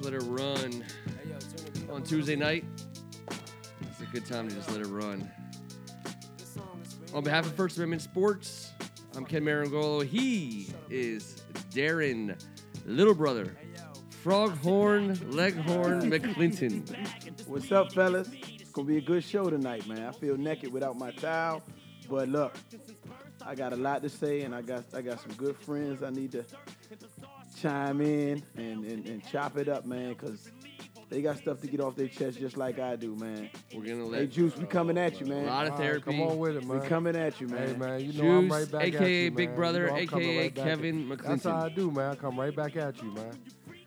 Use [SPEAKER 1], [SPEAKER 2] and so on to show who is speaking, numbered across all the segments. [SPEAKER 1] let her run on Tuesday night. It's a good time to just let it run. On behalf of First Amendment Sports, I'm Ken Marangolo. He is Darren, little brother, Froghorn, Leghorn, McClinton.
[SPEAKER 2] What's up, fellas? It's gonna be a good show tonight, man. I feel naked without my towel, but look, I got a lot to say, and I got I got some good friends. I need to chime in and and, and chop it up, man, because they got stuff to get off their chest just like I do, man.
[SPEAKER 1] We're gonna let
[SPEAKER 2] Hey, Juice, we coming at you,
[SPEAKER 1] a
[SPEAKER 2] man.
[SPEAKER 1] lot of Uh, therapy.
[SPEAKER 3] Come on with it,
[SPEAKER 2] We
[SPEAKER 3] man.
[SPEAKER 2] coming at you, man.
[SPEAKER 3] Hey, man, you know I'm
[SPEAKER 1] Juice,
[SPEAKER 3] right back at you,
[SPEAKER 1] aka
[SPEAKER 3] man.
[SPEAKER 1] Big
[SPEAKER 3] You
[SPEAKER 1] Brother,
[SPEAKER 3] know I'm coming
[SPEAKER 1] aka
[SPEAKER 3] right back at you.
[SPEAKER 1] Kevin
[SPEAKER 3] That's how I
[SPEAKER 1] McClinton.
[SPEAKER 3] do, man. I come right back at you, man.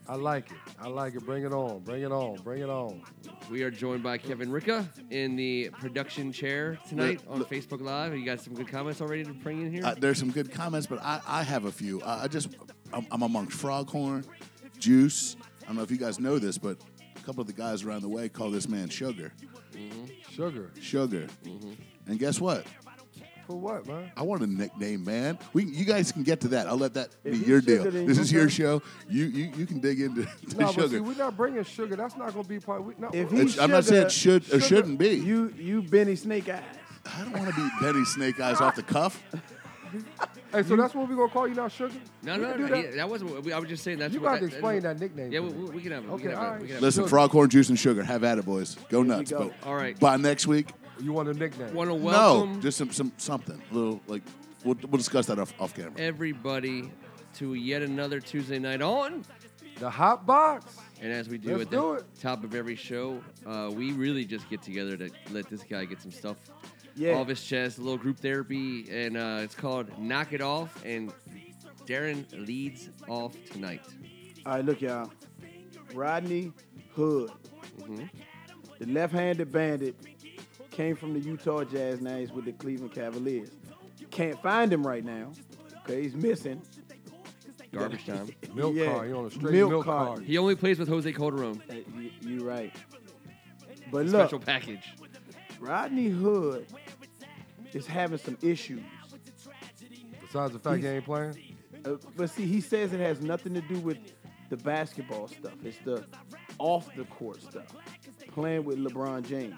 [SPEAKER 3] I like it. I like it. Bring it on. Bring it on. Bring it on.
[SPEAKER 1] We are joined by Kevin Ricka in the production chair tonight on Facebook Live. You got some good comments already to bring in here.
[SPEAKER 4] Uh, there's some good comments, but I, I have a few. I, I just I'm, I'm amongst Froghorn, Juice. I don't know if you guys know this, but a couple of the guys around the way call this man Sugar,
[SPEAKER 3] Sugar.
[SPEAKER 4] Sugar. And guess what?
[SPEAKER 3] For what, man?
[SPEAKER 4] I want a nickname, man. We you guys can get to that. I'll let that be
[SPEAKER 2] you
[SPEAKER 4] your
[SPEAKER 2] sugar,
[SPEAKER 4] deal.
[SPEAKER 2] then
[SPEAKER 4] This
[SPEAKER 2] you
[SPEAKER 4] is your
[SPEAKER 2] sugar.
[SPEAKER 4] show. You you, you can dig into to
[SPEAKER 3] No, but see,
[SPEAKER 4] Sugar.
[SPEAKER 3] we're not bringing sugar. That's not going to be part. We, no,
[SPEAKER 2] If
[SPEAKER 3] we-
[SPEAKER 2] he
[SPEAKER 4] It's- I'm not saying
[SPEAKER 2] sugar-
[SPEAKER 4] it should or
[SPEAKER 3] sugar,
[SPEAKER 4] shouldn't be.
[SPEAKER 2] You you Benny Snake Eyes.
[SPEAKER 4] I don't want to be Benny Snake Eyes off the cuff.
[SPEAKER 3] hey, so that's what we're going to call you now, sugar?
[SPEAKER 1] No,
[SPEAKER 3] We
[SPEAKER 1] no,
[SPEAKER 3] can
[SPEAKER 1] no.
[SPEAKER 3] do
[SPEAKER 1] That. that wasn't. what we- I was just saying that's.
[SPEAKER 3] You
[SPEAKER 1] what
[SPEAKER 3] got to
[SPEAKER 1] that-
[SPEAKER 3] explain
[SPEAKER 1] that's
[SPEAKER 3] that nickname.
[SPEAKER 1] what- Yeah,
[SPEAKER 3] to
[SPEAKER 1] we,
[SPEAKER 3] me.
[SPEAKER 1] we we can have. it. we
[SPEAKER 3] Okay,
[SPEAKER 1] can have it.
[SPEAKER 3] all
[SPEAKER 1] We
[SPEAKER 3] right.
[SPEAKER 1] can have it.
[SPEAKER 4] Listen,
[SPEAKER 3] Sugar.
[SPEAKER 4] Froghorn Juice and Sugar. Have at it, boys. Go
[SPEAKER 2] we
[SPEAKER 4] nuts.
[SPEAKER 2] go.
[SPEAKER 4] But
[SPEAKER 1] All right.
[SPEAKER 4] By next week,
[SPEAKER 3] You want a nickname?
[SPEAKER 1] Want to welcome
[SPEAKER 4] no, just some, some something. A little like we'll, we'll discuss that off, off camera.
[SPEAKER 1] everybody to yet another Tuesday night on.
[SPEAKER 3] The hot box.
[SPEAKER 1] And as we do
[SPEAKER 3] Let's
[SPEAKER 1] at the
[SPEAKER 3] do it.
[SPEAKER 1] top of every show, uh, we really just get together to let this guy get some stuff
[SPEAKER 2] Yeah.
[SPEAKER 1] off his chest, a little group therapy, and uh, it's called Knock It Off. And Darren leads off tonight.
[SPEAKER 2] All right, look, y'all. Rodney Hood, the left-handed bandit, came from the Utah Jazz. Now he's with the Cleveland Cavaliers. Can't find him right now. Okay, he's missing.
[SPEAKER 1] Garbage time.
[SPEAKER 3] Milk
[SPEAKER 2] Yeah.
[SPEAKER 3] card. You on a straight
[SPEAKER 2] Milk
[SPEAKER 3] milk,
[SPEAKER 2] card.
[SPEAKER 3] card.
[SPEAKER 1] He only plays with Jose Calderon.
[SPEAKER 2] Uh, you, you right. But look,
[SPEAKER 1] Special package.
[SPEAKER 2] Rodney Hood is having some issues.
[SPEAKER 3] Besides the fact he ain't playing.
[SPEAKER 2] Uh, but see, he says it has nothing to do with the basketball stuff. It's the off the court stuff, playing with LeBron James.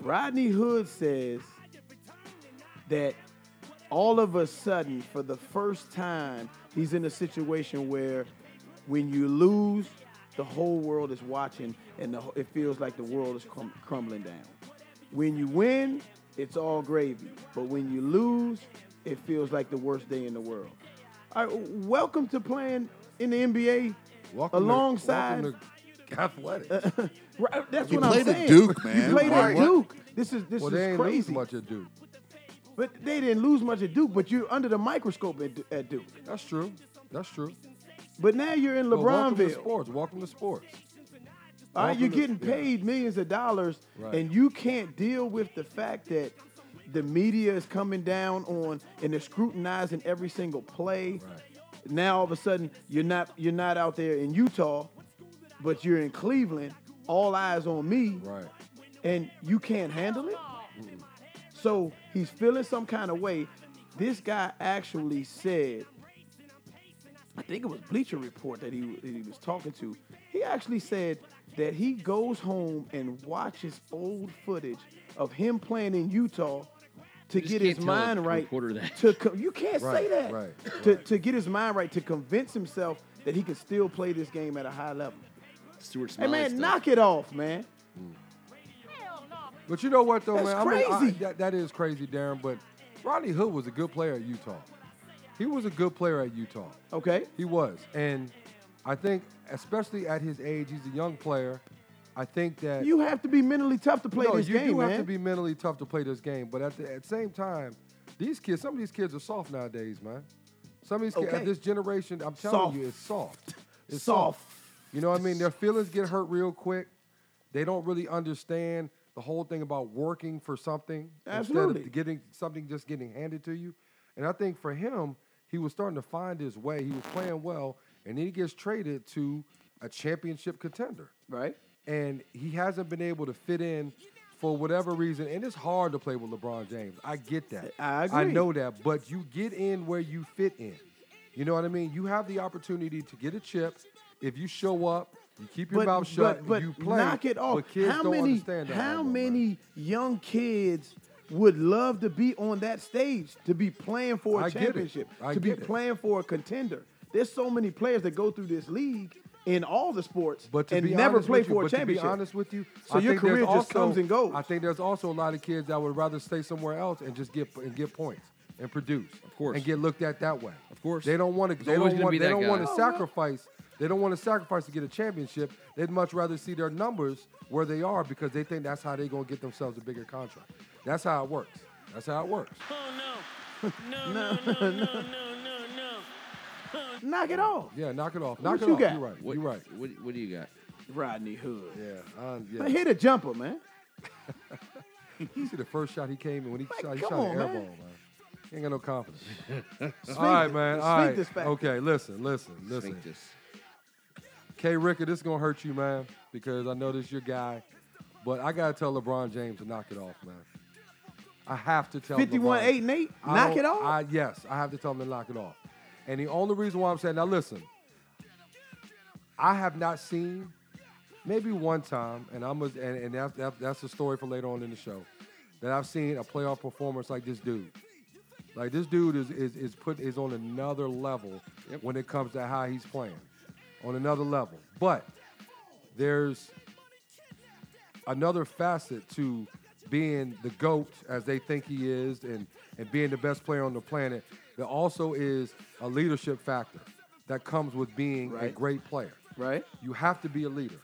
[SPEAKER 2] Rodney Hood says that all of a sudden, for the first time, he's in a situation where when you lose, the whole world is watching and the, it feels like the world is crum- crumbling down. When you win, it's all gravy. But when you lose, it feels like the worst day in the world. All right, welcome to playing in the NBA
[SPEAKER 3] Welcome to-
[SPEAKER 2] alongside.
[SPEAKER 3] welcome to athletics.
[SPEAKER 2] Right, uh, that's
[SPEAKER 4] You
[SPEAKER 2] what
[SPEAKER 4] played
[SPEAKER 2] I'm
[SPEAKER 4] at
[SPEAKER 2] saying.
[SPEAKER 4] Duke,
[SPEAKER 2] You
[SPEAKER 4] man.
[SPEAKER 2] played at
[SPEAKER 4] Like, what?
[SPEAKER 2] Duke. This is this is
[SPEAKER 3] well, they ain't
[SPEAKER 2] crazy.
[SPEAKER 3] lose much at Duke.
[SPEAKER 2] But they didn't lose much at Duke, but you're under the microscope at, Du- at Duke.
[SPEAKER 3] That's true. That's true.
[SPEAKER 2] But now you're in
[SPEAKER 3] But welcome to
[SPEAKER 2] LeBronville.
[SPEAKER 3] sports. Welcome to sports.
[SPEAKER 2] All right,
[SPEAKER 3] Welcome
[SPEAKER 2] you're
[SPEAKER 3] to-
[SPEAKER 2] getting
[SPEAKER 3] yeah.
[SPEAKER 2] paid millions of dollars,
[SPEAKER 3] Right.
[SPEAKER 2] and you can't deal with the fact that the media is coming down on and they're scrutinizing every single play.
[SPEAKER 3] Right.
[SPEAKER 2] Now all of a sudden you're not you're not out there in Utah, but you're in Cleveland. All eyes on me.
[SPEAKER 3] Right.
[SPEAKER 2] and you can't handle it. So he's feeling some kind of way. This guy actually said, I think it was Bleacher Report that he, that he was talking to. He actually said that he goes home and watches old footage of him playing in Utah to
[SPEAKER 1] just
[SPEAKER 2] get his
[SPEAKER 1] can't tell a
[SPEAKER 2] mind right.
[SPEAKER 1] reporter that.
[SPEAKER 2] To co- you can't say
[SPEAKER 3] Right,
[SPEAKER 2] that.
[SPEAKER 3] right,
[SPEAKER 2] To,
[SPEAKER 3] right.
[SPEAKER 2] to get his mind right to convince himself that he can still play this game at a high level.
[SPEAKER 1] Stuart
[SPEAKER 2] Hey
[SPEAKER 1] Smiley.
[SPEAKER 2] man,
[SPEAKER 1] stuff.
[SPEAKER 2] knock it off, man.
[SPEAKER 3] But you know what though,
[SPEAKER 2] That's
[SPEAKER 3] man? I mean, I,
[SPEAKER 2] crazy.
[SPEAKER 3] that, that is crazy, Darren. But Rodney Hood was a good player at Utah. He was a good player at Utah.
[SPEAKER 2] Okay.
[SPEAKER 3] He was, and I think, especially at his age, he's a young player. I think that
[SPEAKER 2] You have to be mentally tough to play
[SPEAKER 3] no,
[SPEAKER 2] this
[SPEAKER 3] you
[SPEAKER 2] game,
[SPEAKER 3] do
[SPEAKER 2] man.
[SPEAKER 3] have to be mentally tough to play this game. But at the at the same time, these kids, some of these kids are soft nowadays, man. Some of these kids,
[SPEAKER 2] Okay.
[SPEAKER 3] this generation, I'm telling
[SPEAKER 2] Soft.
[SPEAKER 3] you, is soft. It's
[SPEAKER 2] Soft.
[SPEAKER 3] You know what I mean? Their feelings get hurt real quick. They don't really understand the whole thing about working for something instead
[SPEAKER 2] Absolutely.
[SPEAKER 3] of getting something just getting handed to you. And I think for him, he was starting to find his way. He was playing well, and then he gets traded to a championship contender
[SPEAKER 2] right?
[SPEAKER 3] and he hasn't been able to fit in for whatever reason. And it's hard to play with LeBron James. I get that.
[SPEAKER 2] I
[SPEAKER 3] I
[SPEAKER 2] agree.
[SPEAKER 3] know that. But you get in where you fit in. You know what I mean? You have the opportunity to get a chip. if you show up, you keep your
[SPEAKER 2] But,
[SPEAKER 3] mouth shut,
[SPEAKER 2] but, but
[SPEAKER 3] you play.
[SPEAKER 2] knock it off.
[SPEAKER 3] But kids
[SPEAKER 2] how
[SPEAKER 3] don't
[SPEAKER 2] many,
[SPEAKER 3] understand that. no
[SPEAKER 2] how
[SPEAKER 3] more, man.
[SPEAKER 2] many young kids would love to be on that stage to be playing for a
[SPEAKER 3] I get it.
[SPEAKER 2] championship,
[SPEAKER 3] I
[SPEAKER 2] to be
[SPEAKER 3] get it.
[SPEAKER 2] playing for a contender? There's so many players that go through this league in all the sports
[SPEAKER 3] But to
[SPEAKER 2] and
[SPEAKER 3] be
[SPEAKER 2] never
[SPEAKER 3] honest
[SPEAKER 2] play
[SPEAKER 3] with you,
[SPEAKER 2] for a
[SPEAKER 3] but
[SPEAKER 2] championship.
[SPEAKER 3] To be honest with you,
[SPEAKER 2] So
[SPEAKER 3] I
[SPEAKER 2] your
[SPEAKER 3] think there's
[SPEAKER 2] career just
[SPEAKER 3] also-
[SPEAKER 2] comes and goes.
[SPEAKER 3] I think there's also a lot of kids that would rather stay somewhere else and just get and get points and produce, of
[SPEAKER 1] course.
[SPEAKER 3] and get looked at that way.
[SPEAKER 1] Of course.
[SPEAKER 3] they don't want to. They
[SPEAKER 1] always
[SPEAKER 3] don't
[SPEAKER 1] gonna
[SPEAKER 3] want.
[SPEAKER 1] be
[SPEAKER 3] They
[SPEAKER 1] that
[SPEAKER 3] don't
[SPEAKER 1] guy.
[SPEAKER 3] want
[SPEAKER 1] Oh,
[SPEAKER 3] to sacrifice. They don't want to sacrifice to get a championship. They'd much rather see their numbers where they are because they think that's how they're gonna get themselves a bigger contract. That's how it works. That's how it works.
[SPEAKER 2] knock it off,
[SPEAKER 3] Yeah, knock it off. Knock it
[SPEAKER 2] you
[SPEAKER 3] off.
[SPEAKER 2] got?
[SPEAKER 3] You're right.
[SPEAKER 1] What,
[SPEAKER 3] You're right.
[SPEAKER 1] What, what do you got?
[SPEAKER 2] Rodney Hood.
[SPEAKER 3] Yeah, I,
[SPEAKER 2] But
[SPEAKER 3] yeah.
[SPEAKER 2] hit a jumper, man.
[SPEAKER 3] You see the first shot he came in when he
[SPEAKER 2] Like,
[SPEAKER 3] shot, he
[SPEAKER 2] come
[SPEAKER 3] shot an
[SPEAKER 2] on,
[SPEAKER 3] air
[SPEAKER 2] man.
[SPEAKER 3] ball, man. He ain't got no confidence.
[SPEAKER 2] Speak
[SPEAKER 3] All right,
[SPEAKER 2] it.
[SPEAKER 3] man.
[SPEAKER 2] Speak
[SPEAKER 3] All right.
[SPEAKER 2] this back.
[SPEAKER 3] Okay, listen, listen, listen.
[SPEAKER 1] Sphinctus.
[SPEAKER 3] K. Ricker, this is gonna hurt you, man, because I know this your guy, but I gotta tell LeBron James to knock it off, man. I have to tell.
[SPEAKER 2] 51,
[SPEAKER 3] LeBron.
[SPEAKER 2] 8, and 8.
[SPEAKER 3] I
[SPEAKER 2] knock
[SPEAKER 3] don't-
[SPEAKER 2] it off.
[SPEAKER 3] I, yes, I have to tell him to knock it off. And the only reason why I'm saying now, listen, I have not seen maybe one time, and I'm a, and, and that's that, that's a story for later on in the show that I've seen a playoff performance like this dude. Like this dude is is, is put is on another level
[SPEAKER 1] Yep.
[SPEAKER 3] when it comes to how he's playing, on another level. But there's another facet to being the GOAT as they think he is and, and being the best player on the planet. There also is a leadership factor that comes with being a
[SPEAKER 2] Right.
[SPEAKER 3] great player.
[SPEAKER 2] right?
[SPEAKER 3] You have to be a leader.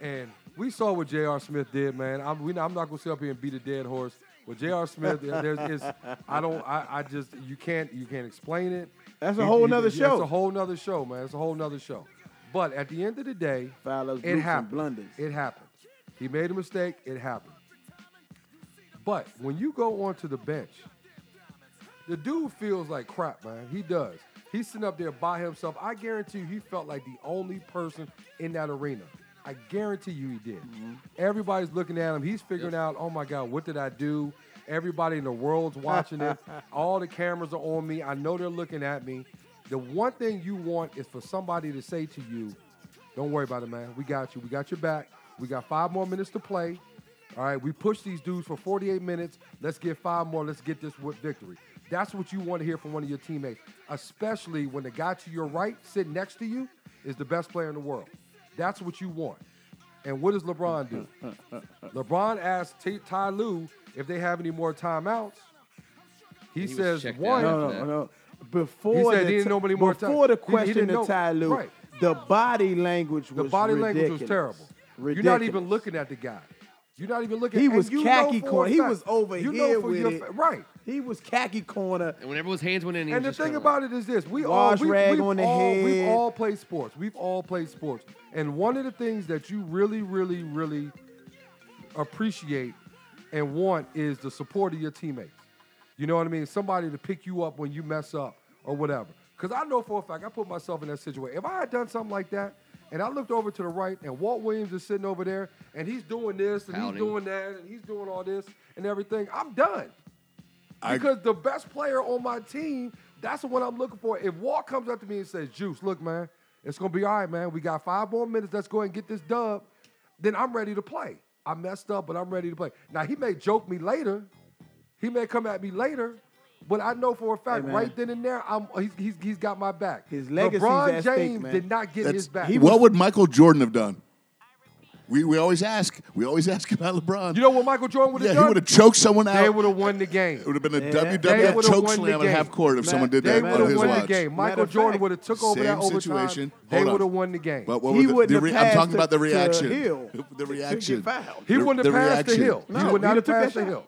[SPEAKER 3] And we saw what J.R. Smith did, man. I'm, we, I'm not going to sit up here and beat a dead horse. With J.R. Smith, there- there's, it's, I don't, I, I just, you can't, you can't explain it.
[SPEAKER 2] That's a
[SPEAKER 3] You-
[SPEAKER 2] whole
[SPEAKER 3] you-
[SPEAKER 2] nother
[SPEAKER 3] That's
[SPEAKER 2] show.
[SPEAKER 3] a whole nother show, man. It's a whole nother show. But at the end of the day,
[SPEAKER 2] Foul those
[SPEAKER 3] it
[SPEAKER 2] bloops and
[SPEAKER 3] happened.
[SPEAKER 2] blunders.
[SPEAKER 3] It happened. He made a mistake. It happened. But when you go onto the bench, the dude feels like crap, man. He does. He's sitting up there by himself. I guarantee you, he felt like the only person in that arena. I guarantee you, he did. Everybody's looking at him. He's figuring out, oh my God, what did I do? Everybody in the world's watching it. All the cameras are on me. I know they're looking at me. The one thing you want is for somebody to say to you, don't worry about it, man. We got you. We got your back. We got five more minutes to play. All right, we pushed these dudes for 48 minutes. Let's get five more. Let's get this wi- victory. That's what you want to hear from one of your teammates, especially when the guy to your right, sitting next to you, is the best player in the world. That's what you want. And what does LeBron do? LeBron asks T- Ty Lue if they have any more timeouts. He,
[SPEAKER 1] And he was
[SPEAKER 3] says
[SPEAKER 1] checked out
[SPEAKER 3] one.
[SPEAKER 1] after
[SPEAKER 2] No,
[SPEAKER 1] that.
[SPEAKER 2] no, no. Before
[SPEAKER 3] He said
[SPEAKER 2] the
[SPEAKER 3] he didn't know many more times.
[SPEAKER 2] before the
[SPEAKER 3] He- he
[SPEAKER 2] question
[SPEAKER 3] didn't
[SPEAKER 2] to
[SPEAKER 3] know.
[SPEAKER 2] Ty Lue,
[SPEAKER 3] Right.
[SPEAKER 2] the body language was
[SPEAKER 3] The body language was
[SPEAKER 2] ridiculous.
[SPEAKER 3] terrible. You're not even
[SPEAKER 2] Ridiculous.
[SPEAKER 3] looking at the guy. You're not even looking.
[SPEAKER 2] He
[SPEAKER 3] and
[SPEAKER 2] was
[SPEAKER 3] you know
[SPEAKER 2] khaki
[SPEAKER 3] for a
[SPEAKER 2] corner. He
[SPEAKER 3] fact-
[SPEAKER 2] was over
[SPEAKER 3] you
[SPEAKER 2] here
[SPEAKER 3] know for
[SPEAKER 2] with
[SPEAKER 3] your
[SPEAKER 2] it.
[SPEAKER 3] fa- right.
[SPEAKER 2] He was khaki corner.
[SPEAKER 1] And when everyone's hands went in, he
[SPEAKER 3] And the
[SPEAKER 1] was just
[SPEAKER 3] thing
[SPEAKER 1] kinda like-
[SPEAKER 3] about it is this: we all
[SPEAKER 2] Wash
[SPEAKER 3] we,
[SPEAKER 2] rag
[SPEAKER 3] we've
[SPEAKER 2] on the
[SPEAKER 3] all we've
[SPEAKER 2] head.
[SPEAKER 3] all played sports. We've all played sports, and one of the things that you really, really, really appreciate and want is the support of your teammates. You know what I mean? Somebody to pick you up when you mess up or whatever. Because I know for a fact, I put myself in that situation. If I had done something like that, and I looked over to the right, and Walt Williams is sitting over there, and he's doing this, and
[SPEAKER 1] Pouting.
[SPEAKER 3] he's doing that, and he's doing all this and everything, I'm done.
[SPEAKER 4] I-
[SPEAKER 3] Because the best player on my team, that's what I'm looking for. If Walt comes up to me and says, Juice, look, man, it's going to be all right, man. We got five more minutes. Let's go ahead and get this dub. Then I'm ready to play. I messed up, but I'm ready to play. Now, he may joke me later. He may come at me later. But I know for a fact,
[SPEAKER 2] man.
[SPEAKER 3] right then and there, I'm, he's, he's, he's got my back.
[SPEAKER 2] His legacy's
[SPEAKER 3] LeBron
[SPEAKER 2] at stake,
[SPEAKER 3] James
[SPEAKER 2] man.
[SPEAKER 3] did not get
[SPEAKER 4] That's-
[SPEAKER 3] his back.
[SPEAKER 4] what would Michael Jordan have done? We, we always ask. We always ask about LeBron.
[SPEAKER 3] you know what Michael Jordan would have
[SPEAKER 4] yeah, he
[SPEAKER 3] done?
[SPEAKER 4] would have choked someone
[SPEAKER 3] they
[SPEAKER 4] out.
[SPEAKER 3] would have won the
[SPEAKER 4] It
[SPEAKER 3] game.
[SPEAKER 4] would have been a
[SPEAKER 3] They
[SPEAKER 4] WWF
[SPEAKER 3] would've won
[SPEAKER 4] choke
[SPEAKER 3] the
[SPEAKER 4] slam in
[SPEAKER 3] game.
[SPEAKER 4] half court if
[SPEAKER 2] Matt,
[SPEAKER 4] someone did
[SPEAKER 3] They
[SPEAKER 4] that
[SPEAKER 3] would
[SPEAKER 4] on
[SPEAKER 3] have
[SPEAKER 4] his
[SPEAKER 3] won the
[SPEAKER 4] watch.
[SPEAKER 3] game.
[SPEAKER 2] Matter
[SPEAKER 3] Michael
[SPEAKER 2] of
[SPEAKER 3] Jordan
[SPEAKER 2] fact,
[SPEAKER 3] would have took over
[SPEAKER 4] Same
[SPEAKER 3] that overtime.
[SPEAKER 4] situation.
[SPEAKER 3] They
[SPEAKER 4] Hold on.
[SPEAKER 3] would have won the game.
[SPEAKER 4] But what
[SPEAKER 2] He
[SPEAKER 4] would the, the
[SPEAKER 2] wouldn't
[SPEAKER 4] re-
[SPEAKER 2] have
[SPEAKER 4] I'm talking
[SPEAKER 2] passed
[SPEAKER 4] about
[SPEAKER 2] it
[SPEAKER 4] the
[SPEAKER 2] to
[SPEAKER 4] reaction.
[SPEAKER 2] Hill
[SPEAKER 4] the
[SPEAKER 2] to get
[SPEAKER 4] reaction.
[SPEAKER 2] fouled.
[SPEAKER 3] he
[SPEAKER 4] The-
[SPEAKER 3] wouldn't have
[SPEAKER 4] the
[SPEAKER 3] passed the
[SPEAKER 4] reaction.
[SPEAKER 3] hill.
[SPEAKER 2] No,
[SPEAKER 3] he
[SPEAKER 2] he
[SPEAKER 3] would not
[SPEAKER 2] would've
[SPEAKER 3] have
[SPEAKER 2] took that
[SPEAKER 3] passed the
[SPEAKER 2] shot.
[SPEAKER 3] hill.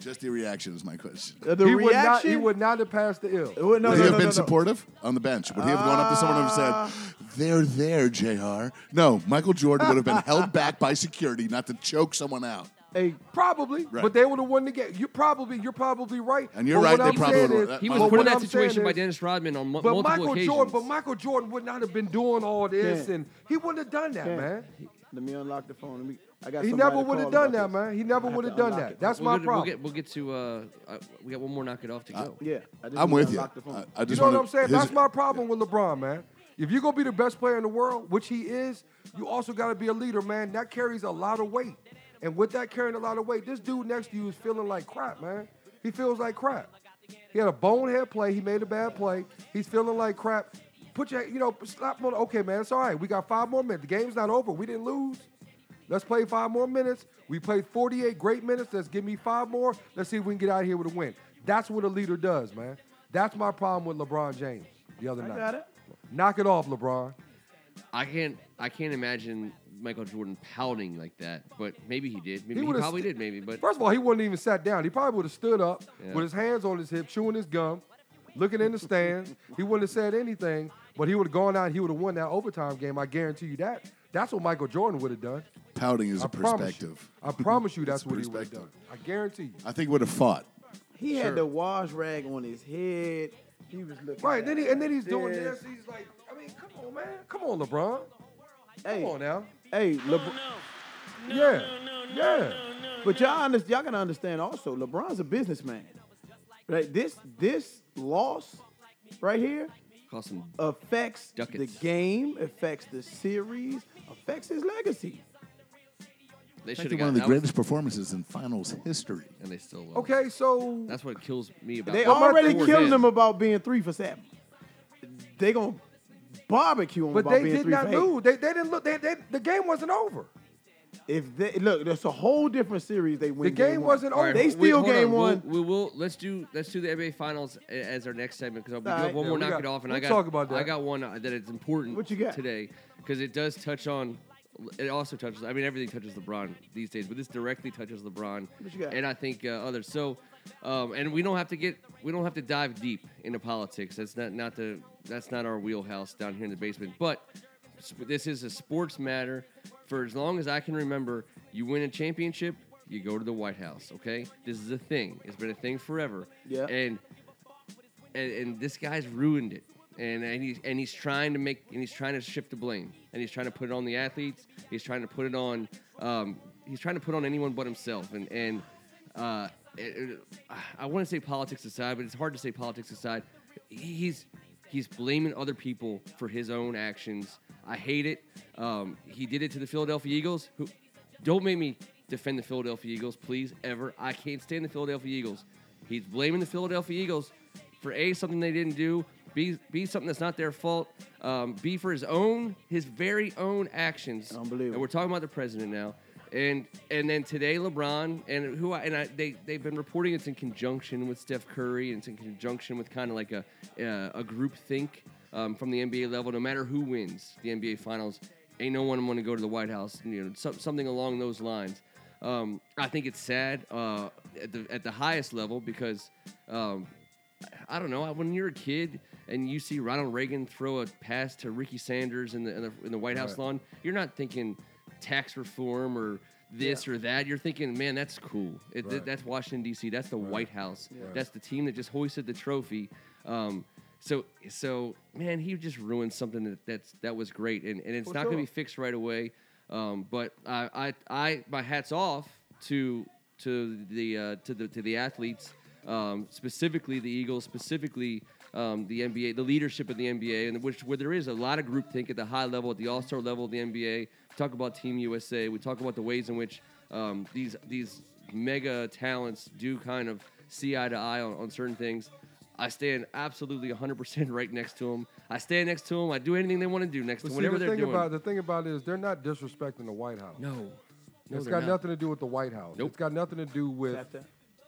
[SPEAKER 4] Just the reaction is my question.
[SPEAKER 2] Uh, The
[SPEAKER 3] he would not. He
[SPEAKER 2] reaction.
[SPEAKER 3] would not have passed the hill.
[SPEAKER 2] It would- no, no,
[SPEAKER 4] would he have
[SPEAKER 2] no,
[SPEAKER 4] been
[SPEAKER 2] no, no.
[SPEAKER 4] supportive on the bench? Would he have gone up to someone and
[SPEAKER 3] Ah.
[SPEAKER 4] said, "They're there, Jr." No, Michael Jordan would have been held back by security not to choke someone out.
[SPEAKER 2] Hey,
[SPEAKER 3] Probably,
[SPEAKER 4] Right.
[SPEAKER 3] but they would have won the game. You probably, you're probably right.
[SPEAKER 4] And you're
[SPEAKER 3] But
[SPEAKER 4] right,
[SPEAKER 3] what
[SPEAKER 4] they
[SPEAKER 3] I'm
[SPEAKER 4] probably
[SPEAKER 3] saying
[SPEAKER 4] would've-
[SPEAKER 3] is-
[SPEAKER 1] He
[SPEAKER 4] But
[SPEAKER 1] was
[SPEAKER 3] but
[SPEAKER 1] put in
[SPEAKER 3] what
[SPEAKER 1] that
[SPEAKER 3] I'm
[SPEAKER 1] situation
[SPEAKER 3] saying
[SPEAKER 1] by
[SPEAKER 3] is-
[SPEAKER 1] Dennis Rodman on mu-
[SPEAKER 3] But
[SPEAKER 1] multiple
[SPEAKER 3] Michael
[SPEAKER 1] occasions.
[SPEAKER 3] Jordan, but Michael Jordan would not have been doing all this,
[SPEAKER 2] Yeah.
[SPEAKER 3] and he wouldn't have done that,
[SPEAKER 2] Yeah.
[SPEAKER 3] man.
[SPEAKER 2] let me unlock the phone. Let me, I got
[SPEAKER 3] He
[SPEAKER 2] somebody
[SPEAKER 3] never
[SPEAKER 2] to
[SPEAKER 3] would have
[SPEAKER 2] call
[SPEAKER 3] done that,
[SPEAKER 2] about this.
[SPEAKER 3] man. He never
[SPEAKER 2] I have
[SPEAKER 3] would have
[SPEAKER 2] to
[SPEAKER 3] done
[SPEAKER 2] unlock
[SPEAKER 3] that.
[SPEAKER 2] it.
[SPEAKER 3] That's
[SPEAKER 1] we'll
[SPEAKER 3] my
[SPEAKER 1] get,
[SPEAKER 3] problem.
[SPEAKER 1] We'll get, we'll get to. Uh, uh, we got one more knockout off to go.
[SPEAKER 2] Uh, Yeah, I just
[SPEAKER 4] I'm
[SPEAKER 2] need to
[SPEAKER 4] with you.
[SPEAKER 2] unlock the phone.
[SPEAKER 4] I, I
[SPEAKER 3] you
[SPEAKER 4] just
[SPEAKER 3] know what
[SPEAKER 4] wanna-
[SPEAKER 3] I'm saying?
[SPEAKER 4] his-
[SPEAKER 3] That's my problem with LeBron, man. If you're gonna be the best player in the world, which he is, you also gotta be a leader, man. That carries a lot of weight. And with that carrying a lot of weight, this dude next to you is feeling like crap, man. He feels like crap. He had a bonehead play. He made a bad play. He's feeling like crap. Put your, you know, slap him on. Okay, man, it's all right. We got five more minutes. The game's not over. We didn't lose. Let's play five more minutes. We played 48 great minutes. Let's give me five more. Let's see if we can get out of here with a win. That's what a leader does, man. That's my problem with LeBron James the other night.
[SPEAKER 2] got it.
[SPEAKER 3] Knock it off, LeBron.
[SPEAKER 1] I can't. I can't imagine Michael Jordan pouting like that. But maybe he did. Maybe he,
[SPEAKER 3] would've
[SPEAKER 1] probably
[SPEAKER 3] st-
[SPEAKER 1] did. Maybe, but
[SPEAKER 3] First of all, he wouldn't even sat down. He probably would have stood up
[SPEAKER 1] Yeah.
[SPEAKER 3] with his hands on his hip, chewing his gum, looking in the stands. he wouldn't have said anything, but he would have gone out and he would have won that overtime game. I guarantee you that. That's what Michael Jordan would have done.
[SPEAKER 4] Pouting is a
[SPEAKER 3] I promise you.
[SPEAKER 4] perspective.
[SPEAKER 3] I promise you that's
[SPEAKER 4] It's a
[SPEAKER 3] what he would have done.
[SPEAKER 4] perspective.
[SPEAKER 3] I guarantee you.
[SPEAKER 4] I think would have fought.
[SPEAKER 2] He
[SPEAKER 1] Sure.
[SPEAKER 2] had the wash rag on his head. He was looking
[SPEAKER 3] Right, then he, and then he's
[SPEAKER 2] down
[SPEAKER 3] doing
[SPEAKER 2] like
[SPEAKER 3] this. He's like, I mean, come on, man. Come on, LeBron.
[SPEAKER 2] Hey,
[SPEAKER 3] Come on now.
[SPEAKER 2] hey, LeBron.
[SPEAKER 3] yeah. yeah.
[SPEAKER 2] But y'all, under, y'all gotta understand also, LeBron's a businessman. Right? This this loss right here
[SPEAKER 1] cost him.
[SPEAKER 2] affects the
[SPEAKER 1] Ducats.
[SPEAKER 2] game, affects the series, affects his legacy.
[SPEAKER 1] They
[SPEAKER 4] I
[SPEAKER 1] should have
[SPEAKER 4] think
[SPEAKER 1] gotten
[SPEAKER 4] one of the
[SPEAKER 1] that was-
[SPEAKER 4] greatest performances in finals history.
[SPEAKER 1] and they still lost.
[SPEAKER 3] Okay, so
[SPEAKER 1] That's what kills me about.
[SPEAKER 2] They
[SPEAKER 1] that.
[SPEAKER 2] already
[SPEAKER 1] Before
[SPEAKER 2] killed
[SPEAKER 1] him.
[SPEAKER 2] him about being three for seven. They gonna barbecue him
[SPEAKER 3] but
[SPEAKER 2] about
[SPEAKER 3] they
[SPEAKER 2] being
[SPEAKER 3] did
[SPEAKER 2] three
[SPEAKER 3] not
[SPEAKER 2] for eight.
[SPEAKER 3] lose. They, they didn't look. They, they, the game wasn't over.
[SPEAKER 2] If they look, that's a whole different series. They win.
[SPEAKER 3] The game
[SPEAKER 2] one.
[SPEAKER 3] wasn't
[SPEAKER 1] All right,
[SPEAKER 3] over.
[SPEAKER 2] They
[SPEAKER 1] we-
[SPEAKER 2] still
[SPEAKER 1] hold on.
[SPEAKER 2] game
[SPEAKER 1] We'll-
[SPEAKER 2] one.
[SPEAKER 1] We will. Let's do. Let's do the NBA Finals a- as our next segment because we do
[SPEAKER 2] All
[SPEAKER 1] have
[SPEAKER 2] right.
[SPEAKER 1] one
[SPEAKER 3] Yeah,
[SPEAKER 1] more
[SPEAKER 3] we
[SPEAKER 1] knock
[SPEAKER 3] got-
[SPEAKER 1] it off, and
[SPEAKER 3] we'll
[SPEAKER 1] I got.
[SPEAKER 3] talk about
[SPEAKER 1] I
[SPEAKER 3] that.
[SPEAKER 1] got one uh, that is important.
[SPEAKER 2] What you got?
[SPEAKER 1] today? Because it does touch on. It also touches. I mean, everything touches LeBron these days, but this directly touches LeBron,
[SPEAKER 2] What you got?
[SPEAKER 1] and I think uh, others. So, um, and we don't have to get. We don't have to dive deep into politics. That's not not the. That's not our wheelhouse down here in the basement. But sp- this is a sports matter. For as long as I can remember, you win a championship, you go to the White House. Okay, this is a thing. It's been a thing forever.
[SPEAKER 2] Yeah.
[SPEAKER 1] And and, and this guy's ruined it. And, and he's and he's trying to make and he's trying to shift the blame and he's trying to put it on the athletes. He's trying to put it on. Um, he's trying to put it on anyone but himself. And and uh, it- it- I want to say politics aside, but it's hard to say politics aside. He's he's blaming other people for his own actions. I hate it. Um, he did it to the Philadelphia Eagles. Who don't make me defend the Philadelphia Eagles, please ever. I can't stand the Philadelphia Eagles. He's blaming the Philadelphia Eagles for a something they didn't do, b b something that's not their fault, um, b for his own his very own actions.
[SPEAKER 2] Unbelievable.
[SPEAKER 1] And we're talking about the president now, and and then today LeBron and who I, and I they they've been reporting it's in conjunction with Steph Curry and it's in conjunction with kind of like a uh, a group think um, from the NBA level. No matter who wins the NBA Finals, ain't no one want to go to the White House. You know some, something along those lines. Um, I think it's sad uh, at, the, at the highest level because um, I don't know. When you're a kid and you see Ronald Reagan throw a pass to Ricky Sanders in the in the, in the White House lawn, you're not thinking tax reform or this or that. You're thinking, man, that's cool. It, th- that's Washington D.C. That's the White House. That's the team that just hoisted the trophy. Um, so so man, he just ruined something that that's that was great, and and it's not going to be fixed right away. Um, but I, I I my hats off to to the uh, to the to the athletes um, specifically the Eagles, specifically um, the NBA, the leadership of the NBA, and which where there is a lot of groupthink at the high level, at the All Star level of the NBA. We talk about Team USA. We talk about the ways in which um, these these mega talents do kind of see eye to eye on, on certain things. I stand absolutely 100% right next to them. I stand next to them. I do anything they want to do next to
[SPEAKER 3] But
[SPEAKER 1] them,
[SPEAKER 3] see,
[SPEAKER 1] whatever
[SPEAKER 3] the
[SPEAKER 1] they're
[SPEAKER 3] thing
[SPEAKER 1] doing.
[SPEAKER 3] about the thing about it is they're not disrespecting the White House.
[SPEAKER 1] no, no,
[SPEAKER 3] it's
[SPEAKER 1] they're
[SPEAKER 3] got
[SPEAKER 1] not.
[SPEAKER 3] nothing to do with the White House.
[SPEAKER 1] Nope.
[SPEAKER 3] It's got nothing to do with
[SPEAKER 2] Clap that.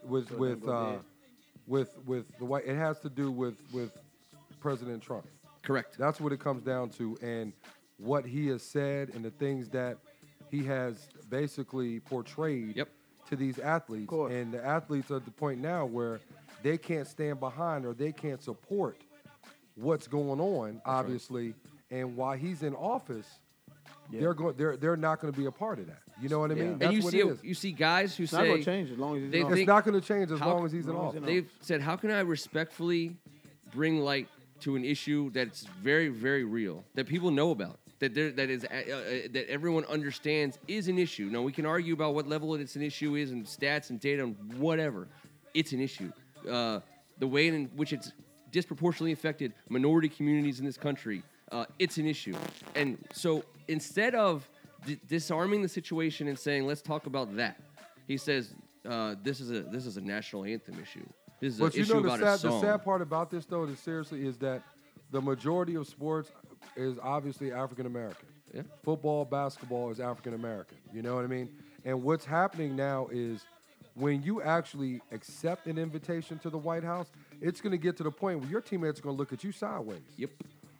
[SPEAKER 3] with
[SPEAKER 2] So it
[SPEAKER 3] with
[SPEAKER 2] don't go
[SPEAKER 3] uh,
[SPEAKER 2] bad.
[SPEAKER 3] with with the White. It has to do with with President Trump.
[SPEAKER 1] Correct.
[SPEAKER 3] That's what it comes down to, and what he has said, and the things that he has basically portrayed
[SPEAKER 1] Yep.
[SPEAKER 3] to these athletes.
[SPEAKER 2] course.
[SPEAKER 3] And the athletes are at the point now where they can't stand behind or they can't support what's going on, obviously. And while he's in office, they're going. They're they're not going to be a part of that. You know what I mean?
[SPEAKER 2] Yeah.
[SPEAKER 3] That's
[SPEAKER 1] and you
[SPEAKER 3] what
[SPEAKER 1] see,
[SPEAKER 3] it
[SPEAKER 1] a-
[SPEAKER 3] is.
[SPEAKER 1] you see guys who
[SPEAKER 2] It's not gonna
[SPEAKER 1] say
[SPEAKER 2] change as long as he's
[SPEAKER 1] they
[SPEAKER 2] on.
[SPEAKER 3] It's
[SPEAKER 1] think-
[SPEAKER 3] not going to change as
[SPEAKER 1] How-
[SPEAKER 3] long as he's in
[SPEAKER 2] long as
[SPEAKER 3] office.
[SPEAKER 2] in
[SPEAKER 1] They've said, "How can I respectfully bring light to an issue that's very, very real that people know about that there that is uh, uh, that everyone understands is an issue? Now we can argue about what level it's an issue is and stats and data and whatever. It's an issue. Uh, the way in which it's disproportionately affected minority communities in this country." uh, it's an issue. And so instead of d- disarming the situation and saying, let's talk about that, he says, uh, this is a this is a national anthem issue. This is
[SPEAKER 3] But
[SPEAKER 1] an
[SPEAKER 3] you
[SPEAKER 1] issue
[SPEAKER 3] know the
[SPEAKER 1] about a
[SPEAKER 3] sad, the
[SPEAKER 1] song.
[SPEAKER 3] sad part about this though, is seriously, is that the majority of sports is obviously African American.
[SPEAKER 1] Yeah.
[SPEAKER 3] Football, basketball is African American. You know what I mean? And what's happening now is when you actually accept an invitation to the White House, it's going to get to the point where your teammates are going to look at you sideways.
[SPEAKER 1] Yep.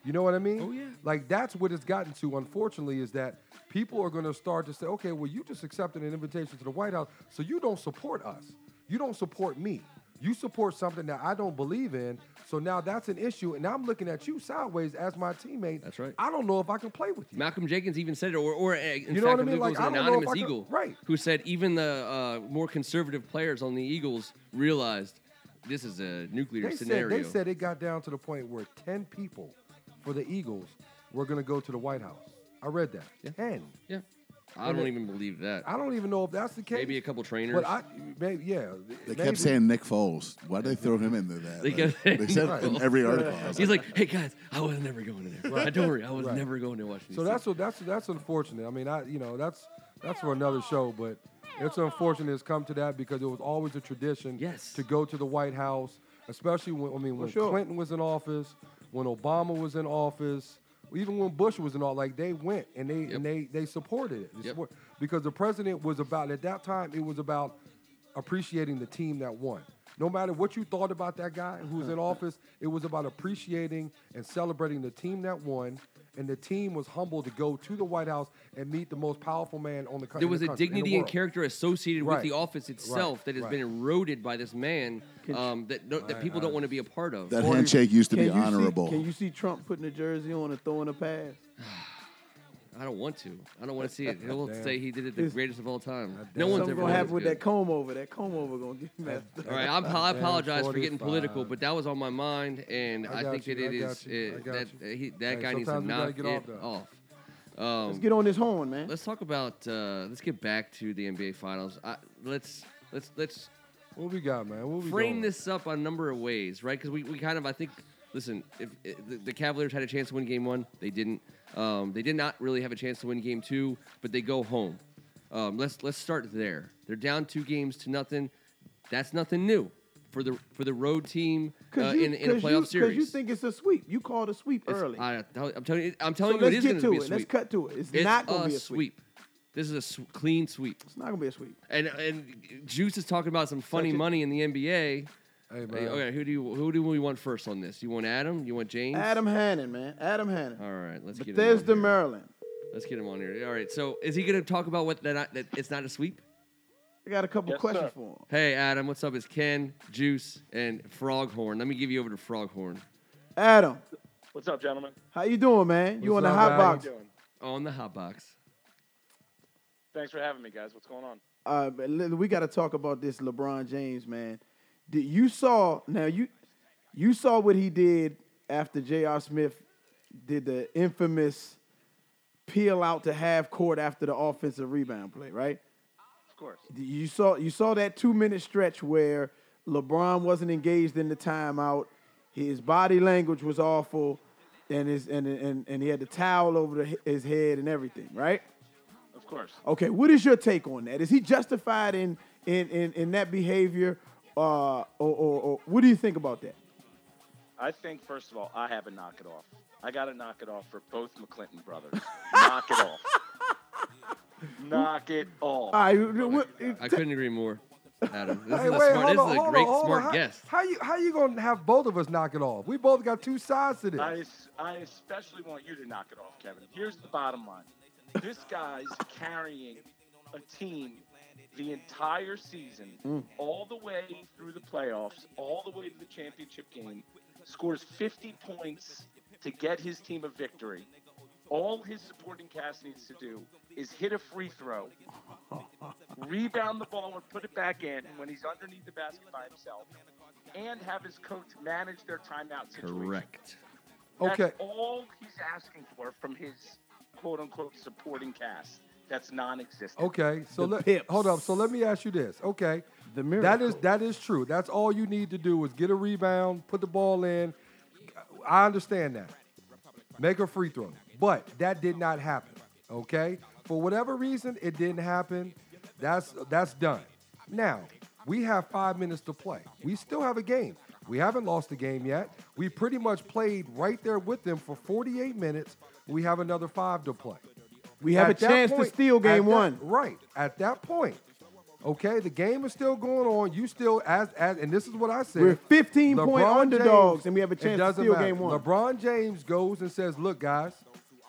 [SPEAKER 3] You know what I mean?
[SPEAKER 1] Oh, yeah.
[SPEAKER 3] Like that's what it's gotten to, unfortunately, is that people are going to start to say, okay, well, you just accepted an invitation to the White House, so you don't support us. You don't support me. You support something that I don't believe in. So now that's an issue, and I'm looking at you sideways as my teammate.
[SPEAKER 1] That's right.
[SPEAKER 3] I don't know if I can play with you.
[SPEAKER 1] Malcolm Jenkins even said it, or, or uh, in fact,
[SPEAKER 3] know what I
[SPEAKER 1] I
[SPEAKER 3] mean?
[SPEAKER 1] believe it
[SPEAKER 3] Like,
[SPEAKER 1] was
[SPEAKER 3] I
[SPEAKER 1] an
[SPEAKER 3] don't know
[SPEAKER 1] anonymous
[SPEAKER 3] if I could-
[SPEAKER 1] Eagle,
[SPEAKER 3] right.
[SPEAKER 1] Who said even the uh, more conservative players on the Eagles realized this is a nuclear
[SPEAKER 3] They said,
[SPEAKER 1] scenario.
[SPEAKER 3] they said it got down to the point where 10 people for the Eagles were going to go to the White House. I read that. 10.
[SPEAKER 1] yeah, I
[SPEAKER 3] And
[SPEAKER 1] don't
[SPEAKER 3] it-
[SPEAKER 1] even believe that.
[SPEAKER 3] I don't even know if that's the case.
[SPEAKER 1] Maybe a couple trainers.
[SPEAKER 3] But I, maybe, yeah.
[SPEAKER 4] They
[SPEAKER 3] maybe.
[SPEAKER 4] kept saying Nick Foles. Why did they throw him into that?
[SPEAKER 1] They kept
[SPEAKER 4] Like, they
[SPEAKER 1] saying Nick
[SPEAKER 4] said in
[SPEAKER 1] Foles.
[SPEAKER 4] every article. I was
[SPEAKER 1] He's like, hey guys, I was never going in there. Don't worry, I was never going to Washington.
[SPEAKER 3] So that's what that's that's unfortunate. I mean, I you know that's that's for another show, but it's unfortunate it's come to that because it was always a tradition
[SPEAKER 1] Yes.
[SPEAKER 3] to go to the White House, especially when I mean when
[SPEAKER 2] sure.
[SPEAKER 3] Clinton was in office, when Obama was in office, even when Bush was in office. Like they went and they
[SPEAKER 1] Yep.
[SPEAKER 3] and they they supported it They
[SPEAKER 1] Yep.
[SPEAKER 3] support- because the president was about at that time it was about appreciating the team that won. No matter what you thought about that guy who was in office, it was about appreciating and celebrating the team that won. And the team was humbled to go to the White House and meet the most powerful man on the co- in
[SPEAKER 1] there
[SPEAKER 3] the country.
[SPEAKER 1] was a
[SPEAKER 3] in the
[SPEAKER 1] dignity and
[SPEAKER 3] world.
[SPEAKER 1] character associated
[SPEAKER 3] Right.
[SPEAKER 1] with the office itself that has
[SPEAKER 3] right.
[SPEAKER 1] been eroded by this man um, that no, that people don't want to be a part of.
[SPEAKER 4] That
[SPEAKER 3] Or you-
[SPEAKER 4] handshake used to
[SPEAKER 2] Can
[SPEAKER 4] be
[SPEAKER 2] you see-
[SPEAKER 4] honorable.
[SPEAKER 2] can you see Trump putting a jersey on and throwing a pass?
[SPEAKER 1] I don't want to. I don't want to see it. He'll say he did it the
[SPEAKER 2] It's-
[SPEAKER 1] greatest of all time. No one's
[SPEAKER 2] Something
[SPEAKER 1] ever
[SPEAKER 2] gonna
[SPEAKER 1] done
[SPEAKER 2] happen
[SPEAKER 1] this
[SPEAKER 2] with
[SPEAKER 1] good.
[SPEAKER 2] that comb over. That comb over gonna get messed up.
[SPEAKER 1] All right, I'm, I apologize for getting
[SPEAKER 3] 45.
[SPEAKER 1] political, but that was on my mind, and
[SPEAKER 3] I
[SPEAKER 1] I,
[SPEAKER 3] got
[SPEAKER 1] think
[SPEAKER 3] you,
[SPEAKER 1] that it
[SPEAKER 3] I got
[SPEAKER 1] is
[SPEAKER 3] you, I
[SPEAKER 1] uh,
[SPEAKER 3] got
[SPEAKER 1] that
[SPEAKER 3] you.
[SPEAKER 1] uh, he, that
[SPEAKER 3] Hey,
[SPEAKER 1] guy needs to
[SPEAKER 3] sometimes we gotta
[SPEAKER 1] knock
[SPEAKER 3] get
[SPEAKER 1] it
[SPEAKER 3] off
[SPEAKER 1] off. Um,
[SPEAKER 2] Let's get on this horn, man.
[SPEAKER 1] Let's talk about. Uh, let's get back to the NBA Finals. I, let's let's let's
[SPEAKER 3] What we got, man? What we
[SPEAKER 1] frame
[SPEAKER 3] doing?
[SPEAKER 1] this up a number of ways, right? Because we, we kind of I think. Listen, if, if the, the Cavaliers had a chance to win Game One, they didn't. Um, they did not really have a chance to win Game Two, but they go home. Um, let's let's start there. They're down two games to nothing. That's nothing new for the for the road team uh,
[SPEAKER 2] Cause you,
[SPEAKER 1] in, in a
[SPEAKER 2] cause
[SPEAKER 1] playoff
[SPEAKER 2] you,
[SPEAKER 1] series.
[SPEAKER 2] Cause you think it's a sweep. You called a sweep
[SPEAKER 1] It's-
[SPEAKER 2] early.
[SPEAKER 1] I, am telling you, I'm
[SPEAKER 2] so
[SPEAKER 1] telling you, it
[SPEAKER 2] let's
[SPEAKER 1] is
[SPEAKER 2] get
[SPEAKER 1] going
[SPEAKER 2] to
[SPEAKER 1] be a
[SPEAKER 2] it.
[SPEAKER 1] sweep.
[SPEAKER 2] Let's cut to it. It's,
[SPEAKER 1] It's
[SPEAKER 2] not gonna
[SPEAKER 1] a
[SPEAKER 2] be a sweep.
[SPEAKER 1] sweep. This is a sw- clean sweep.
[SPEAKER 2] It's not gonna be a sweep.
[SPEAKER 1] And and Juice is talking about some funny
[SPEAKER 2] Such a-
[SPEAKER 1] money in the NBA.
[SPEAKER 3] Hey, man.
[SPEAKER 1] Hey, okay, who do you who do we want first on this? You want Adam? You want James?
[SPEAKER 2] Adam Hannon, man. Adam Hannon.
[SPEAKER 1] All right, let's get him.
[SPEAKER 2] Bethesda,
[SPEAKER 1] on here.
[SPEAKER 2] Maryland.
[SPEAKER 1] Let's get him on here. All right, so is he going to talk about what that, I, that it's not a sweep?
[SPEAKER 2] I got a couple
[SPEAKER 5] Yes,
[SPEAKER 2] questions
[SPEAKER 5] sir.
[SPEAKER 2] for him.
[SPEAKER 1] Hey, Adam, what's up? It's Ken, Juice, and Froghorn. Let me give you over to Froghorn
[SPEAKER 2] Adam,
[SPEAKER 5] What's up, gentlemen?
[SPEAKER 2] how you doing, man? you
[SPEAKER 3] What's
[SPEAKER 2] on the
[SPEAKER 3] up,
[SPEAKER 2] hot
[SPEAKER 3] Adam?
[SPEAKER 2] box?
[SPEAKER 5] How you doing?
[SPEAKER 1] on the hot box.
[SPEAKER 5] Thanks for having me, guys. What's going on?
[SPEAKER 2] Uh, but li- we got to talk about this LeBron James, man. Did you saw now you you saw what he did after J.R. Smith did the infamous peel out to half court after the offensive rebound play, right?
[SPEAKER 5] Of course.
[SPEAKER 2] You saw you saw that two minute stretch where LeBron wasn't engaged in the timeout. His body language was awful, and his and and, and he had the towel over the, his head and everything, right?
[SPEAKER 5] Of course.
[SPEAKER 2] Okay, what is your take on that? Is he justified in in in, in that behavior, uh, or, or or what do you think about that?
[SPEAKER 5] I think, first of all, I have a knock it off. I got to knock it off for both McClinton brothers. knock it off. knock it off.
[SPEAKER 2] All right, what,
[SPEAKER 1] I couldn't agree more, Adam. This
[SPEAKER 3] Hey,
[SPEAKER 1] is a
[SPEAKER 3] wait,
[SPEAKER 1] smart.
[SPEAKER 3] hold
[SPEAKER 1] This
[SPEAKER 3] on,
[SPEAKER 1] is a
[SPEAKER 3] hold
[SPEAKER 1] great
[SPEAKER 3] on, hold
[SPEAKER 1] smart
[SPEAKER 3] on.
[SPEAKER 1] guest.
[SPEAKER 3] How, how you how you gonna have both of us knock it off? We both got two sides to this.
[SPEAKER 5] I, es- I especially want you to knock it off, Kevin. Here's the bottom line this guy's carrying a team the entire season, all the way through the playoffs, all the way to the championship game, scores 50 points to get his team a victory. All his supporting cast needs to do is hit a free throw, rebound the ball, and put it back in when he's underneath the basket by himself, and have his coach manage their timeout situation.
[SPEAKER 1] Correct.
[SPEAKER 3] okay.
[SPEAKER 5] That's all he's asking for from his quote unquote supporting cast. That's non existent.
[SPEAKER 3] Okay, so
[SPEAKER 2] The
[SPEAKER 3] let
[SPEAKER 2] pips.
[SPEAKER 3] hold up. So let me ask you this. Okay,
[SPEAKER 2] The
[SPEAKER 3] that is
[SPEAKER 2] miracle.
[SPEAKER 3] that is true. That's all you need to do is get a rebound, put the ball in. I understand that, Make a free throw. But that did not happen. Okay? For whatever reason, it didn't happen. That's that's done. Now, we have five minutes to play. We still have a game. We haven't lost the game yet. We pretty much played right there with them for 48 minutes. We have another five to play.
[SPEAKER 2] We have
[SPEAKER 3] At
[SPEAKER 2] a
[SPEAKER 3] that
[SPEAKER 2] chance
[SPEAKER 3] point-
[SPEAKER 2] to steal
[SPEAKER 3] at
[SPEAKER 2] game
[SPEAKER 3] that-
[SPEAKER 2] one.
[SPEAKER 3] right. At that point, okay, the game is still going on. You still, as, as and this is what I said.
[SPEAKER 2] We're 15 point
[SPEAKER 3] LeBron
[SPEAKER 2] underdogs,
[SPEAKER 3] James-
[SPEAKER 2] and we have a
[SPEAKER 3] it
[SPEAKER 2] chance to
[SPEAKER 3] doesn't
[SPEAKER 2] steal
[SPEAKER 3] matter.
[SPEAKER 2] game one.
[SPEAKER 3] LeBron James goes and says, Look, guys,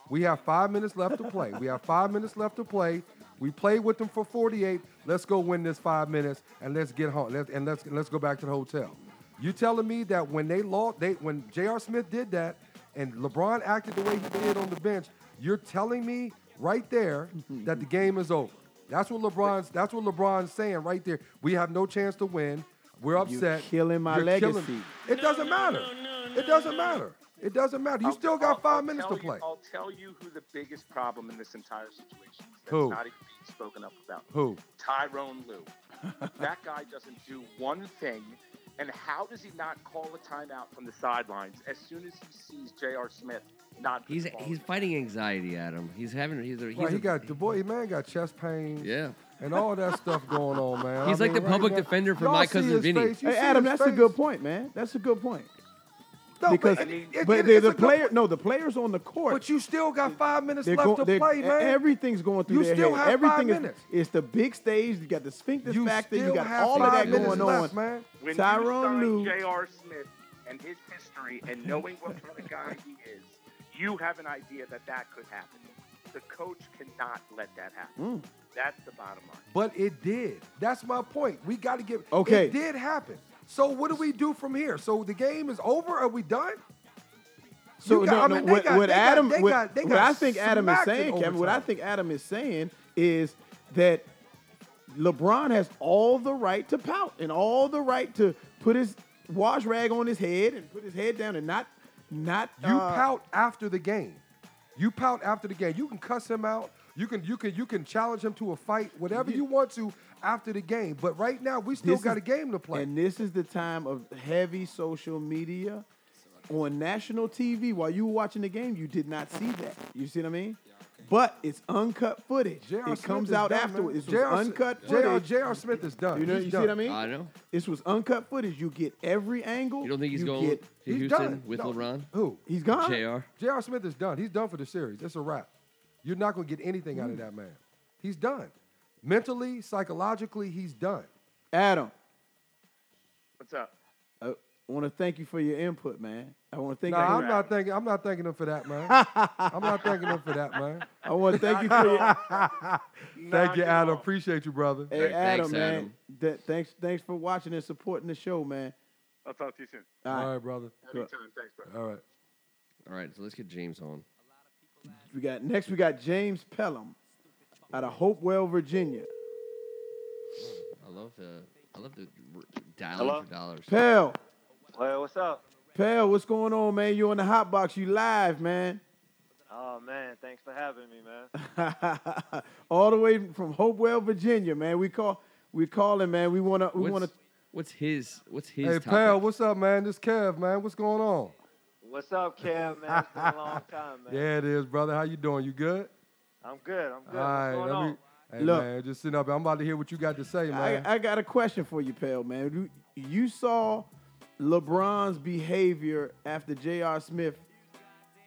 [SPEAKER 3] we have five minutes left to play. We have five minutes left to play. We played with them for 48. Let's go win this five minutes and let's get home. Let- and let's let's go back to the hotel. You telling me that when they lost, they when J.R. Smith did that and LeBron acted the way he did on the bench, you're telling me right there
[SPEAKER 2] Mm-hmm.
[SPEAKER 3] that the game is over. That's what LeBron's that's what LeBron's saying right there. We have no chance to win. We're upset.
[SPEAKER 2] killing my
[SPEAKER 3] You're killing-
[SPEAKER 2] legacy.
[SPEAKER 3] it doesn't matter. It doesn't matter. It doesn't matter. You still got
[SPEAKER 5] I'll-
[SPEAKER 3] five
[SPEAKER 5] I'll
[SPEAKER 3] minutes to
[SPEAKER 5] tell you-
[SPEAKER 3] play.
[SPEAKER 5] I'll tell you who the biggest problem in this entire situation is. That's
[SPEAKER 3] Who?
[SPEAKER 5] not even being spoken up about.
[SPEAKER 3] Who?
[SPEAKER 5] Tyrone Lou. that guy doesn't do one thing. And how does he not call a timeout from the sidelines as soon as he sees J.R. Smith not?
[SPEAKER 1] He's he's fighting anxiety, Adam. He's having he's a, he's
[SPEAKER 3] Well,
[SPEAKER 1] a-
[SPEAKER 3] he got the boy man got chest pain
[SPEAKER 1] yeah.
[SPEAKER 3] and all that stuff going on, man.
[SPEAKER 1] He's
[SPEAKER 3] I
[SPEAKER 1] like
[SPEAKER 3] mean,
[SPEAKER 1] the
[SPEAKER 3] right
[SPEAKER 1] public
[SPEAKER 3] now-
[SPEAKER 1] defender for
[SPEAKER 3] Y'all
[SPEAKER 1] My
[SPEAKER 3] see
[SPEAKER 1] Cousin
[SPEAKER 3] his
[SPEAKER 1] Vinny.
[SPEAKER 3] face. You
[SPEAKER 2] Hey,
[SPEAKER 3] see
[SPEAKER 2] Adam,
[SPEAKER 3] his
[SPEAKER 2] that's a
[SPEAKER 3] face?
[SPEAKER 2] good point, man. That's a good point.
[SPEAKER 3] No, but
[SPEAKER 2] Because,
[SPEAKER 3] it- it-
[SPEAKER 2] but
[SPEAKER 3] it-
[SPEAKER 2] the,
[SPEAKER 3] it's a
[SPEAKER 2] the
[SPEAKER 3] good
[SPEAKER 2] player,
[SPEAKER 3] point.
[SPEAKER 2] no, the players on the court.
[SPEAKER 3] But you still got five minutes
[SPEAKER 2] they're
[SPEAKER 3] left
[SPEAKER 2] go-
[SPEAKER 3] to
[SPEAKER 2] they're-
[SPEAKER 3] play, man.
[SPEAKER 2] Everything's going through
[SPEAKER 3] You
[SPEAKER 2] their
[SPEAKER 3] still
[SPEAKER 2] head.
[SPEAKER 3] have five
[SPEAKER 2] Everything is,
[SPEAKER 3] minutes.
[SPEAKER 2] It's the big stage. You got the sphincter
[SPEAKER 3] you
[SPEAKER 2] factor. You
[SPEAKER 3] still
[SPEAKER 2] got
[SPEAKER 3] have
[SPEAKER 2] all of
[SPEAKER 3] five
[SPEAKER 2] that
[SPEAKER 3] minutes
[SPEAKER 2] going
[SPEAKER 3] left,
[SPEAKER 2] on.
[SPEAKER 3] man.
[SPEAKER 5] When
[SPEAKER 2] Tyrone Lue-
[SPEAKER 5] you start J.R. Smith and his history and knowing what kind of guy he is, you have an idea that that could happen. The coach cannot let that happen.
[SPEAKER 3] Mm.
[SPEAKER 5] That's the bottom line.
[SPEAKER 3] But it did. That's my point. We got to get.
[SPEAKER 2] Okay.
[SPEAKER 3] It did happen. So what do we do from here? So the game is over. Are we done?
[SPEAKER 2] So
[SPEAKER 3] You
[SPEAKER 2] no,
[SPEAKER 3] got- I
[SPEAKER 2] no,
[SPEAKER 3] mean, they
[SPEAKER 2] what,
[SPEAKER 3] got-
[SPEAKER 2] what
[SPEAKER 3] they got-
[SPEAKER 2] Adam,
[SPEAKER 3] they
[SPEAKER 2] what,
[SPEAKER 3] got- they
[SPEAKER 2] what
[SPEAKER 3] got
[SPEAKER 2] I think Adam is
[SPEAKER 3] smacked in
[SPEAKER 2] saying, Kevin, what I
[SPEAKER 3] overtime.
[SPEAKER 2] think Adam is saying is that LeBron has all the right to pout and all the right to put his wash rag on his head and put his head down and not, not
[SPEAKER 3] You
[SPEAKER 2] uh,
[SPEAKER 3] pout after the game. You pout after the game. You can cuss him out. You can you can you can challenge him to a fight, whatever you want to after the game. But right now we still
[SPEAKER 2] This
[SPEAKER 3] got
[SPEAKER 2] is-
[SPEAKER 3] a game to play.
[SPEAKER 2] And this is the time of heavy social media on national TV. While you were watching the game, you did not see that. You see what I mean? But it's uncut footage.
[SPEAKER 3] J.R.
[SPEAKER 2] it
[SPEAKER 3] Smith
[SPEAKER 2] comes
[SPEAKER 3] is
[SPEAKER 2] out
[SPEAKER 3] done, man.
[SPEAKER 2] afterwards. It's
[SPEAKER 3] J.R. Smith-
[SPEAKER 2] uncut
[SPEAKER 3] J.R.
[SPEAKER 2] footage.
[SPEAKER 3] J.R. Smith is done.
[SPEAKER 2] You know,
[SPEAKER 3] He's
[SPEAKER 2] you see
[SPEAKER 3] done.
[SPEAKER 2] what I mean?
[SPEAKER 1] Uh, I know.
[SPEAKER 2] This was uncut footage. You get every angle.
[SPEAKER 1] You don't think he's going
[SPEAKER 2] get-
[SPEAKER 1] to
[SPEAKER 3] He's
[SPEAKER 1] Houston
[SPEAKER 3] done.
[SPEAKER 1] with
[SPEAKER 3] No.
[SPEAKER 1] LeBron?
[SPEAKER 3] Who?
[SPEAKER 2] He's gone.
[SPEAKER 1] Jr.
[SPEAKER 3] J.R. Smith is done. He's done for the series. It's a wrap. You're not going to get anything out of
[SPEAKER 2] Mm.
[SPEAKER 3] that man. He's done. Mentally, psychologically, he's done.
[SPEAKER 2] Adam,
[SPEAKER 5] What's up?
[SPEAKER 2] I want to thank you for your input, man. I want to thank.
[SPEAKER 3] No,
[SPEAKER 2] I,
[SPEAKER 3] I'm not thanking. I'm not thanking him for that, man. I'm not thanking him for that, man.
[SPEAKER 2] I want to thank you for your.
[SPEAKER 3] Thank you,
[SPEAKER 5] at
[SPEAKER 3] Adam.
[SPEAKER 5] all.
[SPEAKER 3] Appreciate you, brother.
[SPEAKER 2] Hey,
[SPEAKER 1] Thanks,
[SPEAKER 2] Adam, man.
[SPEAKER 1] Adam.
[SPEAKER 2] Th- thanks, thanks for watching and supporting the show, man.
[SPEAKER 5] I'll talk to you soon.
[SPEAKER 2] All right.
[SPEAKER 3] All right, brother.
[SPEAKER 5] Anytime. Thanks, bro.
[SPEAKER 3] All right.
[SPEAKER 1] All right, so let's get James on.
[SPEAKER 2] We got next. We got James Pelham out of Hopewell, Virginia.
[SPEAKER 1] I love the I love the r- dialing
[SPEAKER 5] Hello?
[SPEAKER 1] for dollars.
[SPEAKER 2] Pell,
[SPEAKER 6] Hey, what's up?
[SPEAKER 2] Pell, what's going on, man? You on the hot box? You live, man?
[SPEAKER 6] Oh man, thanks for having me, man.
[SPEAKER 2] All the way from Hopewell, Virginia, man. We call, we calling, man. We wanna, we
[SPEAKER 1] What's,
[SPEAKER 2] wanna.
[SPEAKER 1] what's his what's his
[SPEAKER 3] Hey,
[SPEAKER 1] topic?
[SPEAKER 3] pal, what's up, man? This Kev, man. What's going on?
[SPEAKER 6] What's up, Cam? Man, it's been a long time, man.
[SPEAKER 3] Yeah, it is, brother. How you doing? You good?
[SPEAKER 6] I'm good. I'm
[SPEAKER 3] All
[SPEAKER 6] good.
[SPEAKER 3] right.
[SPEAKER 6] what's going
[SPEAKER 3] let
[SPEAKER 6] on?
[SPEAKER 3] me- Hey,
[SPEAKER 2] Look.
[SPEAKER 3] man, just sitting up. I'm about to hear what you got to say, man.
[SPEAKER 2] I, I got a question for you, Pell, man. You, you saw LeBron's behavior after J.R. Smith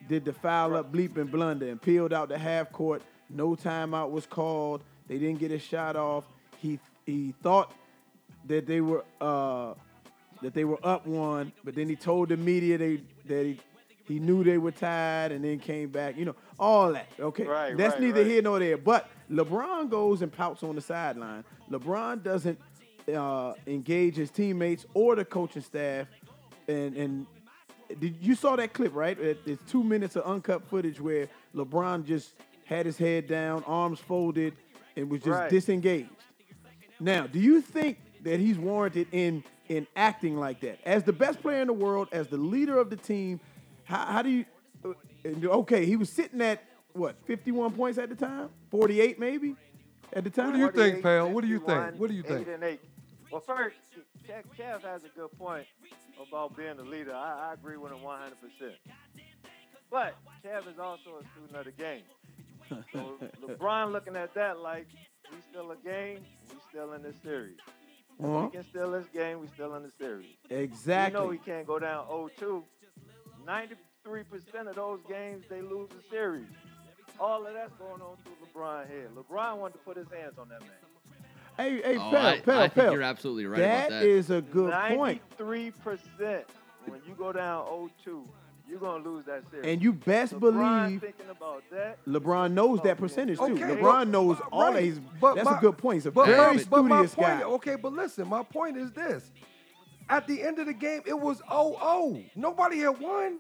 [SPEAKER 2] did the foul up bleep and blunder and peeled out the half court. No timeout was called. They didn't get a shot off. He he thought that they were uh, that they were up one, but then he told the media they that he, he knew they were tied and then came back. You know all that. Okay,
[SPEAKER 6] Right,
[SPEAKER 2] that's
[SPEAKER 6] right,
[SPEAKER 2] neither
[SPEAKER 6] right.
[SPEAKER 2] here nor there. But LeBron goes and pouts on the sideline. LeBron doesn't uh, engage his teammates or the coaching staff, and and did you saw that clip right? It- It's two minutes of uncut footage where LeBron just had his head down, arms folded, and was just
[SPEAKER 6] Right.
[SPEAKER 2] disengaged. Now, do you think that he's warranted in in acting like that as the best player in the world, as the leader of the team? How, how do you? uh, and, Okay, he was sitting at what 51 points at the time, 48 maybe at the time.
[SPEAKER 3] do you think,
[SPEAKER 6] 48,
[SPEAKER 3] pal? What do you think?
[SPEAKER 6] 51,
[SPEAKER 3] What do you think?
[SPEAKER 6] Eight and eight. Well, first, Kev, Kev has a good point about being the leader. I, I agree with him 100. percent But Kev is also a student of the game. So LeBron looking at that like we still a game, we still in this series. If
[SPEAKER 2] Uh-huh.
[SPEAKER 6] We can steal this game, we still in the series.
[SPEAKER 2] Exactly.
[SPEAKER 6] You know he can't go down 0-2. 93% of those games, they lose the series. All of that's going on through LeBron here. LeBron wanted to put his hands on that man.
[SPEAKER 2] hey, hey,
[SPEAKER 1] Oh,
[SPEAKER 2] Pell,
[SPEAKER 1] I,
[SPEAKER 2] Pell,
[SPEAKER 1] I think
[SPEAKER 2] Pell.
[SPEAKER 1] you're absolutely right about
[SPEAKER 2] that
[SPEAKER 1] that.
[SPEAKER 2] is a good point.
[SPEAKER 6] 93%. When you go down 0-2, you're going to lose that series.
[SPEAKER 2] And you best
[SPEAKER 6] LeBron
[SPEAKER 2] believe
[SPEAKER 6] thinking about that.
[SPEAKER 2] LeBron knows that percentage too.
[SPEAKER 3] Okay,
[SPEAKER 2] LeBron
[SPEAKER 3] but-
[SPEAKER 2] knows
[SPEAKER 3] but-
[SPEAKER 2] all
[SPEAKER 3] right,
[SPEAKER 2] that. He's
[SPEAKER 3] but
[SPEAKER 2] that's
[SPEAKER 3] my-
[SPEAKER 2] a good point. He's a
[SPEAKER 3] But,
[SPEAKER 2] very
[SPEAKER 3] but, but my
[SPEAKER 2] studious
[SPEAKER 3] point,
[SPEAKER 2] guy.
[SPEAKER 3] okay, but listen, my point is this. At the end of the game, it was 0-0. Nobody had won.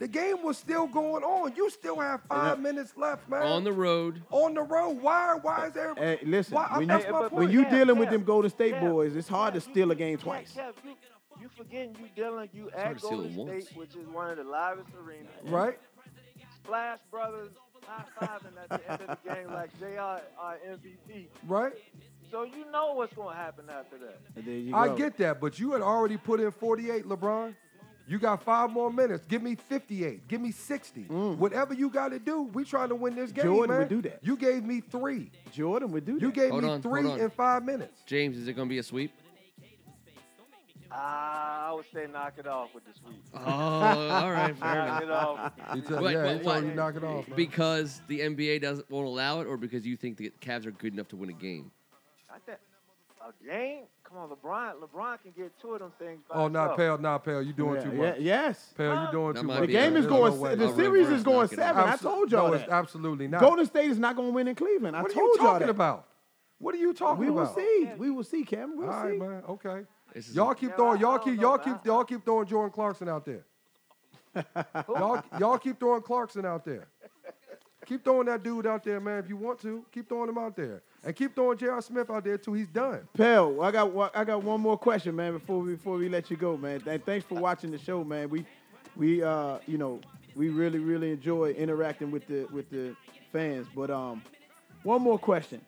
[SPEAKER 3] The game was still going on. You still have five minutes left, man.
[SPEAKER 1] On the road,
[SPEAKER 3] on the road. Why? Why is everybody?
[SPEAKER 2] Hey, listen,
[SPEAKER 3] Why-
[SPEAKER 2] when
[SPEAKER 3] that's
[SPEAKER 2] you-
[SPEAKER 3] my
[SPEAKER 6] but-
[SPEAKER 2] When
[SPEAKER 3] point.
[SPEAKER 2] you
[SPEAKER 6] Yeah,
[SPEAKER 2] dealing with
[SPEAKER 6] yeah,
[SPEAKER 2] them Golden State
[SPEAKER 6] yeah.
[SPEAKER 2] boys, it's hard to steal a game
[SPEAKER 6] Yeah,
[SPEAKER 2] twice.
[SPEAKER 6] Kev, you, you forgetting you dealing you
[SPEAKER 1] hard
[SPEAKER 6] at
[SPEAKER 1] to steal
[SPEAKER 6] Golden
[SPEAKER 1] it
[SPEAKER 6] State,
[SPEAKER 1] once.
[SPEAKER 6] which is one of the livest arenas.
[SPEAKER 3] right?
[SPEAKER 6] Splash Brothers high fiving at the end of the game like JR our MVP.
[SPEAKER 3] Right?
[SPEAKER 6] So you know what's gonna happen after that.
[SPEAKER 2] And there you
[SPEAKER 3] I
[SPEAKER 2] go.
[SPEAKER 3] get that, but you had already put in 48, LeBron. You got five more minutes. Give me 58. Give me 60. Whatever you got to do, we trying to win this game,
[SPEAKER 2] Mm. Jordan
[SPEAKER 3] man.
[SPEAKER 2] would do that.
[SPEAKER 3] You gave me three.
[SPEAKER 2] Jordan would do that.
[SPEAKER 3] You gave
[SPEAKER 1] Hold
[SPEAKER 3] me
[SPEAKER 1] on,
[SPEAKER 3] three
[SPEAKER 1] hold on.
[SPEAKER 3] in five minutes.
[SPEAKER 1] James, is it going to be a sweep?
[SPEAKER 6] Ah, I would say knock it off with the sweep.
[SPEAKER 1] Oh, all right, fair
[SPEAKER 6] Knock
[SPEAKER 1] enough.
[SPEAKER 6] it off.
[SPEAKER 3] You tell,
[SPEAKER 1] Wait,
[SPEAKER 3] yeah,
[SPEAKER 1] wait,
[SPEAKER 3] you tell
[SPEAKER 1] wait.
[SPEAKER 3] him to knock it off. man.
[SPEAKER 1] Because the NBA doesn't won't allow it, or because you think the Cavs are good enough to win a game?
[SPEAKER 6] I think a game. Come on, LeBron. LeBron can get two of them things. By
[SPEAKER 3] oh, not
[SPEAKER 6] himself.
[SPEAKER 3] Pell, not Pell. You doing
[SPEAKER 2] Yeah,
[SPEAKER 3] too
[SPEAKER 2] yeah,
[SPEAKER 3] much.
[SPEAKER 2] yes.
[SPEAKER 3] Pell, you doing
[SPEAKER 1] That
[SPEAKER 3] too
[SPEAKER 1] might
[SPEAKER 3] much.
[SPEAKER 2] The
[SPEAKER 1] be
[SPEAKER 2] game
[SPEAKER 1] right.
[SPEAKER 2] is
[SPEAKER 1] There's
[SPEAKER 2] going.
[SPEAKER 1] no
[SPEAKER 3] way.
[SPEAKER 2] se- the
[SPEAKER 1] I'll
[SPEAKER 2] series
[SPEAKER 1] reverse
[SPEAKER 2] is going
[SPEAKER 1] knock it out.
[SPEAKER 2] seven. I
[SPEAKER 3] Abso-
[SPEAKER 2] told y'all
[SPEAKER 3] no,
[SPEAKER 2] that.
[SPEAKER 3] It's absolutely not.
[SPEAKER 2] Golden State is not going to win in Cleveland. I
[SPEAKER 3] what are
[SPEAKER 2] told
[SPEAKER 3] you
[SPEAKER 2] y'all
[SPEAKER 3] talking
[SPEAKER 2] that.
[SPEAKER 3] about? What are you talking
[SPEAKER 2] We will
[SPEAKER 3] about?
[SPEAKER 2] see. We will see, Cam.
[SPEAKER 3] All
[SPEAKER 2] We'll
[SPEAKER 3] right,
[SPEAKER 2] see.
[SPEAKER 3] man. Okay.
[SPEAKER 1] This is
[SPEAKER 3] Y'all
[SPEAKER 1] a-
[SPEAKER 3] keep
[SPEAKER 6] Yeah,
[SPEAKER 3] throwing.
[SPEAKER 6] I
[SPEAKER 3] Y'all
[SPEAKER 6] don't
[SPEAKER 3] keep.
[SPEAKER 6] know,
[SPEAKER 3] Y'all
[SPEAKER 6] man.
[SPEAKER 3] keep. Y'all keep throwing Jordan Clarkson out there. y'all, y'all keep throwing Clarkson out there. Keep throwing that dude out there, man. If you want to, keep throwing him out there, and keep throwing J.R. Smith out there too. He's done.
[SPEAKER 2] Pell, I got one- I got one more question, man. Before we before we let you go, man. Th- thanks for watching the show, man. We we uh you know we really really enjoy interacting with the with the fans. But um, one more question: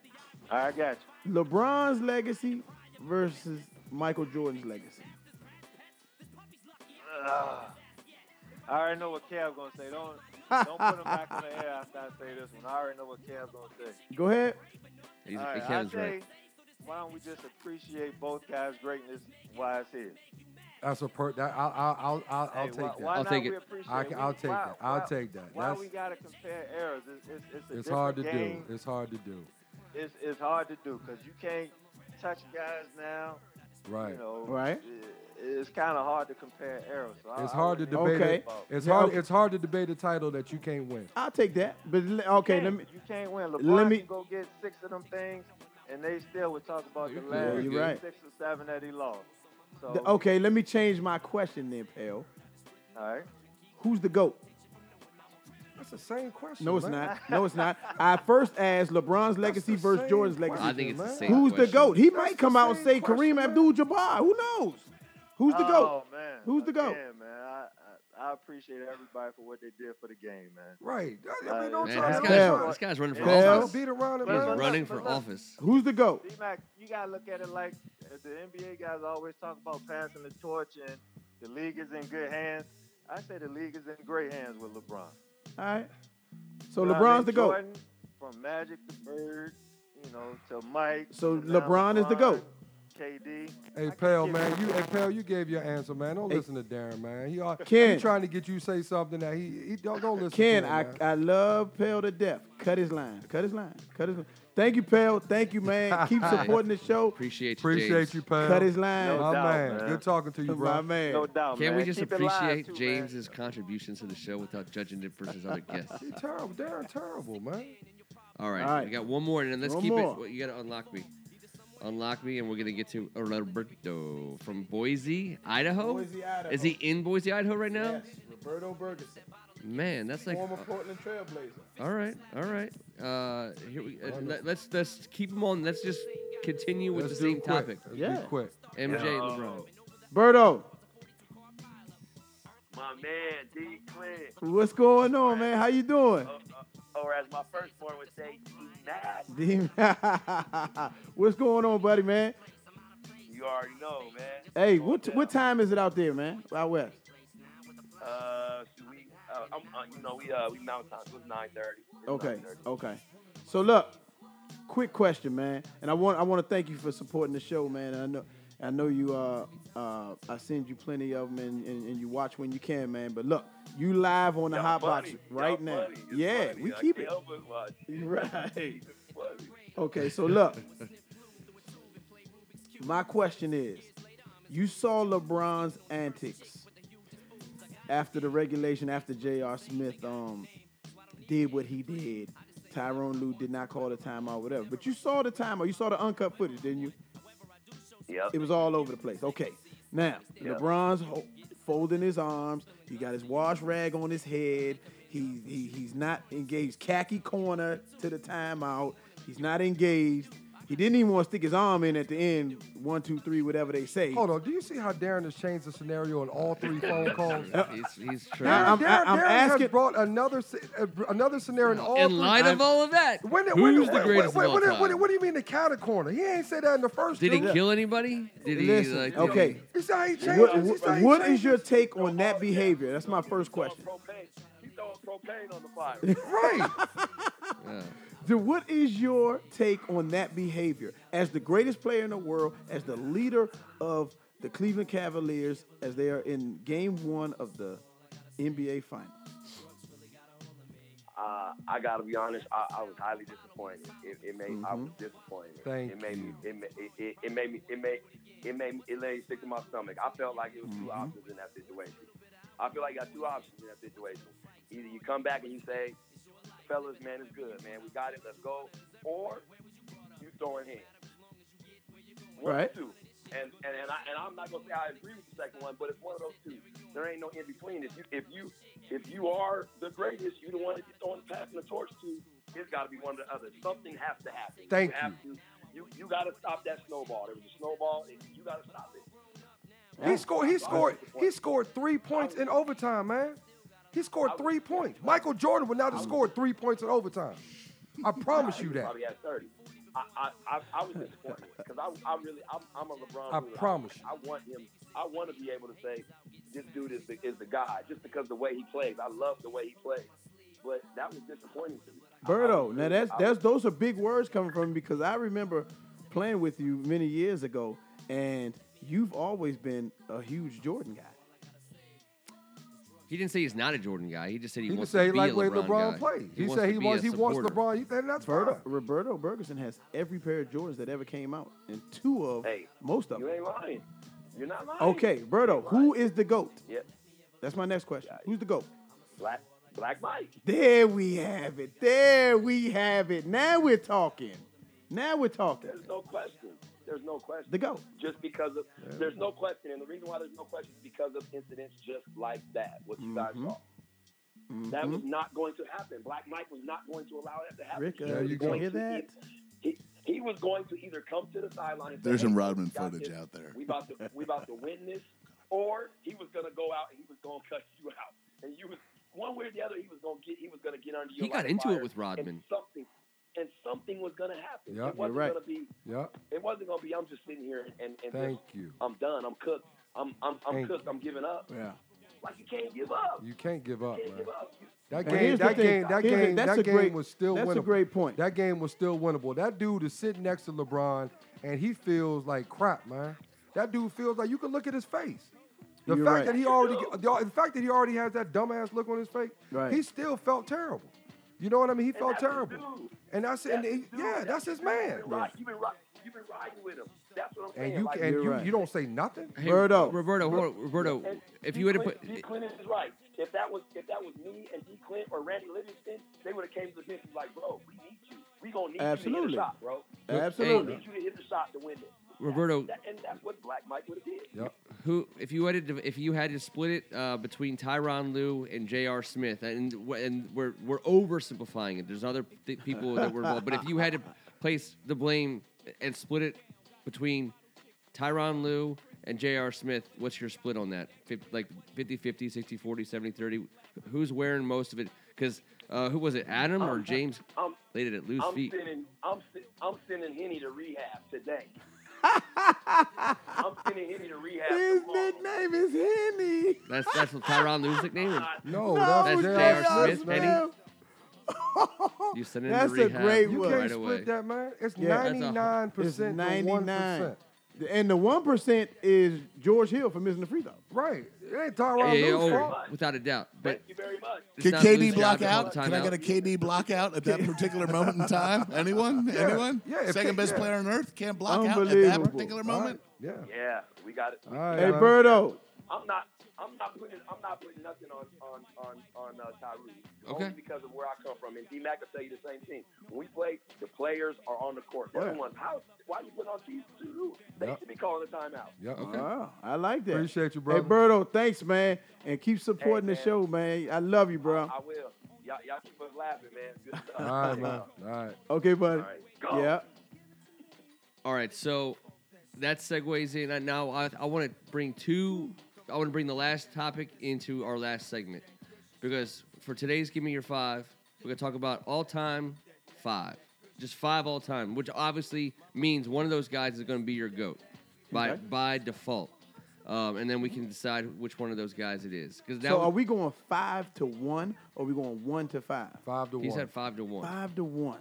[SPEAKER 6] I got you.
[SPEAKER 2] LeBron's legacy versus Michael Jordan's legacy.
[SPEAKER 6] I already know what Cav's gonna say. Don't don't put him back on the air after I say this one. I already know what Cav's gonna say.
[SPEAKER 2] Go ahead.
[SPEAKER 1] He's,
[SPEAKER 6] All right,
[SPEAKER 1] Kevin's
[SPEAKER 6] I say,
[SPEAKER 1] right.
[SPEAKER 6] why don't we just appreciate both guys' greatness while it's here?
[SPEAKER 3] That's a per. That, I'll, I'll, I'll, I'll, I'll
[SPEAKER 6] Hey,
[SPEAKER 3] take
[SPEAKER 6] why,
[SPEAKER 3] that.
[SPEAKER 6] Why
[SPEAKER 1] I'll
[SPEAKER 6] not
[SPEAKER 1] take
[SPEAKER 6] we
[SPEAKER 1] it.
[SPEAKER 6] appreciate
[SPEAKER 3] I can- I'll
[SPEAKER 6] we-
[SPEAKER 3] take
[SPEAKER 6] why-
[SPEAKER 3] that. I'll
[SPEAKER 6] why-
[SPEAKER 3] take that.
[SPEAKER 6] Why
[SPEAKER 3] That's-
[SPEAKER 6] we gotta compare eras? It's, it's, it's, a
[SPEAKER 3] It's hard to
[SPEAKER 6] different game.
[SPEAKER 3] do. It's hard to do.
[SPEAKER 6] It's, it's hard to do because you can't touch guys now.
[SPEAKER 3] Right.
[SPEAKER 6] You know,
[SPEAKER 2] Right.
[SPEAKER 6] it- it's kind of hard to compare eras. So I-
[SPEAKER 3] it's
[SPEAKER 6] I
[SPEAKER 3] hard to
[SPEAKER 6] wouldn't
[SPEAKER 3] debate.
[SPEAKER 2] Okay.
[SPEAKER 3] It. It's
[SPEAKER 2] Yeah,
[SPEAKER 3] hard.
[SPEAKER 2] okay.
[SPEAKER 3] It's hard to debate a title that you can't win.
[SPEAKER 2] I'll take that. But le- okay,
[SPEAKER 6] can't.
[SPEAKER 2] let me.
[SPEAKER 6] You can't win. LeBron
[SPEAKER 2] let me-
[SPEAKER 6] can go get six of them things, and they still would talk about the
[SPEAKER 1] Yeah,
[SPEAKER 6] last
[SPEAKER 2] you're right.
[SPEAKER 6] six or seven that he lost. So,
[SPEAKER 2] th- Okay, let me change my question then, Pell.
[SPEAKER 6] all right.
[SPEAKER 2] Who's the goat?
[SPEAKER 3] That's the same question.
[SPEAKER 2] No, it's
[SPEAKER 3] man.
[SPEAKER 2] not. No, it's not. I first asked LeBron's legacy
[SPEAKER 3] the
[SPEAKER 2] versus
[SPEAKER 3] same
[SPEAKER 2] Jordan's legacy.
[SPEAKER 3] question,
[SPEAKER 1] I think it's the
[SPEAKER 3] man.
[SPEAKER 1] same.
[SPEAKER 2] Who's the
[SPEAKER 1] question.
[SPEAKER 2] GOAT? He
[SPEAKER 3] That's
[SPEAKER 2] might
[SPEAKER 3] the
[SPEAKER 2] come out and
[SPEAKER 3] same
[SPEAKER 2] say
[SPEAKER 3] question,
[SPEAKER 2] Kareem
[SPEAKER 3] man.
[SPEAKER 2] Abdul Jabbar. Who knows? Who's the GOAT?
[SPEAKER 6] Oh man,
[SPEAKER 2] Who's the GOAT?
[SPEAKER 6] Again, man, I, I, I appreciate everybody for what they did for the game, man.
[SPEAKER 3] Right. I- I mean,
[SPEAKER 6] Right.
[SPEAKER 3] don't
[SPEAKER 1] Man,
[SPEAKER 3] try
[SPEAKER 1] this
[SPEAKER 3] to-
[SPEAKER 2] Pell.
[SPEAKER 1] guy's, this guy's running for
[SPEAKER 2] Pell.
[SPEAKER 3] Don't try to
[SPEAKER 1] office.
[SPEAKER 3] beat around it,
[SPEAKER 1] He's
[SPEAKER 6] Pell.
[SPEAKER 3] man.
[SPEAKER 1] running
[SPEAKER 6] But
[SPEAKER 1] for
[SPEAKER 6] look-
[SPEAKER 1] office.
[SPEAKER 2] Who's the GOAT?
[SPEAKER 6] D-Mac, you gotta look at it like uh, the NBA guys always talk about passing the torch and the league is in good hands. I say the league is in great hands with LeBron.
[SPEAKER 2] All right. So
[SPEAKER 6] You know what I mean?
[SPEAKER 2] LeBron's the GOAT.
[SPEAKER 6] Jordan, From Magic to Bird, you know, to Mike.
[SPEAKER 2] So
[SPEAKER 6] to now
[SPEAKER 2] LeBron is the GOAT.
[SPEAKER 6] KD.
[SPEAKER 3] Hey,
[SPEAKER 6] I can
[SPEAKER 3] pal,
[SPEAKER 6] give
[SPEAKER 3] man,
[SPEAKER 6] you-
[SPEAKER 3] you hey, pal, you gave your answer, man. Don't
[SPEAKER 2] Hey.
[SPEAKER 3] listen to Darren, man. He, all,
[SPEAKER 2] Ken.
[SPEAKER 3] he trying to get you to say something that he, he don't, don't listen.
[SPEAKER 2] Ken,
[SPEAKER 3] to him,
[SPEAKER 2] I,
[SPEAKER 3] man.
[SPEAKER 2] I love Pell to death. Cut his line. Cut his line. Cut his line. Thank you, Pell. Thank you, man. Keep supporting the show.
[SPEAKER 1] Appreciate you.
[SPEAKER 3] appreciate
[SPEAKER 1] James.
[SPEAKER 3] you, pal.
[SPEAKER 2] Cut his line.
[SPEAKER 3] my
[SPEAKER 6] No doubt,
[SPEAKER 3] man.
[SPEAKER 6] man.
[SPEAKER 3] Good talking to you, bro.
[SPEAKER 2] My man.
[SPEAKER 6] No doubt,
[SPEAKER 1] Can't
[SPEAKER 6] man.
[SPEAKER 1] we just
[SPEAKER 6] Keep it live,
[SPEAKER 1] appreciate
[SPEAKER 6] too, man.
[SPEAKER 1] James's contributions to the show without judging it versus other guests?
[SPEAKER 3] He terrible, Darren, terrible, man.
[SPEAKER 1] All right,
[SPEAKER 2] All right.
[SPEAKER 1] we got one more, and then let's
[SPEAKER 2] One
[SPEAKER 1] keep
[SPEAKER 2] more.
[SPEAKER 1] it. Well, you got to unlock me. Unlock me, and we're gonna get to Roberto from Boise, Idaho.
[SPEAKER 2] Boise, Idaho.
[SPEAKER 1] Is he in Boise, Idaho, right now?
[SPEAKER 2] Roberto Bergeson,
[SPEAKER 1] Man, that's like
[SPEAKER 2] Portland Trailblazer.
[SPEAKER 1] All right, all right. Uh, here we uh, let, let's let's keep them on. Let's just continue with
[SPEAKER 3] Let's
[SPEAKER 1] the
[SPEAKER 3] do
[SPEAKER 1] same
[SPEAKER 3] it quick.
[SPEAKER 1] topic.
[SPEAKER 3] Let's
[SPEAKER 2] Yeah.
[SPEAKER 3] do it quick.
[SPEAKER 1] MJ
[SPEAKER 6] Yeah.
[SPEAKER 1] LeBron.
[SPEAKER 2] Berto,
[SPEAKER 6] My man, D. Clint.
[SPEAKER 2] what's going on, man? How you doing?
[SPEAKER 7] Uh, or as my firstborn would say, nasty.
[SPEAKER 2] D- what's going on, buddy, man?
[SPEAKER 7] You already know, man.
[SPEAKER 2] Hey, what what time is it out there, man? Out west.
[SPEAKER 7] Uh, should we, uh, I'm, uh, you know, we uh, we mountain time. It was nine thirty.
[SPEAKER 2] Okay, okay. So look, quick question, man, and I want I want to thank you for supporting the show, man. I know I know you uh uh I send you plenty of them and, and, and you watch when you can, man. But look, you live on the
[SPEAKER 7] Y'all
[SPEAKER 2] hot box
[SPEAKER 7] funny.
[SPEAKER 2] right
[SPEAKER 7] Y'all
[SPEAKER 2] now.
[SPEAKER 7] funny. It's
[SPEAKER 2] Yeah,
[SPEAKER 7] funny.
[SPEAKER 2] we
[SPEAKER 7] I
[SPEAKER 2] keep
[SPEAKER 7] can't
[SPEAKER 2] it
[SPEAKER 7] help but watch.
[SPEAKER 2] right.
[SPEAKER 7] It's funny.
[SPEAKER 2] Okay, so look, my question is, you saw LeBron's antics after the regulation, after J.R. Smith um did what he did. Tyrone Lue did not call the timeout, whatever. But you saw the timeout. You saw the uncut footage, didn't you?
[SPEAKER 7] Yep.
[SPEAKER 2] It was all over the place. Okay, now LeBron's ho- folding his arms. He got his wash rag on his head. He, he he's not engaged. Khaki corner to the timeout. He's not engaged. He didn't even want to stick his arm in at the end. One, two, three, whatever they say.
[SPEAKER 3] Hold on. Do you see how Darren has changed the scenario on all three phone calls? Darren,
[SPEAKER 1] He's, he's
[SPEAKER 2] I-
[SPEAKER 1] trying.
[SPEAKER 2] I'm-
[SPEAKER 3] Darren,
[SPEAKER 2] I'm
[SPEAKER 3] Darren
[SPEAKER 2] asking-
[SPEAKER 3] has brought another se- uh, br- another scenario in all
[SPEAKER 1] In
[SPEAKER 3] three.
[SPEAKER 1] light of all of that,
[SPEAKER 3] when, when-
[SPEAKER 1] who's
[SPEAKER 3] when-
[SPEAKER 1] the greatest
[SPEAKER 3] when-
[SPEAKER 1] of all
[SPEAKER 3] when- when-
[SPEAKER 1] time?
[SPEAKER 3] What do you mean the counter corner? He ain't say that in the first.
[SPEAKER 1] Did he
[SPEAKER 3] dude.
[SPEAKER 1] kill anybody? Did he
[SPEAKER 2] Listen,
[SPEAKER 1] like? did
[SPEAKER 2] okay.
[SPEAKER 1] he-
[SPEAKER 3] You see how he changes?
[SPEAKER 2] What,
[SPEAKER 3] You see how he
[SPEAKER 2] what is
[SPEAKER 3] changes?
[SPEAKER 2] your take on that behavior? That's my first question.
[SPEAKER 7] Propane. He throwing propane on the fire.
[SPEAKER 3] right?
[SPEAKER 1] yeah.
[SPEAKER 2] Then what is your take on that behavior? As the greatest player in the world, as the leader of the Cleveland Cavaliers, as they are in game one of the NBA Finals.
[SPEAKER 7] Uh, I gotta be honest. I, I was highly disappointed. It, it made I
[SPEAKER 2] Mm-hmm.
[SPEAKER 7] was disappointed.
[SPEAKER 3] Thank
[SPEAKER 7] it made me.
[SPEAKER 3] you.
[SPEAKER 7] It, ma- it, it, it made me. It made. It made. me- It made me stick to my stomach. I felt like it was two
[SPEAKER 2] Mm-hmm.
[SPEAKER 7] options in that situation. I feel like you got two options in that situation. Either you come back and you say, "Fellas, man, it's good, man. We got it. Let's go," or you throw it in. One
[SPEAKER 2] Right.
[SPEAKER 7] of two. And and and, I, and I'm not gonna say I agree with the second one, but it's one of those two. There ain't no in between. If you if you if you are the greatest, you the one that you're throwing the passing the torch to. It's got to be one or the other. Something has to happen.
[SPEAKER 3] Thank
[SPEAKER 7] you. Have to, you you got to stop that snowball. There was a snowball. And you got to stop it.
[SPEAKER 3] He scored. He scored. He scored three points in overtime, man. He scored three points. Michael Jordan would not have scored three points in overtime. I promise you that.
[SPEAKER 7] Probably had thirty. I I, I, I was disappointed because I, I really I'm, I'm a LeBron.
[SPEAKER 3] I
[SPEAKER 7] ruler.
[SPEAKER 3] promise you.
[SPEAKER 7] I, want him. I want to be able to say this dude is the, is the guy just because the way he plays. I love the way he plays, but that was disappointing to me. I- I
[SPEAKER 2] Birdo,
[SPEAKER 7] was
[SPEAKER 2] now
[SPEAKER 7] really-
[SPEAKER 2] that's
[SPEAKER 7] I
[SPEAKER 2] that's
[SPEAKER 7] was-
[SPEAKER 2] those are big words coming from you because I remember playing with you many years ago, and you've always been a huge Jordan guy.
[SPEAKER 1] He didn't say he's not a Jordan guy. He just said he,
[SPEAKER 3] He just
[SPEAKER 1] wants
[SPEAKER 3] said
[SPEAKER 1] to
[SPEAKER 3] he
[SPEAKER 1] be
[SPEAKER 3] like
[SPEAKER 1] a
[SPEAKER 3] way
[SPEAKER 1] LeBron,
[SPEAKER 3] LeBron
[SPEAKER 1] guy.
[SPEAKER 3] plays. He,
[SPEAKER 1] wants
[SPEAKER 3] said
[SPEAKER 1] to
[SPEAKER 3] he
[SPEAKER 1] be
[SPEAKER 3] wants
[SPEAKER 1] a
[SPEAKER 3] he wants
[SPEAKER 1] supporter.
[SPEAKER 3] LeBron. He said that's fine.
[SPEAKER 2] Roberto, Roberto Bergerson has every pair of Jordans that ever came out, and two of
[SPEAKER 7] Hey,
[SPEAKER 2] most of
[SPEAKER 7] You
[SPEAKER 2] them.
[SPEAKER 7] ain't lying. You're not lying.
[SPEAKER 2] Okay, Birdo, who is the goat?
[SPEAKER 7] Yep.
[SPEAKER 2] That's my next question. Who's the goat?
[SPEAKER 7] Black Black Mike.
[SPEAKER 2] There we have it. There we have it. Now we're talking. Now we're talking.
[SPEAKER 7] There's no question. There's no question.
[SPEAKER 2] The GOAT.
[SPEAKER 7] Just because of there's no question, and the reason why there's no question is because of incidents just like that. What you guys
[SPEAKER 2] Mm-hmm.
[SPEAKER 7] saw. That was not going to happen. Black Mike was not going to allow that to happen.
[SPEAKER 2] Rick,
[SPEAKER 7] He
[SPEAKER 2] uh,
[SPEAKER 7] was
[SPEAKER 2] you
[SPEAKER 7] going
[SPEAKER 2] hear
[SPEAKER 7] to
[SPEAKER 2] that?
[SPEAKER 7] He, he was going to either come to the sideline. and say,
[SPEAKER 4] There's some
[SPEAKER 7] "Hey,
[SPEAKER 4] Rodman
[SPEAKER 7] we got
[SPEAKER 4] footage
[SPEAKER 7] this.
[SPEAKER 4] out there."
[SPEAKER 7] We about to we about to win this, or he was going to go out and he was going to cut you out, and you was one way or the other. He was going to get he was going to get under you.
[SPEAKER 1] He got
[SPEAKER 7] like
[SPEAKER 1] into it
[SPEAKER 7] fire,
[SPEAKER 1] with Rodman.
[SPEAKER 7] And something and something was going to happen.
[SPEAKER 3] Yeah,
[SPEAKER 7] it wasn't
[SPEAKER 2] you're right.
[SPEAKER 7] going to be
[SPEAKER 3] Yeah.
[SPEAKER 7] it wasn't gonna be. I'm just sitting here and, and
[SPEAKER 3] Thank
[SPEAKER 7] just,
[SPEAKER 3] you.
[SPEAKER 7] I'm done. I'm cooked. I'm I'm, I'm
[SPEAKER 3] Thank
[SPEAKER 7] cooked. I'm giving up.
[SPEAKER 2] Yeah.
[SPEAKER 7] Like you can't give up.
[SPEAKER 3] You can't give up,
[SPEAKER 7] You can't
[SPEAKER 3] man.
[SPEAKER 7] give up. You-
[SPEAKER 3] That
[SPEAKER 2] And
[SPEAKER 3] game,
[SPEAKER 2] here's the
[SPEAKER 3] that
[SPEAKER 2] thing.
[SPEAKER 3] game,
[SPEAKER 2] Here's
[SPEAKER 3] that
[SPEAKER 2] the-
[SPEAKER 3] game,
[SPEAKER 2] that's
[SPEAKER 3] that
[SPEAKER 2] a
[SPEAKER 3] game
[SPEAKER 2] great-
[SPEAKER 3] was still
[SPEAKER 2] that's
[SPEAKER 3] winnable.
[SPEAKER 2] a great point.
[SPEAKER 3] That game was still winnable. That dude is sitting next to LeBron, and he feels like crap, man. That dude feels like you can look at his face. The
[SPEAKER 2] You're
[SPEAKER 3] fact
[SPEAKER 2] right.
[SPEAKER 3] that he already, the, the fact that he already has that dumbass look on his face,
[SPEAKER 2] Right.
[SPEAKER 3] he still felt terrible. You know what I mean? He felt
[SPEAKER 7] that's the
[SPEAKER 3] terrible,
[SPEAKER 7] dude.
[SPEAKER 3] and that's, and
[SPEAKER 7] That's
[SPEAKER 3] he-
[SPEAKER 7] the dude.
[SPEAKER 3] yeah, that's his man.
[SPEAKER 7] You've been, riding, you've, been riding, you've been riding with him. That's what I'm saying.
[SPEAKER 3] And you
[SPEAKER 7] like,
[SPEAKER 3] and
[SPEAKER 2] You're
[SPEAKER 3] you,
[SPEAKER 2] right.
[SPEAKER 3] you don't say nothing.
[SPEAKER 1] Hey,
[SPEAKER 2] Roberto.
[SPEAKER 1] Roberto, hold on, Roberto,
[SPEAKER 7] and
[SPEAKER 1] if
[SPEAKER 7] D.
[SPEAKER 1] you would have put,
[SPEAKER 7] Clint- D. Clinton is right. If that was if that was me and D. Clint or Randy Livingston, they would have came to the bench and be like, bro, we need you. We gonna need you to
[SPEAKER 2] Absolutely.
[SPEAKER 7] hit a shot, bro. We
[SPEAKER 2] Absolutely.
[SPEAKER 7] need you to hit the shot to win it.
[SPEAKER 1] Roberto-
[SPEAKER 7] That, and that's what Black Mike would have did.
[SPEAKER 3] Yep.
[SPEAKER 1] who, if you had to, if you had to split it uh, between Tyron Lue and J.R. Smith, and w- and we're we're oversimplifying it. There's other th- people that were involved, but if you had to place the blame and split it between Tyron Lue and J.R. Smith, what's your split on that? Fif- like 50 50, 60 40, 70 30? Who's wearing most of it? Because uh, who was it, Adam or James?
[SPEAKER 7] I'm-
[SPEAKER 1] They did it loose
[SPEAKER 7] I'm
[SPEAKER 1] feet.
[SPEAKER 7] sending I'm se- I'm sending Henny to rehab today. I'm sending Henny to rehab.
[SPEAKER 2] His
[SPEAKER 7] tomorrow.
[SPEAKER 2] nickname is Henny.
[SPEAKER 1] That's that's what Tyron Lue's nickname. is.
[SPEAKER 3] No,
[SPEAKER 1] that's
[SPEAKER 3] that's
[SPEAKER 1] J.R.
[SPEAKER 3] J.R.
[SPEAKER 1] Smith, Benny.
[SPEAKER 2] man.
[SPEAKER 1] You send it
[SPEAKER 2] That's
[SPEAKER 1] to
[SPEAKER 2] a
[SPEAKER 1] rehab
[SPEAKER 2] great
[SPEAKER 3] You
[SPEAKER 2] one.
[SPEAKER 1] right
[SPEAKER 3] can't
[SPEAKER 1] away.
[SPEAKER 3] split that, man. It's
[SPEAKER 2] Yeah, that's
[SPEAKER 1] a-
[SPEAKER 3] ninety-nine
[SPEAKER 2] It's
[SPEAKER 3] percent to one
[SPEAKER 2] 99.
[SPEAKER 3] percent.
[SPEAKER 2] And the 1% is George Hill for missing the free throw.
[SPEAKER 3] Right? It ain't
[SPEAKER 1] Yeah,
[SPEAKER 3] Tyron
[SPEAKER 1] yeah,
[SPEAKER 3] Lue's
[SPEAKER 1] oh,
[SPEAKER 3] fault.
[SPEAKER 1] without a doubt. But
[SPEAKER 7] Thank you very much.
[SPEAKER 1] it's
[SPEAKER 4] Can
[SPEAKER 1] not
[SPEAKER 4] KD
[SPEAKER 1] Lue's job
[SPEAKER 4] block
[SPEAKER 1] to call
[SPEAKER 4] out?
[SPEAKER 1] the
[SPEAKER 4] Can I get a
[SPEAKER 1] timeout.
[SPEAKER 4] KD block out at that particular moment in time? Anyone? Anyone?
[SPEAKER 3] yeah, if
[SPEAKER 4] Second
[SPEAKER 3] K-
[SPEAKER 4] best
[SPEAKER 3] yeah.
[SPEAKER 4] player on earth can't block out at that
[SPEAKER 2] Unbelievable.
[SPEAKER 4] particular
[SPEAKER 3] All right,
[SPEAKER 4] moment.
[SPEAKER 3] Yeah.
[SPEAKER 7] Yeah, we got it.
[SPEAKER 3] All right,
[SPEAKER 2] Hey,
[SPEAKER 3] man.
[SPEAKER 2] Birdo.
[SPEAKER 7] I'm not. I'm not putting. I'm not putting nothing on on on on uh, Tyrese.
[SPEAKER 1] Okay.
[SPEAKER 7] Only because of where I come from, and D Mac will tell you the same thing. When we play, the players are on the court.
[SPEAKER 2] Yeah.
[SPEAKER 7] Everyone, how? Why you putting on these two? They
[SPEAKER 3] Yeah.
[SPEAKER 7] should be calling the timeout.
[SPEAKER 3] Yeah. Okay.
[SPEAKER 2] Wow, I like that.
[SPEAKER 3] Appreciate you,
[SPEAKER 2] Hey,
[SPEAKER 3] brother.
[SPEAKER 2] Birdo, thanks, man. And keep supporting
[SPEAKER 7] Hey,
[SPEAKER 2] the
[SPEAKER 7] man.
[SPEAKER 2] show, man. I love you, bro.
[SPEAKER 7] I will. Y'all, y'all keep us laughing, man. Good stuff.
[SPEAKER 3] All right, man. All right.
[SPEAKER 2] Okay, buddy.
[SPEAKER 7] All right, go.
[SPEAKER 2] Yeah.
[SPEAKER 1] All right, so that segues in. And now I, I want to bring two. I want to bring the last topic into our last segment because for today's give me your five, we're gonna talk about all time five, just five all time, which obviously means one of those guys is gonna be your goat by
[SPEAKER 2] Okay.
[SPEAKER 1] by default, um, and then we can decide which one of those guys it is. Because
[SPEAKER 2] So
[SPEAKER 1] now
[SPEAKER 2] are we going five to one or are we going one to five?
[SPEAKER 3] Five to
[SPEAKER 1] he's
[SPEAKER 3] one.
[SPEAKER 1] at five to one.
[SPEAKER 2] Five to one.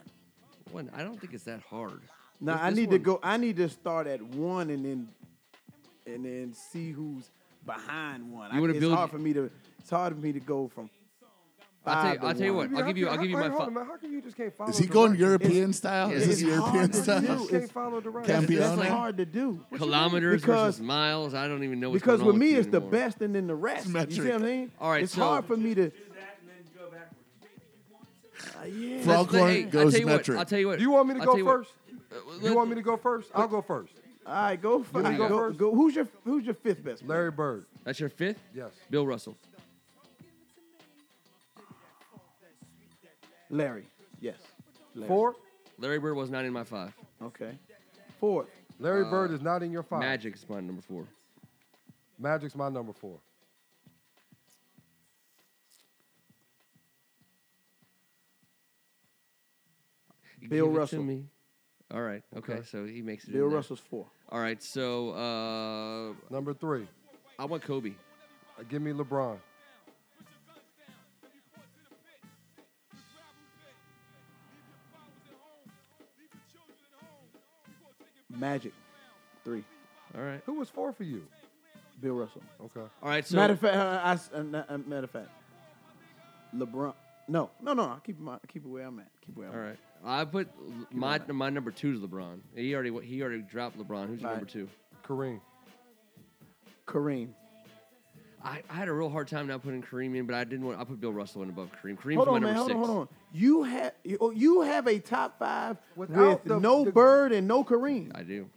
[SPEAKER 1] One, I don't think it's that hard.
[SPEAKER 2] Now
[SPEAKER 1] This-
[SPEAKER 2] I
[SPEAKER 1] this
[SPEAKER 2] need to
[SPEAKER 1] one-
[SPEAKER 2] go I need to start at one and then and then see who's behind one.
[SPEAKER 1] You
[SPEAKER 2] I-
[SPEAKER 1] wanna
[SPEAKER 2] it's
[SPEAKER 1] build-
[SPEAKER 2] hard for me to it's hard for me to go from
[SPEAKER 1] I'll tell you,
[SPEAKER 2] five to
[SPEAKER 1] I'll tell you
[SPEAKER 2] one.
[SPEAKER 1] what.
[SPEAKER 3] mean,
[SPEAKER 1] I'll
[SPEAKER 3] how
[SPEAKER 1] give you.
[SPEAKER 3] can-
[SPEAKER 1] I'll give you
[SPEAKER 3] wait,
[SPEAKER 1] my.
[SPEAKER 3] hold on,
[SPEAKER 1] Fi-
[SPEAKER 3] man. How can you just can't follow?
[SPEAKER 4] Is he going
[SPEAKER 3] directions?
[SPEAKER 4] European style?
[SPEAKER 1] Yeah,
[SPEAKER 4] Is this
[SPEAKER 2] it's
[SPEAKER 4] European
[SPEAKER 2] hard to
[SPEAKER 4] style?
[SPEAKER 2] do.
[SPEAKER 3] You
[SPEAKER 2] It's-
[SPEAKER 3] can't follow directions.
[SPEAKER 4] Can't be
[SPEAKER 2] That's
[SPEAKER 4] on there.
[SPEAKER 2] hard to do.
[SPEAKER 1] kilometers
[SPEAKER 2] Because-
[SPEAKER 1] versus miles. I don't even know what's
[SPEAKER 2] Because
[SPEAKER 1] going
[SPEAKER 2] with
[SPEAKER 1] on
[SPEAKER 2] me
[SPEAKER 1] you
[SPEAKER 2] it's the
[SPEAKER 1] anymore.
[SPEAKER 2] best and then the rest. You see
[SPEAKER 4] metric.
[SPEAKER 2] what I mean?
[SPEAKER 1] All right,
[SPEAKER 2] it's
[SPEAKER 1] so-
[SPEAKER 2] hard for me to
[SPEAKER 1] Let's-
[SPEAKER 4] Froghorn
[SPEAKER 1] hey, I'll
[SPEAKER 4] goes
[SPEAKER 1] tell you
[SPEAKER 4] metric.
[SPEAKER 1] What, I'll tell you what.
[SPEAKER 3] Do you want me to
[SPEAKER 1] I'll
[SPEAKER 3] go
[SPEAKER 1] tell you what. Uh,
[SPEAKER 3] first? You want me to go first? I'll go first.
[SPEAKER 2] All right, go
[SPEAKER 3] want
[SPEAKER 2] five.
[SPEAKER 3] me to
[SPEAKER 2] Go,
[SPEAKER 3] go
[SPEAKER 2] go,
[SPEAKER 3] first?
[SPEAKER 2] Who's your Who's your fifth best? player?
[SPEAKER 3] Larry Bird.
[SPEAKER 1] That's your fifth.
[SPEAKER 3] Yes.
[SPEAKER 1] Bill Russell.
[SPEAKER 2] Larry. Yes. Larry.
[SPEAKER 3] Four.
[SPEAKER 1] Larry Bird was not in my five.
[SPEAKER 2] Okay. Fourth.
[SPEAKER 1] Uh,
[SPEAKER 3] Larry Bird is not in your five.
[SPEAKER 1] Magic is my number four.
[SPEAKER 3] Magic's my number four.
[SPEAKER 2] Bill
[SPEAKER 1] Give it to
[SPEAKER 2] Russell.
[SPEAKER 1] me. All right. Okay. So he makes it.
[SPEAKER 2] Bill
[SPEAKER 1] in there.
[SPEAKER 2] Russell's four.
[SPEAKER 1] All right. So uh,
[SPEAKER 3] Number three.
[SPEAKER 1] I want Kobe.
[SPEAKER 3] Uh, Give me LeBron.
[SPEAKER 2] Magic. Three.
[SPEAKER 1] All right.
[SPEAKER 3] Who was four for you?
[SPEAKER 2] Bill Russell.
[SPEAKER 3] Okay.
[SPEAKER 1] All right. So
[SPEAKER 2] matter of fact, uh, I s- uh, na- uh, matter of fact, LeBron. No, no, no. I keep my keep it where I'm at. Keep it where I'm
[SPEAKER 1] All
[SPEAKER 2] at.
[SPEAKER 1] right. I put l- my my number two is LeBron. He already he already dropped LeBron. Who's your
[SPEAKER 2] All
[SPEAKER 1] number
[SPEAKER 2] right.
[SPEAKER 1] two?
[SPEAKER 3] Kareem.
[SPEAKER 2] Kareem.
[SPEAKER 1] I, I had a real hard time not putting Kareem in, but I didn't want I put Bill Russell in above Kareem. Kareem's
[SPEAKER 2] Hold
[SPEAKER 1] my
[SPEAKER 2] on,
[SPEAKER 1] number
[SPEAKER 2] man. Hold
[SPEAKER 1] six.
[SPEAKER 2] on, hold on. You have you, oh, you have a top five with
[SPEAKER 3] Without the-
[SPEAKER 2] no
[SPEAKER 3] the-
[SPEAKER 2] Bird and no Kareem.
[SPEAKER 1] I do.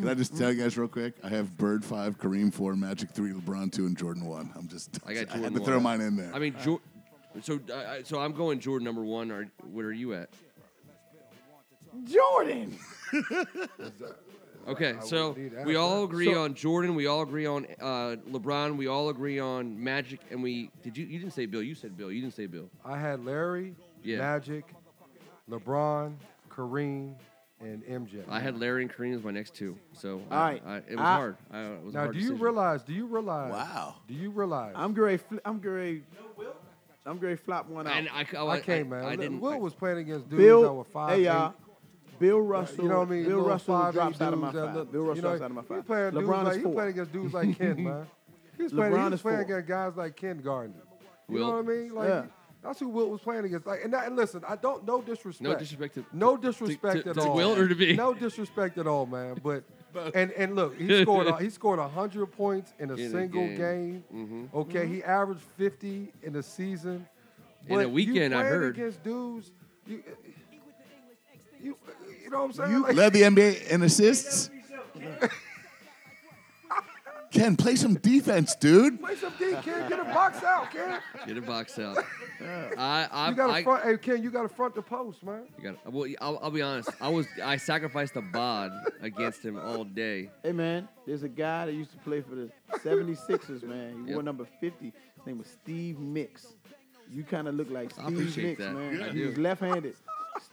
[SPEAKER 4] Can I just tell you guys real quick? I have Bird five, Kareem four, Magic three, LeBron two, and Jordan one. I'm just
[SPEAKER 1] I got
[SPEAKER 4] had
[SPEAKER 1] Jordan
[SPEAKER 4] to throw
[SPEAKER 1] one.
[SPEAKER 4] mine in there.
[SPEAKER 1] I mean, Jor- so uh, I- so I'm going Jordan number one. Or where are you at?
[SPEAKER 2] Jordan.
[SPEAKER 1] Okay, so
[SPEAKER 3] would need
[SPEAKER 1] we
[SPEAKER 3] that,
[SPEAKER 1] all
[SPEAKER 3] yeah.
[SPEAKER 1] agree
[SPEAKER 3] So-
[SPEAKER 1] on Jordan. We all agree on uh, LeBron. We all agree on Magic. And we did you? You didn't say Bill. You said Bill. You didn't say Bill.
[SPEAKER 3] I had Larry,
[SPEAKER 1] Yeah.
[SPEAKER 3] Magic, LeBron, Kareem, and MJ.
[SPEAKER 1] I had Larry and Kareem as my next two. So
[SPEAKER 2] All right.
[SPEAKER 1] I, I, it was
[SPEAKER 2] I-
[SPEAKER 1] hard. I, it was a
[SPEAKER 3] Now,
[SPEAKER 1] hard
[SPEAKER 3] do you
[SPEAKER 1] decision.
[SPEAKER 3] realize? Do you realize?
[SPEAKER 4] Wow.
[SPEAKER 3] Do you realize?
[SPEAKER 2] I'm gray. Fl- I'm gray. I'm gray. Flop one out.
[SPEAKER 1] And I, I,
[SPEAKER 3] I can't,
[SPEAKER 1] I,
[SPEAKER 3] man.
[SPEAKER 1] I
[SPEAKER 3] Look,
[SPEAKER 1] didn't.
[SPEAKER 3] Will
[SPEAKER 1] I-
[SPEAKER 3] was playing against dudes that were
[SPEAKER 2] Bill,
[SPEAKER 3] five.
[SPEAKER 2] hey y'all,
[SPEAKER 3] eight.
[SPEAKER 2] Bill Russell.
[SPEAKER 3] You know what I mean?
[SPEAKER 2] Bill
[SPEAKER 3] Little
[SPEAKER 2] Russell
[SPEAKER 3] five,
[SPEAKER 2] drops
[SPEAKER 3] eight
[SPEAKER 2] out of my
[SPEAKER 3] dudes that
[SPEAKER 2] five.
[SPEAKER 3] look-
[SPEAKER 2] Bill
[SPEAKER 3] you
[SPEAKER 2] Russell
[SPEAKER 3] know,
[SPEAKER 2] drops out of my
[SPEAKER 3] He
[SPEAKER 2] five.
[SPEAKER 3] playing, dudes
[SPEAKER 2] LeBron
[SPEAKER 3] like,
[SPEAKER 2] is
[SPEAKER 3] he
[SPEAKER 2] four.
[SPEAKER 3] playing against dudes like Ken, man. He was playing, he
[SPEAKER 2] LeBron
[SPEAKER 3] was
[SPEAKER 2] is
[SPEAKER 3] playing
[SPEAKER 2] four.
[SPEAKER 3] against guys like Ken Gardner. You
[SPEAKER 1] Wilt.
[SPEAKER 3] know what I mean? Like
[SPEAKER 2] Yeah.
[SPEAKER 3] that's who Wilt was playing against. Like, and, that, and listen, I don't no disrespect.
[SPEAKER 1] No disrespect to-
[SPEAKER 3] no
[SPEAKER 1] to- to-
[SPEAKER 3] disrespect
[SPEAKER 1] to-
[SPEAKER 3] at
[SPEAKER 1] to
[SPEAKER 3] all.
[SPEAKER 1] Wilt or to me?
[SPEAKER 3] No disrespect at all, man. But and and look, he scored a- he scored hundred points in a
[SPEAKER 1] In a
[SPEAKER 3] single
[SPEAKER 1] game.
[SPEAKER 3] game. Okay, he averaged fifty in the season.
[SPEAKER 1] In a
[SPEAKER 3] But you
[SPEAKER 1] weekend, I
[SPEAKER 3] playing
[SPEAKER 1] heard.
[SPEAKER 3] against dudes. You, you, you know what I'm saying?
[SPEAKER 2] You
[SPEAKER 3] Like-
[SPEAKER 4] Led the NBA in assists. Ken, play some defense, dude.
[SPEAKER 3] Play some D, kid. Get a box out, kid.
[SPEAKER 1] Get a box out. I, I,
[SPEAKER 3] You got
[SPEAKER 1] I-
[SPEAKER 3] to front. Hey, Ken, you got to front the post, man.
[SPEAKER 1] You got. Well, I'll, I'll be honest. I was. I sacrificed a bod against him all day.
[SPEAKER 2] Hey man, there's a guy that used to play for the 76ers, man. He
[SPEAKER 1] Yep.
[SPEAKER 2] wore number 50. His name was Steve Mix. You kind of look like
[SPEAKER 1] I
[SPEAKER 2] Steve
[SPEAKER 1] appreciate
[SPEAKER 2] Mix,
[SPEAKER 1] that.
[SPEAKER 2] man.
[SPEAKER 1] I
[SPEAKER 2] he
[SPEAKER 1] do.
[SPEAKER 2] was left-handed.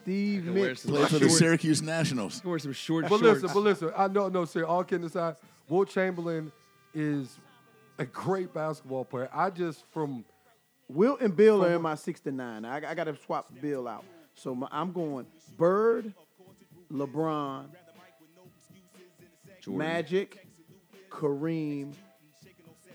[SPEAKER 2] Steve
[SPEAKER 1] Can wear
[SPEAKER 2] Mix.
[SPEAKER 1] some
[SPEAKER 4] Play for the
[SPEAKER 1] short-
[SPEAKER 4] Syracuse Nationals.
[SPEAKER 1] can wear some short
[SPEAKER 3] But
[SPEAKER 1] shorts.
[SPEAKER 3] listen, but listen, I no no sir, all kidding aside, Will Chamberlain is a great basketball player. I just from
[SPEAKER 2] Wilt and Bill are in my six to nine. I, I got to swap Bill out. So my, I'm going Bird, LeBron,
[SPEAKER 1] Jordan.
[SPEAKER 2] Magic, Kareem,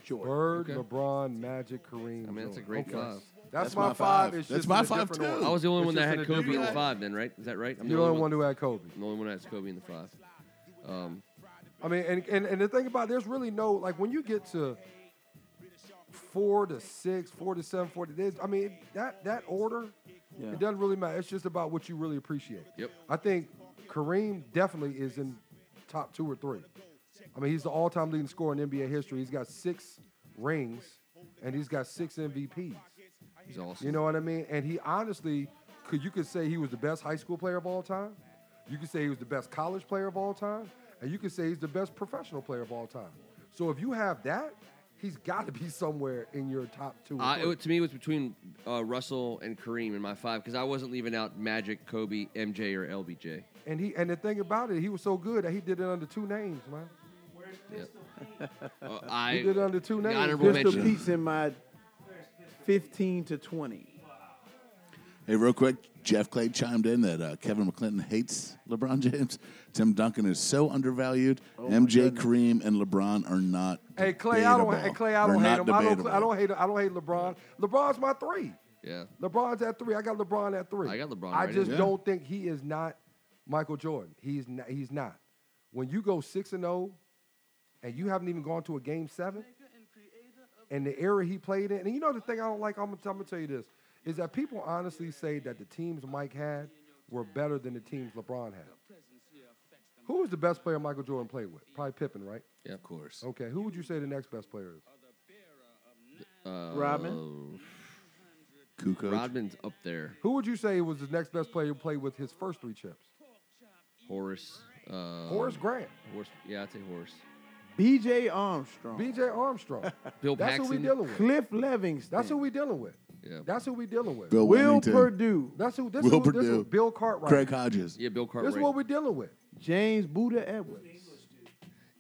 [SPEAKER 2] Jordan.
[SPEAKER 3] Bird,
[SPEAKER 1] Okay.
[SPEAKER 3] LeBron, Magic, Kareem.
[SPEAKER 1] I mean, that's a
[SPEAKER 3] Jordan.
[SPEAKER 1] great five.
[SPEAKER 3] That's, my five. It's
[SPEAKER 4] That's
[SPEAKER 3] just
[SPEAKER 4] my
[SPEAKER 3] in a
[SPEAKER 4] five,
[SPEAKER 3] different
[SPEAKER 4] too.
[SPEAKER 3] order.
[SPEAKER 1] I was the only
[SPEAKER 3] It's
[SPEAKER 1] one that
[SPEAKER 3] just in
[SPEAKER 1] had
[SPEAKER 3] a
[SPEAKER 1] Kobe in
[SPEAKER 3] different
[SPEAKER 1] the
[SPEAKER 3] order.
[SPEAKER 1] five. Then right? Is that right? I'm
[SPEAKER 3] You're the only one who had Kobe.
[SPEAKER 1] I'm the only one that has Kobe in the five. Um,
[SPEAKER 3] I mean, and, and, and the thing about it, there's really no like when you get to four to six, four to seven, four to this. I mean, that that order,
[SPEAKER 2] Yeah.
[SPEAKER 3] it doesn't really matter. It's just about what you really appreciate.
[SPEAKER 1] Yep.
[SPEAKER 3] I think Kareem definitely is in top two or three. I mean, he's the all-time leading scorer in NBA history. He's got six rings, and he's got six MVPs.
[SPEAKER 1] he's awesome.
[SPEAKER 3] You know what I mean? And he honestly, could you could say he was the best high school player of all time. You could say he was the best college player of all time, and you could say he's the best professional player of all time. So if you have that, he's got to be somewhere in your top two. Or
[SPEAKER 1] I,
[SPEAKER 3] three.
[SPEAKER 1] it, to me, it was between uh, Russell and Kareem in my five because I wasn't leaving out Magic, Kobe, MJ, or LBJ.
[SPEAKER 3] and he and the thing about it, he was so good that he did it under two names, man.
[SPEAKER 1] Uh, I
[SPEAKER 3] He did it under two
[SPEAKER 1] the
[SPEAKER 3] names.
[SPEAKER 1] honorable
[SPEAKER 2] Pistol
[SPEAKER 1] mention.
[SPEAKER 2] Pete's in my 15 to 20.
[SPEAKER 4] Hey, real quick, Jeff Clay chimed in that uh, Kevin McClinton hates LeBron James. Tim Duncan is so undervalued. MJ, Kareem, and LeBron are not.
[SPEAKER 3] Oh Hey Clay, I don't.
[SPEAKER 4] debatable.
[SPEAKER 3] Hey Clay, I
[SPEAKER 4] They're
[SPEAKER 3] don't hate him.
[SPEAKER 4] not
[SPEAKER 3] I don't.
[SPEAKER 4] debatable.
[SPEAKER 3] I don't hate. I don't hate LeBron. LeBron's my three.
[SPEAKER 1] Yeah,
[SPEAKER 3] LeBron's at three. I got LeBron at three.
[SPEAKER 1] I got LeBron
[SPEAKER 3] I
[SPEAKER 1] right
[SPEAKER 3] just
[SPEAKER 4] in. Yeah.
[SPEAKER 3] don't think he is not Michael Jordan. He's not, he's not. When you go six and zero, and you haven't even gone to a game seven, and the era he played in, and you know the thing I don't like. I'm, gonna- I'm gonna tell you this is that people honestly say that the teams Mike had were better than the teams LeBron had. Who was the best player Michael Jordan played with? Probably Pippen, right?
[SPEAKER 1] yeah, of
[SPEAKER 4] course.
[SPEAKER 3] Okay. Who would you say the next best player is?
[SPEAKER 1] Uh,
[SPEAKER 2] Rodman?
[SPEAKER 4] Kukoc.
[SPEAKER 1] Rodman's up there.
[SPEAKER 3] Who would you say was the next best player to play with his first three chips?
[SPEAKER 1] Horace. Uh,
[SPEAKER 3] Horace Grant,
[SPEAKER 1] Horace. Yeah, I'd say Horace.
[SPEAKER 2] BJ Armstrong.
[SPEAKER 3] B.J. Armstrong.
[SPEAKER 1] Bill
[SPEAKER 3] That's who we
[SPEAKER 1] Paxton.
[SPEAKER 3] dealing with.
[SPEAKER 2] Cliff Livingston.
[SPEAKER 3] That's who we dealing with.
[SPEAKER 1] Yeah.
[SPEAKER 3] That's who we dealing with.
[SPEAKER 4] Bill
[SPEAKER 2] Will
[SPEAKER 4] Wennington.
[SPEAKER 2] Purdue.
[SPEAKER 3] That's who. This
[SPEAKER 4] Will
[SPEAKER 3] who, this who
[SPEAKER 4] Purdue.
[SPEAKER 3] Bill Cartwright.
[SPEAKER 4] Craig Hodges.
[SPEAKER 1] Yeah, Bill
[SPEAKER 3] This
[SPEAKER 1] Cartwright.
[SPEAKER 3] is what we're dealing with.
[SPEAKER 2] James Buddha Edwards.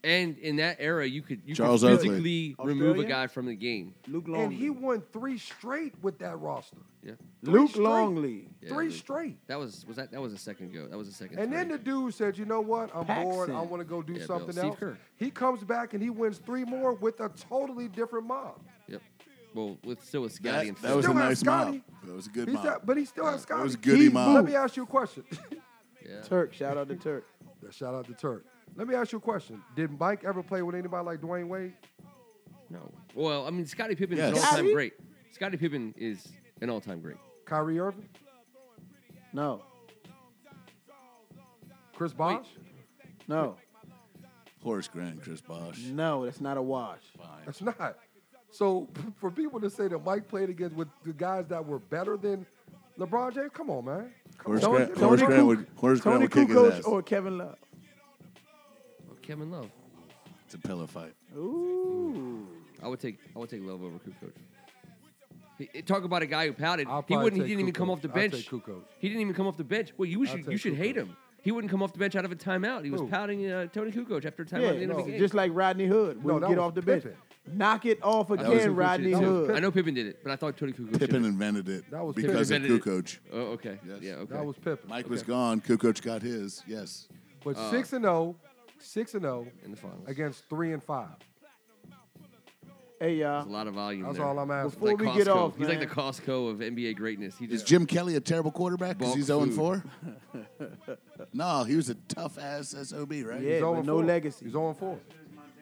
[SPEAKER 1] and in that era, you could you
[SPEAKER 4] Charles
[SPEAKER 1] could
[SPEAKER 4] Oakley.
[SPEAKER 1] physically remove a
[SPEAKER 2] Australia?
[SPEAKER 1] guy from the game.
[SPEAKER 2] Luke Longley.
[SPEAKER 3] And he won three straight with that roster.
[SPEAKER 1] Yeah.
[SPEAKER 3] Three
[SPEAKER 2] Luke
[SPEAKER 3] straight.
[SPEAKER 2] Longley.
[SPEAKER 1] Yeah,
[SPEAKER 3] Three
[SPEAKER 1] Luke.
[SPEAKER 3] straight.
[SPEAKER 1] That was was that that was a second go. That was a second.
[SPEAKER 3] And then
[SPEAKER 1] three.
[SPEAKER 3] the dude said, "You know what? I'm bored.
[SPEAKER 2] Paxson.
[SPEAKER 3] I want to go do
[SPEAKER 1] Yeah, Bill.
[SPEAKER 3] something
[SPEAKER 1] Steve
[SPEAKER 3] else."
[SPEAKER 1] Kerr.
[SPEAKER 3] He comes back and he wins three more with a totally different mob.
[SPEAKER 1] Yep. Well, with still with
[SPEAKER 4] That,
[SPEAKER 1] Scotty and
[SPEAKER 4] that was a
[SPEAKER 3] Still have
[SPEAKER 4] nice mob.
[SPEAKER 3] Scotty.
[SPEAKER 4] That was a good
[SPEAKER 3] He's
[SPEAKER 4] mob.
[SPEAKER 3] got- but he still has Scotty.
[SPEAKER 4] that was a goody
[SPEAKER 2] Keith
[SPEAKER 3] Let
[SPEAKER 4] mob.
[SPEAKER 3] me ask you a question.
[SPEAKER 1] yeah.
[SPEAKER 2] Turk. Shout out to Turk.
[SPEAKER 3] Shout out to Turk. Let me ask you a question. Did Mike ever play with anybody like Dwayne Wade?
[SPEAKER 1] No. Well, I mean, Scottie Pippen
[SPEAKER 4] Yes.
[SPEAKER 1] is an all-time
[SPEAKER 2] Scottie?
[SPEAKER 1] great. Scottie Pippen is an all-time great.
[SPEAKER 3] Kyrie Irving?
[SPEAKER 2] No.
[SPEAKER 3] Chris Bosh?
[SPEAKER 2] No.
[SPEAKER 4] Horace Grant, Chris Bosh.
[SPEAKER 3] Mm-hmm.
[SPEAKER 2] No, that's not a wash.
[SPEAKER 3] That's not. So for people to say that Mike played against with the guys that were better than LeBron James, come on, man. Come
[SPEAKER 4] Horace
[SPEAKER 3] on.
[SPEAKER 4] Grant,
[SPEAKER 3] Don't-
[SPEAKER 4] Horace
[SPEAKER 3] don't-
[SPEAKER 4] Grant would, Horace Grant
[SPEAKER 2] Tony
[SPEAKER 4] would kick his ass.
[SPEAKER 2] Kukoc or Kevin Love.
[SPEAKER 1] Oh, Kevin Love.
[SPEAKER 4] It's a pillow fight.
[SPEAKER 2] Ooh.
[SPEAKER 1] I would take I would take Love over Kukoc. He- he- Talk about a guy who pouted.
[SPEAKER 3] I'll
[SPEAKER 1] He
[SPEAKER 3] probably
[SPEAKER 1] wouldn't. He
[SPEAKER 3] take
[SPEAKER 1] didn't even come
[SPEAKER 3] Kukoc.
[SPEAKER 1] off the
[SPEAKER 3] I'll
[SPEAKER 1] bench.
[SPEAKER 3] take Kukoc.
[SPEAKER 1] He didn't even come off the bench. Well, you should you
[SPEAKER 3] take
[SPEAKER 1] should hate
[SPEAKER 3] Kukoc.
[SPEAKER 1] him. He wouldn't come off the bench out of a timeout. He was
[SPEAKER 3] Who?
[SPEAKER 1] pouting uh, Tony Kukoc after a timeout
[SPEAKER 2] Yeah,
[SPEAKER 1] at the end of
[SPEAKER 2] no,
[SPEAKER 1] the game.
[SPEAKER 2] just like Rodney Hood.
[SPEAKER 3] No,
[SPEAKER 2] We'll
[SPEAKER 3] that
[SPEAKER 2] get
[SPEAKER 3] was
[SPEAKER 2] off the bench.
[SPEAKER 3] Pippen.
[SPEAKER 2] Knock it off
[SPEAKER 1] I thought it was
[SPEAKER 2] again,
[SPEAKER 1] Kukoc
[SPEAKER 2] Rodney
[SPEAKER 1] did it.
[SPEAKER 2] Hood.
[SPEAKER 1] I know Pippen did it, but I thought Tony Kukoc. did
[SPEAKER 4] Pippen
[SPEAKER 1] it.
[SPEAKER 4] invented it
[SPEAKER 3] That was
[SPEAKER 4] because
[SPEAKER 1] Pippen.
[SPEAKER 4] of
[SPEAKER 1] Invented
[SPEAKER 4] Kukoc.
[SPEAKER 1] Oh, okay.
[SPEAKER 4] Yes.
[SPEAKER 1] Yeah. Okay.
[SPEAKER 3] That was Pippen.
[SPEAKER 4] Mike was Uh, gone. Kukoc got his. Yes.
[SPEAKER 3] But 6 and 0, 6 and 0
[SPEAKER 1] in the finals.
[SPEAKER 3] against 3 and 5.
[SPEAKER 2] Hey,
[SPEAKER 1] There's a
[SPEAKER 2] y'all.
[SPEAKER 1] lot of volume.
[SPEAKER 3] That's
[SPEAKER 1] there.
[SPEAKER 3] all I'm asking.
[SPEAKER 1] It's like
[SPEAKER 2] Before we get
[SPEAKER 1] Costco.
[SPEAKER 2] off,
[SPEAKER 1] he's like the
[SPEAKER 2] man.
[SPEAKER 1] Costco of NBA greatness. He
[SPEAKER 4] Is
[SPEAKER 1] just
[SPEAKER 4] Jim Kelly a terrible quarterback because
[SPEAKER 1] Bulk
[SPEAKER 4] he's 0 and
[SPEAKER 1] food.
[SPEAKER 4] 4? no, he was a tough ass SOB, right?
[SPEAKER 2] Yeah.
[SPEAKER 3] He's
[SPEAKER 2] but
[SPEAKER 3] on
[SPEAKER 2] no
[SPEAKER 3] four.
[SPEAKER 2] legacy.
[SPEAKER 3] He's on 4.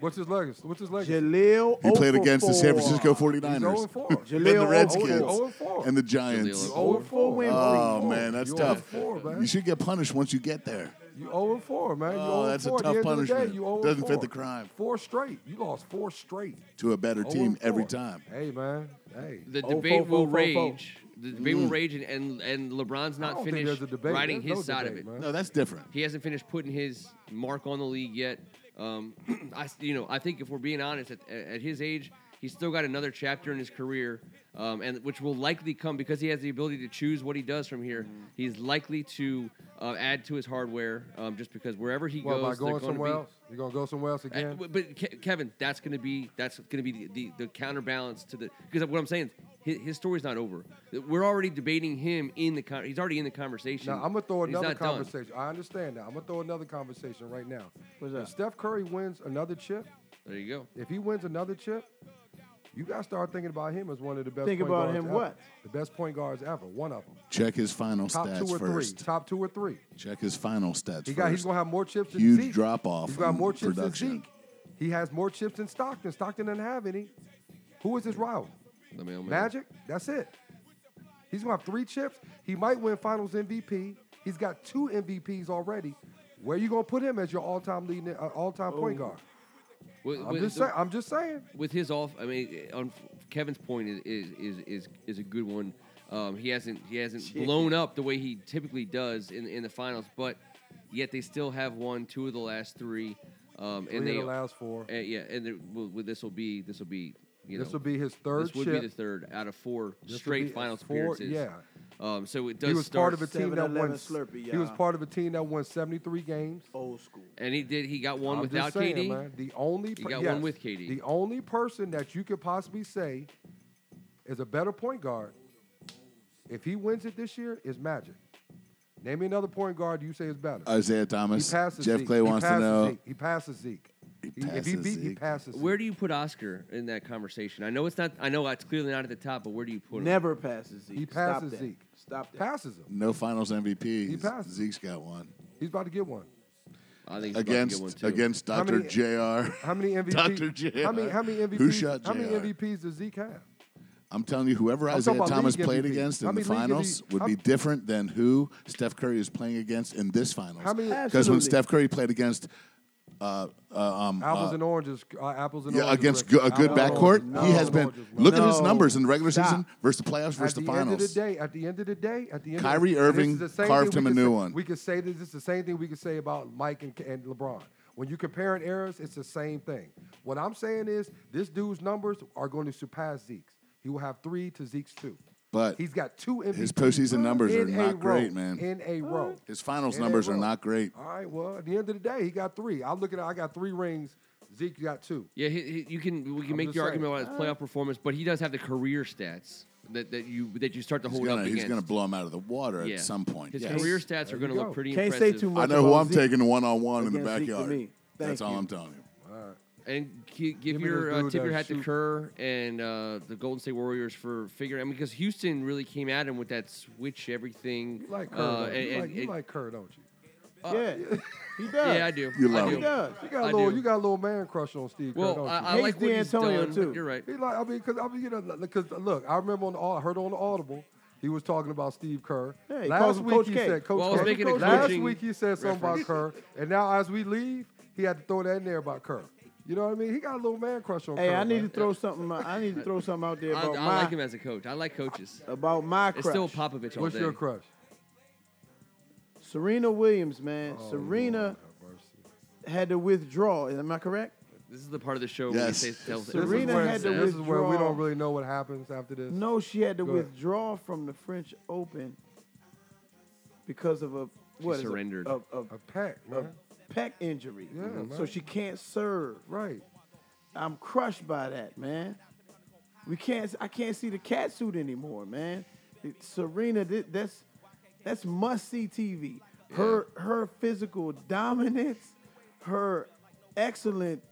[SPEAKER 3] What's his legacy? What's his legacy?
[SPEAKER 2] Jaleel
[SPEAKER 4] He played against the San
[SPEAKER 2] Okafor.
[SPEAKER 4] Francisco
[SPEAKER 3] Oh He's 0 and
[SPEAKER 4] 49ers
[SPEAKER 3] 4.
[SPEAKER 2] Jaleel
[SPEAKER 4] and the
[SPEAKER 2] Okafor.
[SPEAKER 4] Redskins
[SPEAKER 3] Oh, and four.
[SPEAKER 4] and the Giants.
[SPEAKER 1] Jaleel Okafor.
[SPEAKER 3] Oh and
[SPEAKER 2] Four
[SPEAKER 3] four.
[SPEAKER 2] win
[SPEAKER 4] Oh,
[SPEAKER 2] streak.
[SPEAKER 4] man, that's
[SPEAKER 3] you
[SPEAKER 4] tough.
[SPEAKER 3] Four, man.
[SPEAKER 4] You should get punished once you get there.
[SPEAKER 3] You 0 and 4, man. You
[SPEAKER 4] Oh,
[SPEAKER 3] 0 and
[SPEAKER 4] that's a
[SPEAKER 3] 4. At
[SPEAKER 4] tough
[SPEAKER 3] the end Of the day,
[SPEAKER 4] punishment.
[SPEAKER 3] you 0 and
[SPEAKER 4] Doesn't fit
[SPEAKER 3] four.
[SPEAKER 4] the crime.
[SPEAKER 3] Four straight. You lost four straight.
[SPEAKER 4] To a better
[SPEAKER 3] 0
[SPEAKER 4] team
[SPEAKER 3] and
[SPEAKER 4] every
[SPEAKER 3] four.
[SPEAKER 4] time.
[SPEAKER 3] Hey, man. Hey.
[SPEAKER 1] the
[SPEAKER 2] Oh,
[SPEAKER 1] debate
[SPEAKER 2] fo- fo-
[SPEAKER 1] will
[SPEAKER 2] fo- fo.
[SPEAKER 1] rage. The debate will rage, and and, and LeBron's
[SPEAKER 3] Mm. I
[SPEAKER 1] not
[SPEAKER 3] don't think there's
[SPEAKER 1] finished
[SPEAKER 3] a debate.
[SPEAKER 1] writing
[SPEAKER 3] There's
[SPEAKER 1] his
[SPEAKER 3] no
[SPEAKER 1] side
[SPEAKER 3] debate,
[SPEAKER 1] of it.
[SPEAKER 3] man.
[SPEAKER 4] No, that's different.
[SPEAKER 1] He hasn't finished putting his mark on the league yet. Um, I s- you know I think if we're being honest, at, at his age, He's still got another chapter in his career, um, and which will likely come because he has the ability to choose what he does from here. He's likely to uh, add to his hardware um, just because wherever he goes,
[SPEAKER 3] Well, by
[SPEAKER 1] they're
[SPEAKER 3] going
[SPEAKER 1] gonna
[SPEAKER 3] somewhere
[SPEAKER 1] be,
[SPEAKER 3] else, you're gonna go somewhere else
[SPEAKER 1] Uh,
[SPEAKER 3] again.
[SPEAKER 1] but- but Ke- Kevin, that's going to be that's going to be the, the, the counterbalance to the because what I'm saying, his, his story's not over. We're already debating him in the con- he's already in the conversation.
[SPEAKER 3] Now I'm gonna throw
[SPEAKER 1] He's
[SPEAKER 3] another
[SPEAKER 1] not done.
[SPEAKER 3] conversation. I understand that. I'm gonna throw another conversation right now.
[SPEAKER 2] What's
[SPEAKER 3] If
[SPEAKER 2] that?
[SPEAKER 3] Steph Curry wins another chip,
[SPEAKER 1] There you go.
[SPEAKER 3] if he wins another chip, you gotta start thinking about him as one of the best.
[SPEAKER 2] Think
[SPEAKER 3] point
[SPEAKER 2] about
[SPEAKER 3] guards
[SPEAKER 2] him
[SPEAKER 3] ever.
[SPEAKER 2] what?
[SPEAKER 3] The best point guards ever. One of them.
[SPEAKER 4] Check his final
[SPEAKER 3] Top
[SPEAKER 4] stats
[SPEAKER 3] two or
[SPEAKER 4] first.
[SPEAKER 3] three. Top two or three.
[SPEAKER 4] Check his final stats
[SPEAKER 3] He
[SPEAKER 4] first.
[SPEAKER 3] got. He's gonna have more chips. Than
[SPEAKER 4] Huge
[SPEAKER 3] Zeke.
[SPEAKER 4] drop off
[SPEAKER 3] He's got
[SPEAKER 4] in
[SPEAKER 3] more chips
[SPEAKER 4] production.
[SPEAKER 3] than Zeke. He has more chips than Stockton. Stockton doesn't have any. Who is his rival?
[SPEAKER 1] The mailman.
[SPEAKER 3] Magic. That's it. He's gonna have three chips. He might win Finals MVP. He's got two MVPs already. Where you gonna put him as your all-time leading, uh, all-time point guard?
[SPEAKER 1] With,
[SPEAKER 3] I'm
[SPEAKER 1] Oh. with-
[SPEAKER 3] just saying. I'm just saying.
[SPEAKER 1] with his off, I mean, on Kevin's point is is is is, is a good one. Um, he hasn't he hasn't blown up the way he typically does in in the finals, but yet they still have won two of the last three, um, and
[SPEAKER 3] Three
[SPEAKER 1] they
[SPEAKER 3] of the last four.
[SPEAKER 1] uh, yeah, and they're- well, well, this will be this will be you know
[SPEAKER 3] This will be his third
[SPEAKER 1] this would
[SPEAKER 3] chip.
[SPEAKER 1] be the third out of four
[SPEAKER 3] This will be
[SPEAKER 1] straight
[SPEAKER 3] his
[SPEAKER 1] finals
[SPEAKER 3] four-
[SPEAKER 1] appearances.
[SPEAKER 3] yeah.
[SPEAKER 1] um, so it does
[SPEAKER 3] he was
[SPEAKER 1] start
[SPEAKER 3] part of a team that
[SPEAKER 2] 7-Eleven
[SPEAKER 3] won.
[SPEAKER 2] Slurpee,
[SPEAKER 3] he was
[SPEAKER 2] y'all.
[SPEAKER 3] part of a team that won 73 games.
[SPEAKER 1] Oh,
[SPEAKER 2] Old school.
[SPEAKER 1] and he did he got one
[SPEAKER 3] I'm
[SPEAKER 1] without
[SPEAKER 3] just saying,
[SPEAKER 1] KD.
[SPEAKER 3] man. The only
[SPEAKER 1] He
[SPEAKER 3] per-
[SPEAKER 1] got one
[SPEAKER 3] yes,
[SPEAKER 1] with KD.
[SPEAKER 3] The only person that you could possibly say is a better point guard if he wins it this year is Magic. Name me another point guard you say is better.
[SPEAKER 4] Isaiah Uh, Thomas.
[SPEAKER 3] he passes
[SPEAKER 4] Jeff
[SPEAKER 3] Zeke.
[SPEAKER 4] Clay
[SPEAKER 3] He
[SPEAKER 4] wants to
[SPEAKER 3] passes
[SPEAKER 4] know.
[SPEAKER 3] Zeke. He passes Zeke.
[SPEAKER 4] He
[SPEAKER 3] if he
[SPEAKER 4] passes
[SPEAKER 3] beat, he
[SPEAKER 4] Zeke.
[SPEAKER 3] passes. Zeke.
[SPEAKER 1] Where do you put Oscar in that conversation? I know it's not. I know it's clearly not at the top, but where do you put him?
[SPEAKER 2] Never passes Zeke.
[SPEAKER 3] he
[SPEAKER 2] Stop
[SPEAKER 3] passes
[SPEAKER 2] that.
[SPEAKER 3] Zeke?
[SPEAKER 2] Stop that.
[SPEAKER 3] Passes him.
[SPEAKER 4] No finals MVP.
[SPEAKER 3] He passes.
[SPEAKER 4] Zeke's got one.
[SPEAKER 3] He's about to get one.
[SPEAKER 1] I think he's about to get one
[SPEAKER 4] Against
[SPEAKER 1] too.
[SPEAKER 4] against
[SPEAKER 3] How
[SPEAKER 4] Dr.
[SPEAKER 3] many-
[SPEAKER 4] JR.
[SPEAKER 3] How many MVPs?
[SPEAKER 4] Dr. JR.
[SPEAKER 3] How many? How many MVPs?
[SPEAKER 4] Who shot JR?
[SPEAKER 3] How many MVPs does Zeke have?
[SPEAKER 4] I'm telling you, whoever
[SPEAKER 3] I'm talking
[SPEAKER 4] Isaiah
[SPEAKER 3] about
[SPEAKER 4] Thomas
[SPEAKER 3] league
[SPEAKER 4] played
[SPEAKER 3] MVP.
[SPEAKER 4] against
[SPEAKER 3] How
[SPEAKER 4] in the
[SPEAKER 3] many league
[SPEAKER 4] finals
[SPEAKER 3] MVP
[SPEAKER 4] would be
[SPEAKER 3] how-
[SPEAKER 4] different than who Steph Curry is playing against in this finals.
[SPEAKER 3] How many-
[SPEAKER 4] Because when
[SPEAKER 2] Absolutely.
[SPEAKER 4] Steph Curry played against, uh, uh, um,
[SPEAKER 3] Apples
[SPEAKER 4] uh,
[SPEAKER 3] and oranges. Uh, apples and
[SPEAKER 4] yeah,
[SPEAKER 3] oranges.
[SPEAKER 4] against
[SPEAKER 3] Rick.
[SPEAKER 4] go- a good
[SPEAKER 3] Apples and
[SPEAKER 4] backcourt,
[SPEAKER 3] oranges.
[SPEAKER 4] he
[SPEAKER 3] No,
[SPEAKER 4] has been.
[SPEAKER 3] apples and oranges.
[SPEAKER 4] Look at his
[SPEAKER 2] No.
[SPEAKER 4] numbers in the regular
[SPEAKER 2] Stop.
[SPEAKER 4] season versus the playoffs versus
[SPEAKER 3] at the,
[SPEAKER 4] finals.
[SPEAKER 3] end of the day, at the end of the day, at the end,
[SPEAKER 4] Kyrie
[SPEAKER 3] of the, and this
[SPEAKER 4] Irving
[SPEAKER 3] is the same
[SPEAKER 4] carved
[SPEAKER 3] thing
[SPEAKER 4] him
[SPEAKER 3] we
[SPEAKER 4] a
[SPEAKER 3] could
[SPEAKER 4] new
[SPEAKER 3] say-
[SPEAKER 4] one.
[SPEAKER 3] We could say this is the same thing we could say about Mike and, and LeBron. When you comparing eras, it's the same thing. What I'm saying is, this dude's numbers are going to surpass Zeke's. He will have three to Zeke's two.
[SPEAKER 4] But
[SPEAKER 3] he's got two MVPs.
[SPEAKER 4] his postseason numbers are
[SPEAKER 3] in a
[SPEAKER 4] not
[SPEAKER 3] row,
[SPEAKER 4] great, man.
[SPEAKER 3] In a row.
[SPEAKER 4] His finals
[SPEAKER 3] In a
[SPEAKER 4] numbers are
[SPEAKER 3] row.
[SPEAKER 4] not great.
[SPEAKER 3] All right. Well, at the end of the day, he got three. I look at it. I got three rings. Zeke got two.
[SPEAKER 1] Yeah, he, he, you can we can
[SPEAKER 3] I'm
[SPEAKER 1] make
[SPEAKER 3] just
[SPEAKER 1] the
[SPEAKER 3] saying. Uh,
[SPEAKER 1] argument about his playoff performance, but he does have the career stats that, that you that you start to
[SPEAKER 4] He's
[SPEAKER 1] hold
[SPEAKER 4] gonna,
[SPEAKER 1] up
[SPEAKER 4] he's
[SPEAKER 1] against.
[SPEAKER 4] gonna blow him out of the water
[SPEAKER 1] yeah.
[SPEAKER 4] at some point.
[SPEAKER 1] His
[SPEAKER 4] yes.
[SPEAKER 1] career stats
[SPEAKER 3] There
[SPEAKER 1] are gonna
[SPEAKER 3] you
[SPEAKER 1] look
[SPEAKER 3] go.
[SPEAKER 1] pretty
[SPEAKER 2] Can't say
[SPEAKER 1] impressive.
[SPEAKER 2] too much.
[SPEAKER 4] I know who
[SPEAKER 2] about
[SPEAKER 4] I'm
[SPEAKER 2] Zeke.
[SPEAKER 4] taking one on one in the
[SPEAKER 2] against Zeke to
[SPEAKER 4] backyard.
[SPEAKER 2] me.
[SPEAKER 4] That's
[SPEAKER 2] Thank
[SPEAKER 4] all
[SPEAKER 2] you.
[SPEAKER 4] I'm telling you.
[SPEAKER 1] And gi- give
[SPEAKER 3] Give me
[SPEAKER 1] your
[SPEAKER 3] this
[SPEAKER 1] uh,
[SPEAKER 3] dude
[SPEAKER 1] tip your
[SPEAKER 3] that
[SPEAKER 1] hat to
[SPEAKER 3] shoot-
[SPEAKER 1] Kerr and uh, the Golden State Warriors for figuring. I mean, because Houston really came at him with that switch everything.
[SPEAKER 3] You like Kerr.
[SPEAKER 1] uh,
[SPEAKER 3] don't you?
[SPEAKER 1] and-
[SPEAKER 3] you, like,
[SPEAKER 1] and-
[SPEAKER 3] you
[SPEAKER 1] and-
[SPEAKER 3] like Kerr, don't you?
[SPEAKER 2] Yeah, he does.
[SPEAKER 1] yeah, I do.
[SPEAKER 4] You
[SPEAKER 1] I
[SPEAKER 4] love
[SPEAKER 1] do.
[SPEAKER 2] He does.
[SPEAKER 3] You got a
[SPEAKER 1] I
[SPEAKER 3] little,
[SPEAKER 1] do.
[SPEAKER 3] you got a little man crush on Steve Kerr,
[SPEAKER 1] Well,
[SPEAKER 3] don't
[SPEAKER 1] I,
[SPEAKER 3] you?
[SPEAKER 1] I
[SPEAKER 2] Hates
[SPEAKER 1] like what he's
[SPEAKER 2] D'Antonio,
[SPEAKER 1] done.
[SPEAKER 2] too.
[SPEAKER 1] You're right.
[SPEAKER 3] He like, I mean, because I mean, you know, because look, I remember on the, au- I heard on the audible, he was talking about Steve Kerr.
[SPEAKER 2] Yeah, he calls
[SPEAKER 3] last
[SPEAKER 2] him
[SPEAKER 3] week
[SPEAKER 2] Coach
[SPEAKER 3] he
[SPEAKER 2] K.
[SPEAKER 3] said Coach
[SPEAKER 1] Well, I was
[SPEAKER 3] Kerr.
[SPEAKER 1] making a
[SPEAKER 3] last
[SPEAKER 1] coaching
[SPEAKER 3] week he said something
[SPEAKER 1] reference.
[SPEAKER 3] about Kerr, and now as we leave, he had to throw that in there about Kerr. You know what I mean? He got a little man crush on.
[SPEAKER 2] Hey,
[SPEAKER 3] Kerr,
[SPEAKER 2] I need to
[SPEAKER 3] man.
[SPEAKER 2] throw something. uh, I need to throw something out there
[SPEAKER 1] I, I
[SPEAKER 2] about my
[SPEAKER 1] like him as a coach. I like coaches.
[SPEAKER 2] about my
[SPEAKER 1] It's
[SPEAKER 2] crush.
[SPEAKER 1] still Popovich all
[SPEAKER 3] What's
[SPEAKER 1] day.
[SPEAKER 3] your crush?
[SPEAKER 2] Serena Williams, man.
[SPEAKER 3] Oh,
[SPEAKER 2] Serena had to withdraw. Am I correct?
[SPEAKER 1] This is the part of the show
[SPEAKER 4] Yes.
[SPEAKER 1] where he tells
[SPEAKER 3] This is
[SPEAKER 2] Serena
[SPEAKER 3] where-
[SPEAKER 2] had to
[SPEAKER 3] This is where we
[SPEAKER 2] withdraw.
[SPEAKER 3] don't really know what happens after this.
[SPEAKER 2] No, she had to
[SPEAKER 3] Go ahead.
[SPEAKER 2] withdraw from the French Open because of a what is it?
[SPEAKER 1] surrendered.
[SPEAKER 2] a, a,
[SPEAKER 3] A peck, man.
[SPEAKER 2] pec injury.
[SPEAKER 3] Yeah,
[SPEAKER 2] so
[SPEAKER 3] man.
[SPEAKER 2] she can't serve.
[SPEAKER 3] Right.
[SPEAKER 2] I'm crushed by that, man. We can't. I can't see the cat suit anymore, man. It- Serena, thi- that's that's must see TV. Her her physical dominance, her excellent.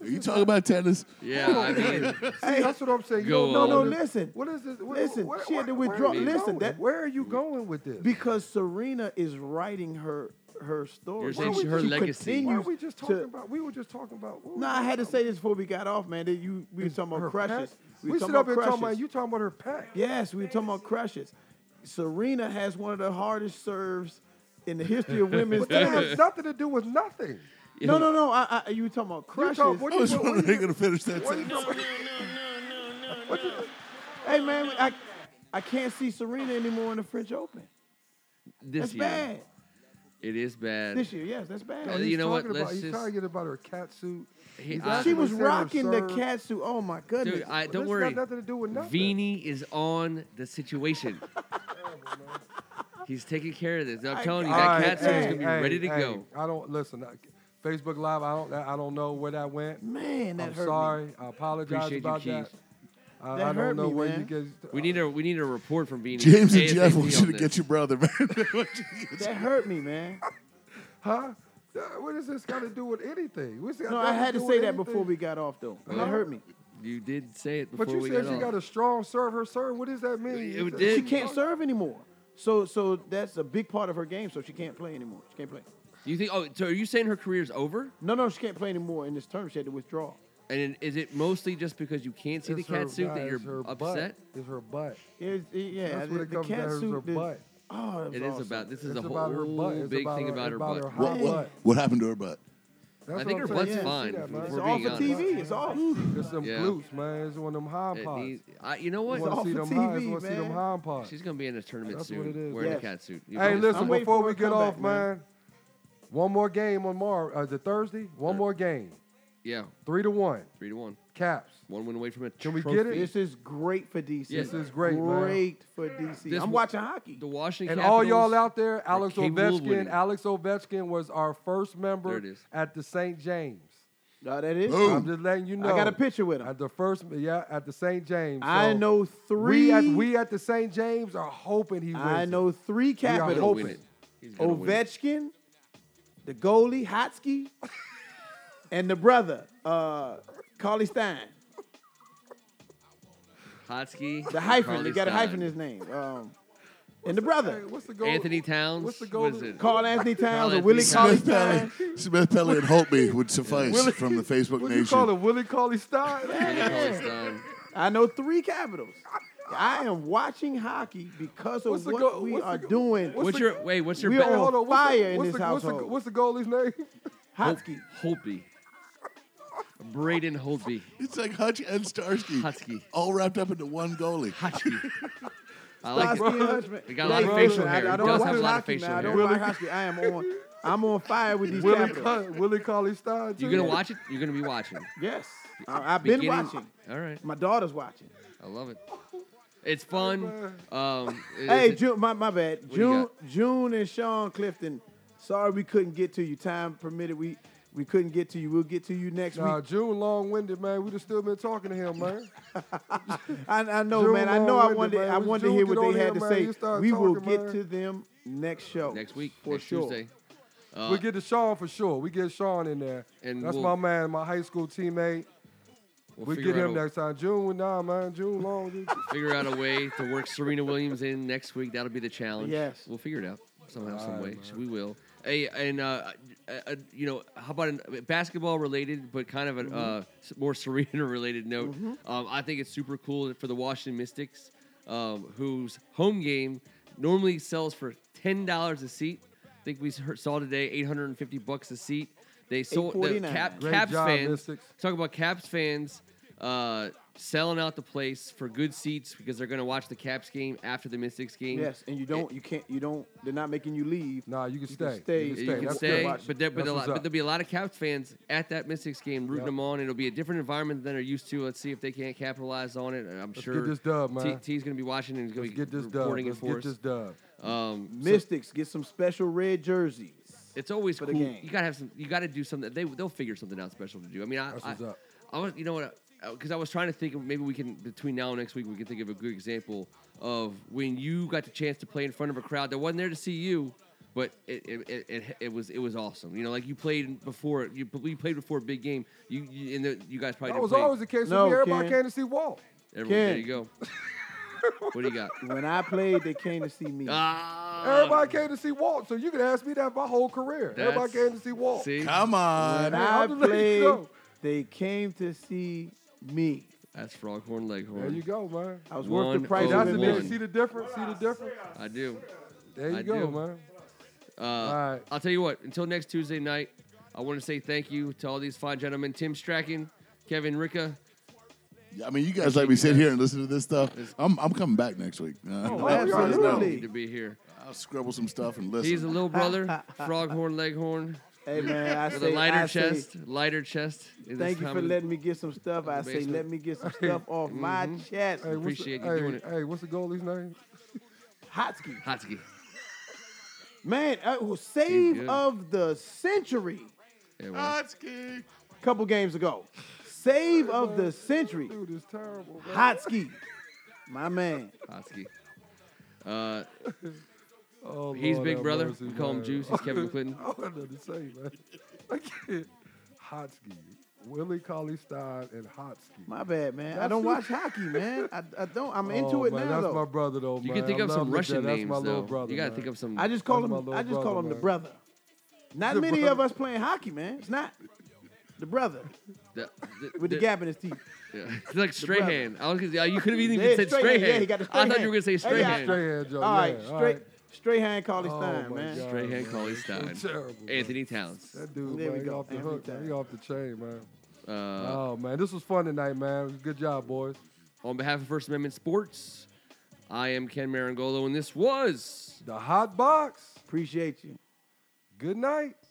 [SPEAKER 4] Are you talking about tennis?
[SPEAKER 1] Yeah, I mean,
[SPEAKER 3] See, that's what I'm saying. You
[SPEAKER 1] Go
[SPEAKER 3] don't
[SPEAKER 2] No,
[SPEAKER 3] know
[SPEAKER 1] on.
[SPEAKER 2] no,
[SPEAKER 3] this-
[SPEAKER 2] listen.
[SPEAKER 3] What is this? What-
[SPEAKER 2] Listen,
[SPEAKER 3] what-
[SPEAKER 2] she had to
[SPEAKER 3] where-
[SPEAKER 2] withdraw.
[SPEAKER 3] where are you
[SPEAKER 2] Listen,
[SPEAKER 3] going?
[SPEAKER 2] that-
[SPEAKER 3] where are you going with this?
[SPEAKER 2] Because Serena is writing her her story.
[SPEAKER 1] You're
[SPEAKER 2] Why
[SPEAKER 1] saying
[SPEAKER 2] would
[SPEAKER 1] she- her
[SPEAKER 2] she
[SPEAKER 1] legacy.
[SPEAKER 2] continues
[SPEAKER 3] Why are we just talking
[SPEAKER 2] to-
[SPEAKER 3] about? We were just talking about. what
[SPEAKER 2] No,
[SPEAKER 3] was
[SPEAKER 2] I had to
[SPEAKER 3] that?
[SPEAKER 2] say this before we got off, man. That you we were talking
[SPEAKER 3] Her
[SPEAKER 2] about crushes.
[SPEAKER 3] pet?
[SPEAKER 2] We,
[SPEAKER 3] We,
[SPEAKER 2] were
[SPEAKER 3] sit
[SPEAKER 2] talking
[SPEAKER 3] up
[SPEAKER 2] about
[SPEAKER 3] here talking about
[SPEAKER 2] crushes.
[SPEAKER 3] you talking about her pack.
[SPEAKER 2] Yes, we were talking about crushes. Serena has one of the hardest serves in the history of women's
[SPEAKER 3] But that has
[SPEAKER 2] tennis.
[SPEAKER 3] nothing to do with nothing.
[SPEAKER 2] no, no, no. I, I, you were talking about
[SPEAKER 3] You
[SPEAKER 2] crushes.
[SPEAKER 3] talk, what
[SPEAKER 4] I was
[SPEAKER 3] you,
[SPEAKER 4] wondering
[SPEAKER 3] what
[SPEAKER 4] how you
[SPEAKER 3] you,
[SPEAKER 4] gonna finish that
[SPEAKER 3] what you,
[SPEAKER 4] sentence.
[SPEAKER 2] hey, man, I, I can't see Serena anymore in the French Open.
[SPEAKER 1] this
[SPEAKER 2] That's
[SPEAKER 1] year.
[SPEAKER 2] bad.
[SPEAKER 1] It is bad.
[SPEAKER 2] This year, yes, that's bad.
[SPEAKER 1] Uh,
[SPEAKER 3] he's
[SPEAKER 1] you know what,
[SPEAKER 3] talking About,
[SPEAKER 1] let's
[SPEAKER 3] he's
[SPEAKER 1] just-
[SPEAKER 3] trying to get about her cat suit.
[SPEAKER 1] He-
[SPEAKER 3] He's
[SPEAKER 1] I-
[SPEAKER 3] asking
[SPEAKER 2] she
[SPEAKER 3] me
[SPEAKER 2] was
[SPEAKER 3] to say,
[SPEAKER 2] rocking the
[SPEAKER 3] "Sir,
[SPEAKER 2] cat suit. Oh my goodness!
[SPEAKER 1] Dude, I,
[SPEAKER 3] This
[SPEAKER 1] don't
[SPEAKER 3] got
[SPEAKER 1] worry.
[SPEAKER 3] nothing to do with nothing.
[SPEAKER 1] Vini is on the situation. He's taking care of this. I'm telling you,
[SPEAKER 3] All
[SPEAKER 1] that
[SPEAKER 3] right,
[SPEAKER 1] cat suit is
[SPEAKER 3] hey,
[SPEAKER 1] gonna be
[SPEAKER 3] hey,
[SPEAKER 1] ready to
[SPEAKER 3] hey,
[SPEAKER 1] go.
[SPEAKER 3] I don't listen. I- Facebook Live. I don't. I don't know where that went.
[SPEAKER 2] Man, that
[SPEAKER 3] I'm
[SPEAKER 2] hurt
[SPEAKER 3] sorry.
[SPEAKER 2] me.
[SPEAKER 3] I apologize
[SPEAKER 1] Appreciate you,
[SPEAKER 3] about that.
[SPEAKER 1] Keith.
[SPEAKER 3] I,
[SPEAKER 2] That
[SPEAKER 3] I
[SPEAKER 2] hurt
[SPEAKER 3] don't know
[SPEAKER 2] me,
[SPEAKER 3] where
[SPEAKER 2] man.
[SPEAKER 3] you get.
[SPEAKER 1] We need a we need a report from Vini.
[SPEAKER 4] James and Jeff
[SPEAKER 1] ASAP
[SPEAKER 4] want you
[SPEAKER 1] on
[SPEAKER 4] to
[SPEAKER 1] this.
[SPEAKER 4] get your brother, man. They want you to get-
[SPEAKER 2] That hurt me, man.
[SPEAKER 3] Huh? Uh, What does this got to do with anything? What's it got
[SPEAKER 2] No, I
[SPEAKER 3] nothing
[SPEAKER 2] had to
[SPEAKER 3] do
[SPEAKER 2] say
[SPEAKER 3] with
[SPEAKER 2] that
[SPEAKER 3] anything?
[SPEAKER 2] before we got off, though.
[SPEAKER 1] Huh?
[SPEAKER 2] That hurt me.
[SPEAKER 1] You did say it before
[SPEAKER 3] But you
[SPEAKER 1] we
[SPEAKER 3] said
[SPEAKER 1] got
[SPEAKER 3] she
[SPEAKER 1] on.
[SPEAKER 3] got a strong serve. Her serve. What does that mean?
[SPEAKER 1] It
[SPEAKER 3] You said-
[SPEAKER 1] did.
[SPEAKER 2] She can't serve anymore. So, so that's a big part of her game. So she can't play anymore. She can't play.
[SPEAKER 1] you think? Oh, so are you saying her career's over?
[SPEAKER 2] No, no, she can't play anymore in this term. She had to withdraw.
[SPEAKER 1] And then is it mostly just because you can't see
[SPEAKER 3] It's
[SPEAKER 1] the
[SPEAKER 3] her-
[SPEAKER 1] cat suit
[SPEAKER 3] nah,
[SPEAKER 1] that
[SPEAKER 3] it's
[SPEAKER 1] you're
[SPEAKER 3] her
[SPEAKER 1] upset?
[SPEAKER 3] Butt. It's her butt.
[SPEAKER 2] It, it, yeah,
[SPEAKER 3] That's
[SPEAKER 2] the,
[SPEAKER 3] what it
[SPEAKER 2] the
[SPEAKER 3] comes
[SPEAKER 2] cat
[SPEAKER 3] down to, is
[SPEAKER 2] suit.
[SPEAKER 3] her
[SPEAKER 2] the-
[SPEAKER 3] butt.
[SPEAKER 2] Oh, that was
[SPEAKER 1] It is
[SPEAKER 2] awesome.
[SPEAKER 1] about this is
[SPEAKER 3] It's
[SPEAKER 1] a whole
[SPEAKER 3] about her butt. It's
[SPEAKER 1] big
[SPEAKER 3] about
[SPEAKER 1] thing
[SPEAKER 3] her-
[SPEAKER 1] about her
[SPEAKER 3] about
[SPEAKER 1] butt.
[SPEAKER 3] her
[SPEAKER 4] what,
[SPEAKER 3] Hey.
[SPEAKER 4] what, what happened to her butt?
[SPEAKER 3] That's
[SPEAKER 1] I think
[SPEAKER 3] what
[SPEAKER 1] her
[SPEAKER 3] I'm saying.
[SPEAKER 1] butt's
[SPEAKER 3] You
[SPEAKER 1] fine.
[SPEAKER 3] see that, man.
[SPEAKER 1] If
[SPEAKER 2] It's
[SPEAKER 1] we're
[SPEAKER 2] off
[SPEAKER 1] being
[SPEAKER 2] of
[SPEAKER 1] honest.
[SPEAKER 2] TV. It's off.
[SPEAKER 3] It's them
[SPEAKER 1] Yeah.
[SPEAKER 3] glutes, man. It's one of them Hod
[SPEAKER 1] It
[SPEAKER 3] Pods.
[SPEAKER 1] needs- I- you know
[SPEAKER 3] You
[SPEAKER 1] what?
[SPEAKER 2] It's
[SPEAKER 3] want
[SPEAKER 2] off
[SPEAKER 3] to see
[SPEAKER 2] of
[SPEAKER 3] them Hods?
[SPEAKER 2] TV,
[SPEAKER 3] You want to see them
[SPEAKER 2] man.
[SPEAKER 3] Hod Pods?
[SPEAKER 1] She's gonna be in a tournament
[SPEAKER 3] That's
[SPEAKER 1] soon,
[SPEAKER 3] what it is.
[SPEAKER 1] wearing a
[SPEAKER 2] Yes.
[SPEAKER 1] cat suit. You
[SPEAKER 3] Hey,
[SPEAKER 1] promise.
[SPEAKER 3] listen,
[SPEAKER 2] I'm waiting
[SPEAKER 3] before
[SPEAKER 2] for
[SPEAKER 3] we
[SPEAKER 2] her
[SPEAKER 3] get
[SPEAKER 2] comeback,
[SPEAKER 3] off,
[SPEAKER 2] man.
[SPEAKER 3] man, uh, one more game on Mar uh, the Thursday. One more game.
[SPEAKER 1] yeah,
[SPEAKER 3] Three to one.
[SPEAKER 1] three to one.
[SPEAKER 3] Caps.
[SPEAKER 1] One win away from a
[SPEAKER 3] Can we
[SPEAKER 1] trophy.
[SPEAKER 3] get it?
[SPEAKER 2] This is great for DC.
[SPEAKER 1] Yes. This
[SPEAKER 3] is great, man.
[SPEAKER 2] Great for DC.
[SPEAKER 1] This
[SPEAKER 2] I'm
[SPEAKER 1] wa-
[SPEAKER 2] watching hockey.
[SPEAKER 1] The Washington
[SPEAKER 3] And all
[SPEAKER 1] Capitals-
[SPEAKER 3] y'all out there, Alex
[SPEAKER 1] capable of winning.
[SPEAKER 3] Ovechkin. Alex Ovechkin was our first
[SPEAKER 1] There
[SPEAKER 3] member
[SPEAKER 1] it is.
[SPEAKER 3] at the St. James.
[SPEAKER 2] No, that is.
[SPEAKER 4] Boom.
[SPEAKER 3] I'm just letting you
[SPEAKER 2] I
[SPEAKER 3] know.
[SPEAKER 2] got a picture with him.
[SPEAKER 3] At the first, yeah, at the St. James.
[SPEAKER 2] I
[SPEAKER 3] So
[SPEAKER 2] know three.
[SPEAKER 3] We at we at the St. James are hoping he wins.
[SPEAKER 2] I
[SPEAKER 3] it.
[SPEAKER 2] know three
[SPEAKER 1] He's
[SPEAKER 3] hoping.
[SPEAKER 2] capitals.
[SPEAKER 1] gonna win it. He's gonna win it.
[SPEAKER 2] Ovechkin, the goalie Hotsky, and the brother uh, Carly Stein.
[SPEAKER 1] Hotsky.
[SPEAKER 2] The hyphen.
[SPEAKER 1] Carly
[SPEAKER 2] They got a
[SPEAKER 1] Stein.
[SPEAKER 2] hyphen in his name. Um, and the
[SPEAKER 3] Hey,
[SPEAKER 2] brother
[SPEAKER 3] what's the goal?
[SPEAKER 1] Anthony Towns.
[SPEAKER 3] What's the
[SPEAKER 1] what
[SPEAKER 3] goal
[SPEAKER 1] is
[SPEAKER 3] to-
[SPEAKER 1] it?
[SPEAKER 2] Carl Anthony Towns and Willie
[SPEAKER 1] Anthony
[SPEAKER 2] Carly
[SPEAKER 4] Smith
[SPEAKER 2] Stein.
[SPEAKER 4] Pelly, Smith Pelly, and Holtby would suffice
[SPEAKER 3] Willie-
[SPEAKER 4] from the Facebook
[SPEAKER 3] What you
[SPEAKER 4] Nation.
[SPEAKER 3] call it, Willie Cauley Stein?
[SPEAKER 1] Willie Cauley Stein.
[SPEAKER 2] I know three capitals. I am watching hockey because of
[SPEAKER 3] What's the
[SPEAKER 2] what
[SPEAKER 3] go-
[SPEAKER 2] we
[SPEAKER 3] what's the
[SPEAKER 2] are
[SPEAKER 3] go-
[SPEAKER 2] doing.
[SPEAKER 1] What's
[SPEAKER 3] the-
[SPEAKER 1] your wait? What's your
[SPEAKER 2] We
[SPEAKER 1] bet?
[SPEAKER 2] are on fire in
[SPEAKER 3] what's
[SPEAKER 2] this
[SPEAKER 3] the, what's the-
[SPEAKER 2] household.
[SPEAKER 3] What's the goalie's name?
[SPEAKER 2] Hotsky.
[SPEAKER 1] Holtby. Braden Holtby.
[SPEAKER 4] It's like Hutch and Starsky,
[SPEAKER 1] Hotsky.
[SPEAKER 4] all wrapped up into one goalie.
[SPEAKER 1] Hotsky. I like
[SPEAKER 2] Hotsky
[SPEAKER 1] it.
[SPEAKER 2] and Hutchman.
[SPEAKER 1] We got a lot of
[SPEAKER 2] Like,
[SPEAKER 1] facial
[SPEAKER 2] listen,
[SPEAKER 1] hair.
[SPEAKER 2] I, I
[SPEAKER 1] He
[SPEAKER 2] don't
[SPEAKER 1] does
[SPEAKER 2] watch
[SPEAKER 1] have a lot of
[SPEAKER 2] hockey,
[SPEAKER 1] facial
[SPEAKER 2] man. I
[SPEAKER 1] hair.
[SPEAKER 2] don't like hockey. I am on. I'm on fire with these
[SPEAKER 3] Willie,
[SPEAKER 2] capitals.
[SPEAKER 3] Ca- Willie Cauley Stein.
[SPEAKER 1] You're
[SPEAKER 3] too.
[SPEAKER 1] gonna watch it. You're gonna be watching.
[SPEAKER 2] Yes, I, I've been
[SPEAKER 1] Beginning-
[SPEAKER 2] watching.
[SPEAKER 1] All right,
[SPEAKER 2] My daughter's watching.
[SPEAKER 1] I love it. It's fun. Um, it-
[SPEAKER 2] Hey,
[SPEAKER 1] it's-
[SPEAKER 2] June, my, my bad.
[SPEAKER 1] do you
[SPEAKER 2] June, June and Sean Clifton. Sorry we couldn't get to you. Time permitted, we we couldn't get to you. We'll get to you next
[SPEAKER 3] Nah,
[SPEAKER 2] week.
[SPEAKER 3] June long-winded, man. We'd have still been talking to him, man.
[SPEAKER 2] I, I know,
[SPEAKER 3] June
[SPEAKER 2] man. I know. I
[SPEAKER 3] long-winded,
[SPEAKER 2] wanted.
[SPEAKER 3] man.
[SPEAKER 2] I
[SPEAKER 3] We-
[SPEAKER 2] wanted to
[SPEAKER 3] June,
[SPEAKER 2] hear
[SPEAKER 3] get
[SPEAKER 2] what
[SPEAKER 3] on
[SPEAKER 2] they had
[SPEAKER 3] here,
[SPEAKER 2] to
[SPEAKER 3] man.
[SPEAKER 2] say.
[SPEAKER 3] You start
[SPEAKER 2] We will
[SPEAKER 3] talking,
[SPEAKER 2] get
[SPEAKER 3] man.
[SPEAKER 2] to them next show.
[SPEAKER 1] next week,
[SPEAKER 2] for
[SPEAKER 1] next
[SPEAKER 2] sure.
[SPEAKER 1] Tuesday.
[SPEAKER 3] we get to Sean for sure. We get Sean in there.
[SPEAKER 1] Uh, And
[SPEAKER 3] That's
[SPEAKER 1] we'll-
[SPEAKER 3] my man, my high school teammate.
[SPEAKER 1] We'll
[SPEAKER 3] we
[SPEAKER 1] figure
[SPEAKER 3] get him
[SPEAKER 1] out a-
[SPEAKER 3] next time. June, nah, man. June long. dude.
[SPEAKER 1] Figure out a way to work Serena Williams in next week. That'll be the challenge.
[SPEAKER 2] Yes.
[SPEAKER 1] we'll figure it out somehow, some
[SPEAKER 3] right,
[SPEAKER 1] way. So we will. Hey, and uh, uh, uh, you know, how about a basketball related, but kind of a uh, s- more Serena related note? Um, I think it's super cool for the Washington Mystics, um, whose home game normally sells for ten dollars a seat. I think we s- heard- saw today eight hundred and fifty bucks a seat. They sold the
[SPEAKER 2] $8.49.
[SPEAKER 1] cap,
[SPEAKER 3] Great
[SPEAKER 1] Caps
[SPEAKER 3] job,
[SPEAKER 1] fans.
[SPEAKER 3] Mystics.
[SPEAKER 1] Talk about Caps fans uh, selling out the place for good seats because they're going to watch the Caps game after the Mystics game.
[SPEAKER 2] Yes, and you don't. You can't. You don't. They're not making you leave.
[SPEAKER 3] Nah, you can
[SPEAKER 2] You
[SPEAKER 3] stay.
[SPEAKER 2] can stay.
[SPEAKER 1] You can
[SPEAKER 3] That's
[SPEAKER 1] stay,
[SPEAKER 3] good.
[SPEAKER 2] watch.
[SPEAKER 1] but, there, but,
[SPEAKER 3] That's
[SPEAKER 1] a lot,
[SPEAKER 3] what's
[SPEAKER 1] but
[SPEAKER 3] up.
[SPEAKER 1] there'll be a lot of Caps fans at that Mystics game rooting
[SPEAKER 3] Yep.
[SPEAKER 1] them on. It'll be a different environment than they're used to. Let's see if they can't capitalize on it. And I'm
[SPEAKER 3] Let's
[SPEAKER 1] sure
[SPEAKER 3] get this dub, man.
[SPEAKER 1] T, T's going to be watching and he's going
[SPEAKER 3] Let's
[SPEAKER 1] to be
[SPEAKER 3] get this dub.
[SPEAKER 1] reporting
[SPEAKER 3] Let's
[SPEAKER 1] it for
[SPEAKER 3] get
[SPEAKER 1] us.
[SPEAKER 3] this dub.
[SPEAKER 1] Um,
[SPEAKER 2] Mystics get some special red jerseys.
[SPEAKER 1] It's always
[SPEAKER 2] for
[SPEAKER 1] cool.
[SPEAKER 2] the game.
[SPEAKER 1] You gotta have some. You gotta do something. They they'll figure something out special to do. I mean, I
[SPEAKER 3] That's
[SPEAKER 1] I,
[SPEAKER 3] what's up.
[SPEAKER 1] I was you know what because I was trying to think of maybe we can between now and next week we can think of a good example of when you got the chance to play in front of a crowd that wasn't there to see you, but it it, it, it, it was it was awesome. You know, like you played before you you played before a big game. You, you and the, you guys probably
[SPEAKER 3] That
[SPEAKER 1] didn't
[SPEAKER 3] was
[SPEAKER 1] play.
[SPEAKER 3] always the case
[SPEAKER 2] No,
[SPEAKER 3] with me. Everybody
[SPEAKER 2] Ken.
[SPEAKER 3] came to see Walt.
[SPEAKER 1] Everyone, there
[SPEAKER 2] Ken.
[SPEAKER 1] you go. what do you got?
[SPEAKER 2] When I played, they came to see me.
[SPEAKER 1] Ah,
[SPEAKER 3] Everybody came to see Walt. So you can ask me that my whole career. Everybody
[SPEAKER 1] that's-
[SPEAKER 3] came to see Walt.
[SPEAKER 1] See,
[SPEAKER 4] Come
[SPEAKER 2] When
[SPEAKER 4] on.
[SPEAKER 3] Man,
[SPEAKER 2] I
[SPEAKER 3] I'm just letting you
[SPEAKER 2] played,
[SPEAKER 3] know.
[SPEAKER 2] they came to see me.
[SPEAKER 1] that's Froghorn Leghorn.
[SPEAKER 3] There you go, man.
[SPEAKER 2] I was
[SPEAKER 1] One
[SPEAKER 2] worth the price
[SPEAKER 1] oh
[SPEAKER 2] of
[SPEAKER 3] That's the
[SPEAKER 1] one.
[SPEAKER 3] difference.
[SPEAKER 2] admission.
[SPEAKER 3] See the difference? See the difference?
[SPEAKER 1] I do.
[SPEAKER 3] There you
[SPEAKER 1] I
[SPEAKER 3] go,
[SPEAKER 1] do.
[SPEAKER 3] man.
[SPEAKER 1] Uh,
[SPEAKER 3] All right.
[SPEAKER 1] I'll tell you what. Until next Tuesday night, I want to say thank you to all these fine gentlemen: Tim Strachan, Kevin Ricca.
[SPEAKER 4] I mean, you guys let me sit here and listen to this stuff. I'm, I'm coming back next week. Uh,
[SPEAKER 2] absolutely.
[SPEAKER 1] Need to be here.
[SPEAKER 4] I'll scribble some stuff and listen.
[SPEAKER 1] He's a little brother, froghorn, leghorn,
[SPEAKER 2] Hey man, I
[SPEAKER 1] with
[SPEAKER 2] say
[SPEAKER 1] a lighter
[SPEAKER 2] I say,
[SPEAKER 1] chest. lighter chest. in this
[SPEAKER 2] Thank you
[SPEAKER 1] time
[SPEAKER 2] for
[SPEAKER 1] of-
[SPEAKER 2] letting me get some stuff. I say,
[SPEAKER 1] basement. mm-hmm.
[SPEAKER 2] let me get some stuff off my chest.
[SPEAKER 3] Hey, what's
[SPEAKER 1] Appreciate
[SPEAKER 3] the,
[SPEAKER 1] you
[SPEAKER 3] hey,
[SPEAKER 1] doing it.
[SPEAKER 3] Hey, what's the goalie's name?
[SPEAKER 2] Hotsky.
[SPEAKER 1] Hotsky.
[SPEAKER 2] Man, uh, who- save
[SPEAKER 1] good.
[SPEAKER 2] of the century.
[SPEAKER 1] Yeah, well,
[SPEAKER 4] Hotsky.
[SPEAKER 2] Couple games ago. Save of the century.
[SPEAKER 3] Dude, it's terrible. Man.
[SPEAKER 2] Hotsky. My man.
[SPEAKER 1] Hotsky. Uh,
[SPEAKER 3] Oh,
[SPEAKER 1] he's
[SPEAKER 3] Lord
[SPEAKER 1] big
[SPEAKER 3] have
[SPEAKER 1] brother.
[SPEAKER 3] mercy,
[SPEAKER 1] We call him
[SPEAKER 3] man. Oh,
[SPEAKER 1] Juice. He's Kevin Clinton.
[SPEAKER 3] I don't have nothing to say, man. I can't. Hotsky, Willie Cauley Stein, and Hotsky.
[SPEAKER 2] My bad, man. I
[SPEAKER 3] That's
[SPEAKER 2] don't
[SPEAKER 3] it.
[SPEAKER 2] watch hockey, man. I, I don't. I'm into
[SPEAKER 3] Oh,
[SPEAKER 2] it
[SPEAKER 3] man,
[SPEAKER 2] now,
[SPEAKER 3] That's
[SPEAKER 2] though.
[SPEAKER 3] my brother, though.
[SPEAKER 1] You
[SPEAKER 3] man.
[SPEAKER 1] can think
[SPEAKER 3] I
[SPEAKER 1] of some
[SPEAKER 3] love
[SPEAKER 1] Russian
[SPEAKER 3] that. That's
[SPEAKER 1] names,
[SPEAKER 3] my
[SPEAKER 1] though.
[SPEAKER 3] little brother.
[SPEAKER 1] you gotta
[SPEAKER 3] man.
[SPEAKER 1] think of some.
[SPEAKER 2] I just call
[SPEAKER 3] That's my
[SPEAKER 2] him.
[SPEAKER 3] little
[SPEAKER 2] I just call
[SPEAKER 3] brother,
[SPEAKER 2] him the
[SPEAKER 3] man.
[SPEAKER 2] brother. Not
[SPEAKER 3] The
[SPEAKER 2] many of
[SPEAKER 3] brother.
[SPEAKER 2] us playing hockey, man. It's not the brother
[SPEAKER 1] the, the-
[SPEAKER 2] with the,
[SPEAKER 1] the-
[SPEAKER 2] gap in his teeth.
[SPEAKER 1] yeah. It's like Strahan. I was gonna, yeah, you could have even
[SPEAKER 2] Yeah,
[SPEAKER 1] said
[SPEAKER 2] straight
[SPEAKER 1] Strahan.
[SPEAKER 2] hand. Yeah, he got the
[SPEAKER 1] I
[SPEAKER 2] straight
[SPEAKER 1] thought you were gonna
[SPEAKER 2] hand.
[SPEAKER 1] say
[SPEAKER 2] Hey,
[SPEAKER 1] Strahan.
[SPEAKER 2] yeah.
[SPEAKER 3] Straight hand, Joe.
[SPEAKER 2] All right,
[SPEAKER 3] Oh, yeah, all
[SPEAKER 2] straight, straight hand, Carly
[SPEAKER 3] Oh,
[SPEAKER 2] Stein,
[SPEAKER 3] my
[SPEAKER 2] man.
[SPEAKER 3] God.
[SPEAKER 1] Strahan, Cauley
[SPEAKER 3] So
[SPEAKER 1] Stein,
[SPEAKER 3] terrible, man.
[SPEAKER 1] Anthony Towns.
[SPEAKER 3] That dude,
[SPEAKER 2] There
[SPEAKER 3] man,
[SPEAKER 2] we
[SPEAKER 3] he
[SPEAKER 2] go.
[SPEAKER 3] off the
[SPEAKER 2] Every
[SPEAKER 3] hook. man. He
[SPEAKER 2] time.
[SPEAKER 3] off the chain, man.
[SPEAKER 1] Uh,
[SPEAKER 3] oh man, this was fun tonight, man. Good job, boys.
[SPEAKER 1] on behalf of First Amendment Sports, I am Ken Marangolo, and this was
[SPEAKER 3] The hot box.
[SPEAKER 2] Appreciate you.
[SPEAKER 3] Good night.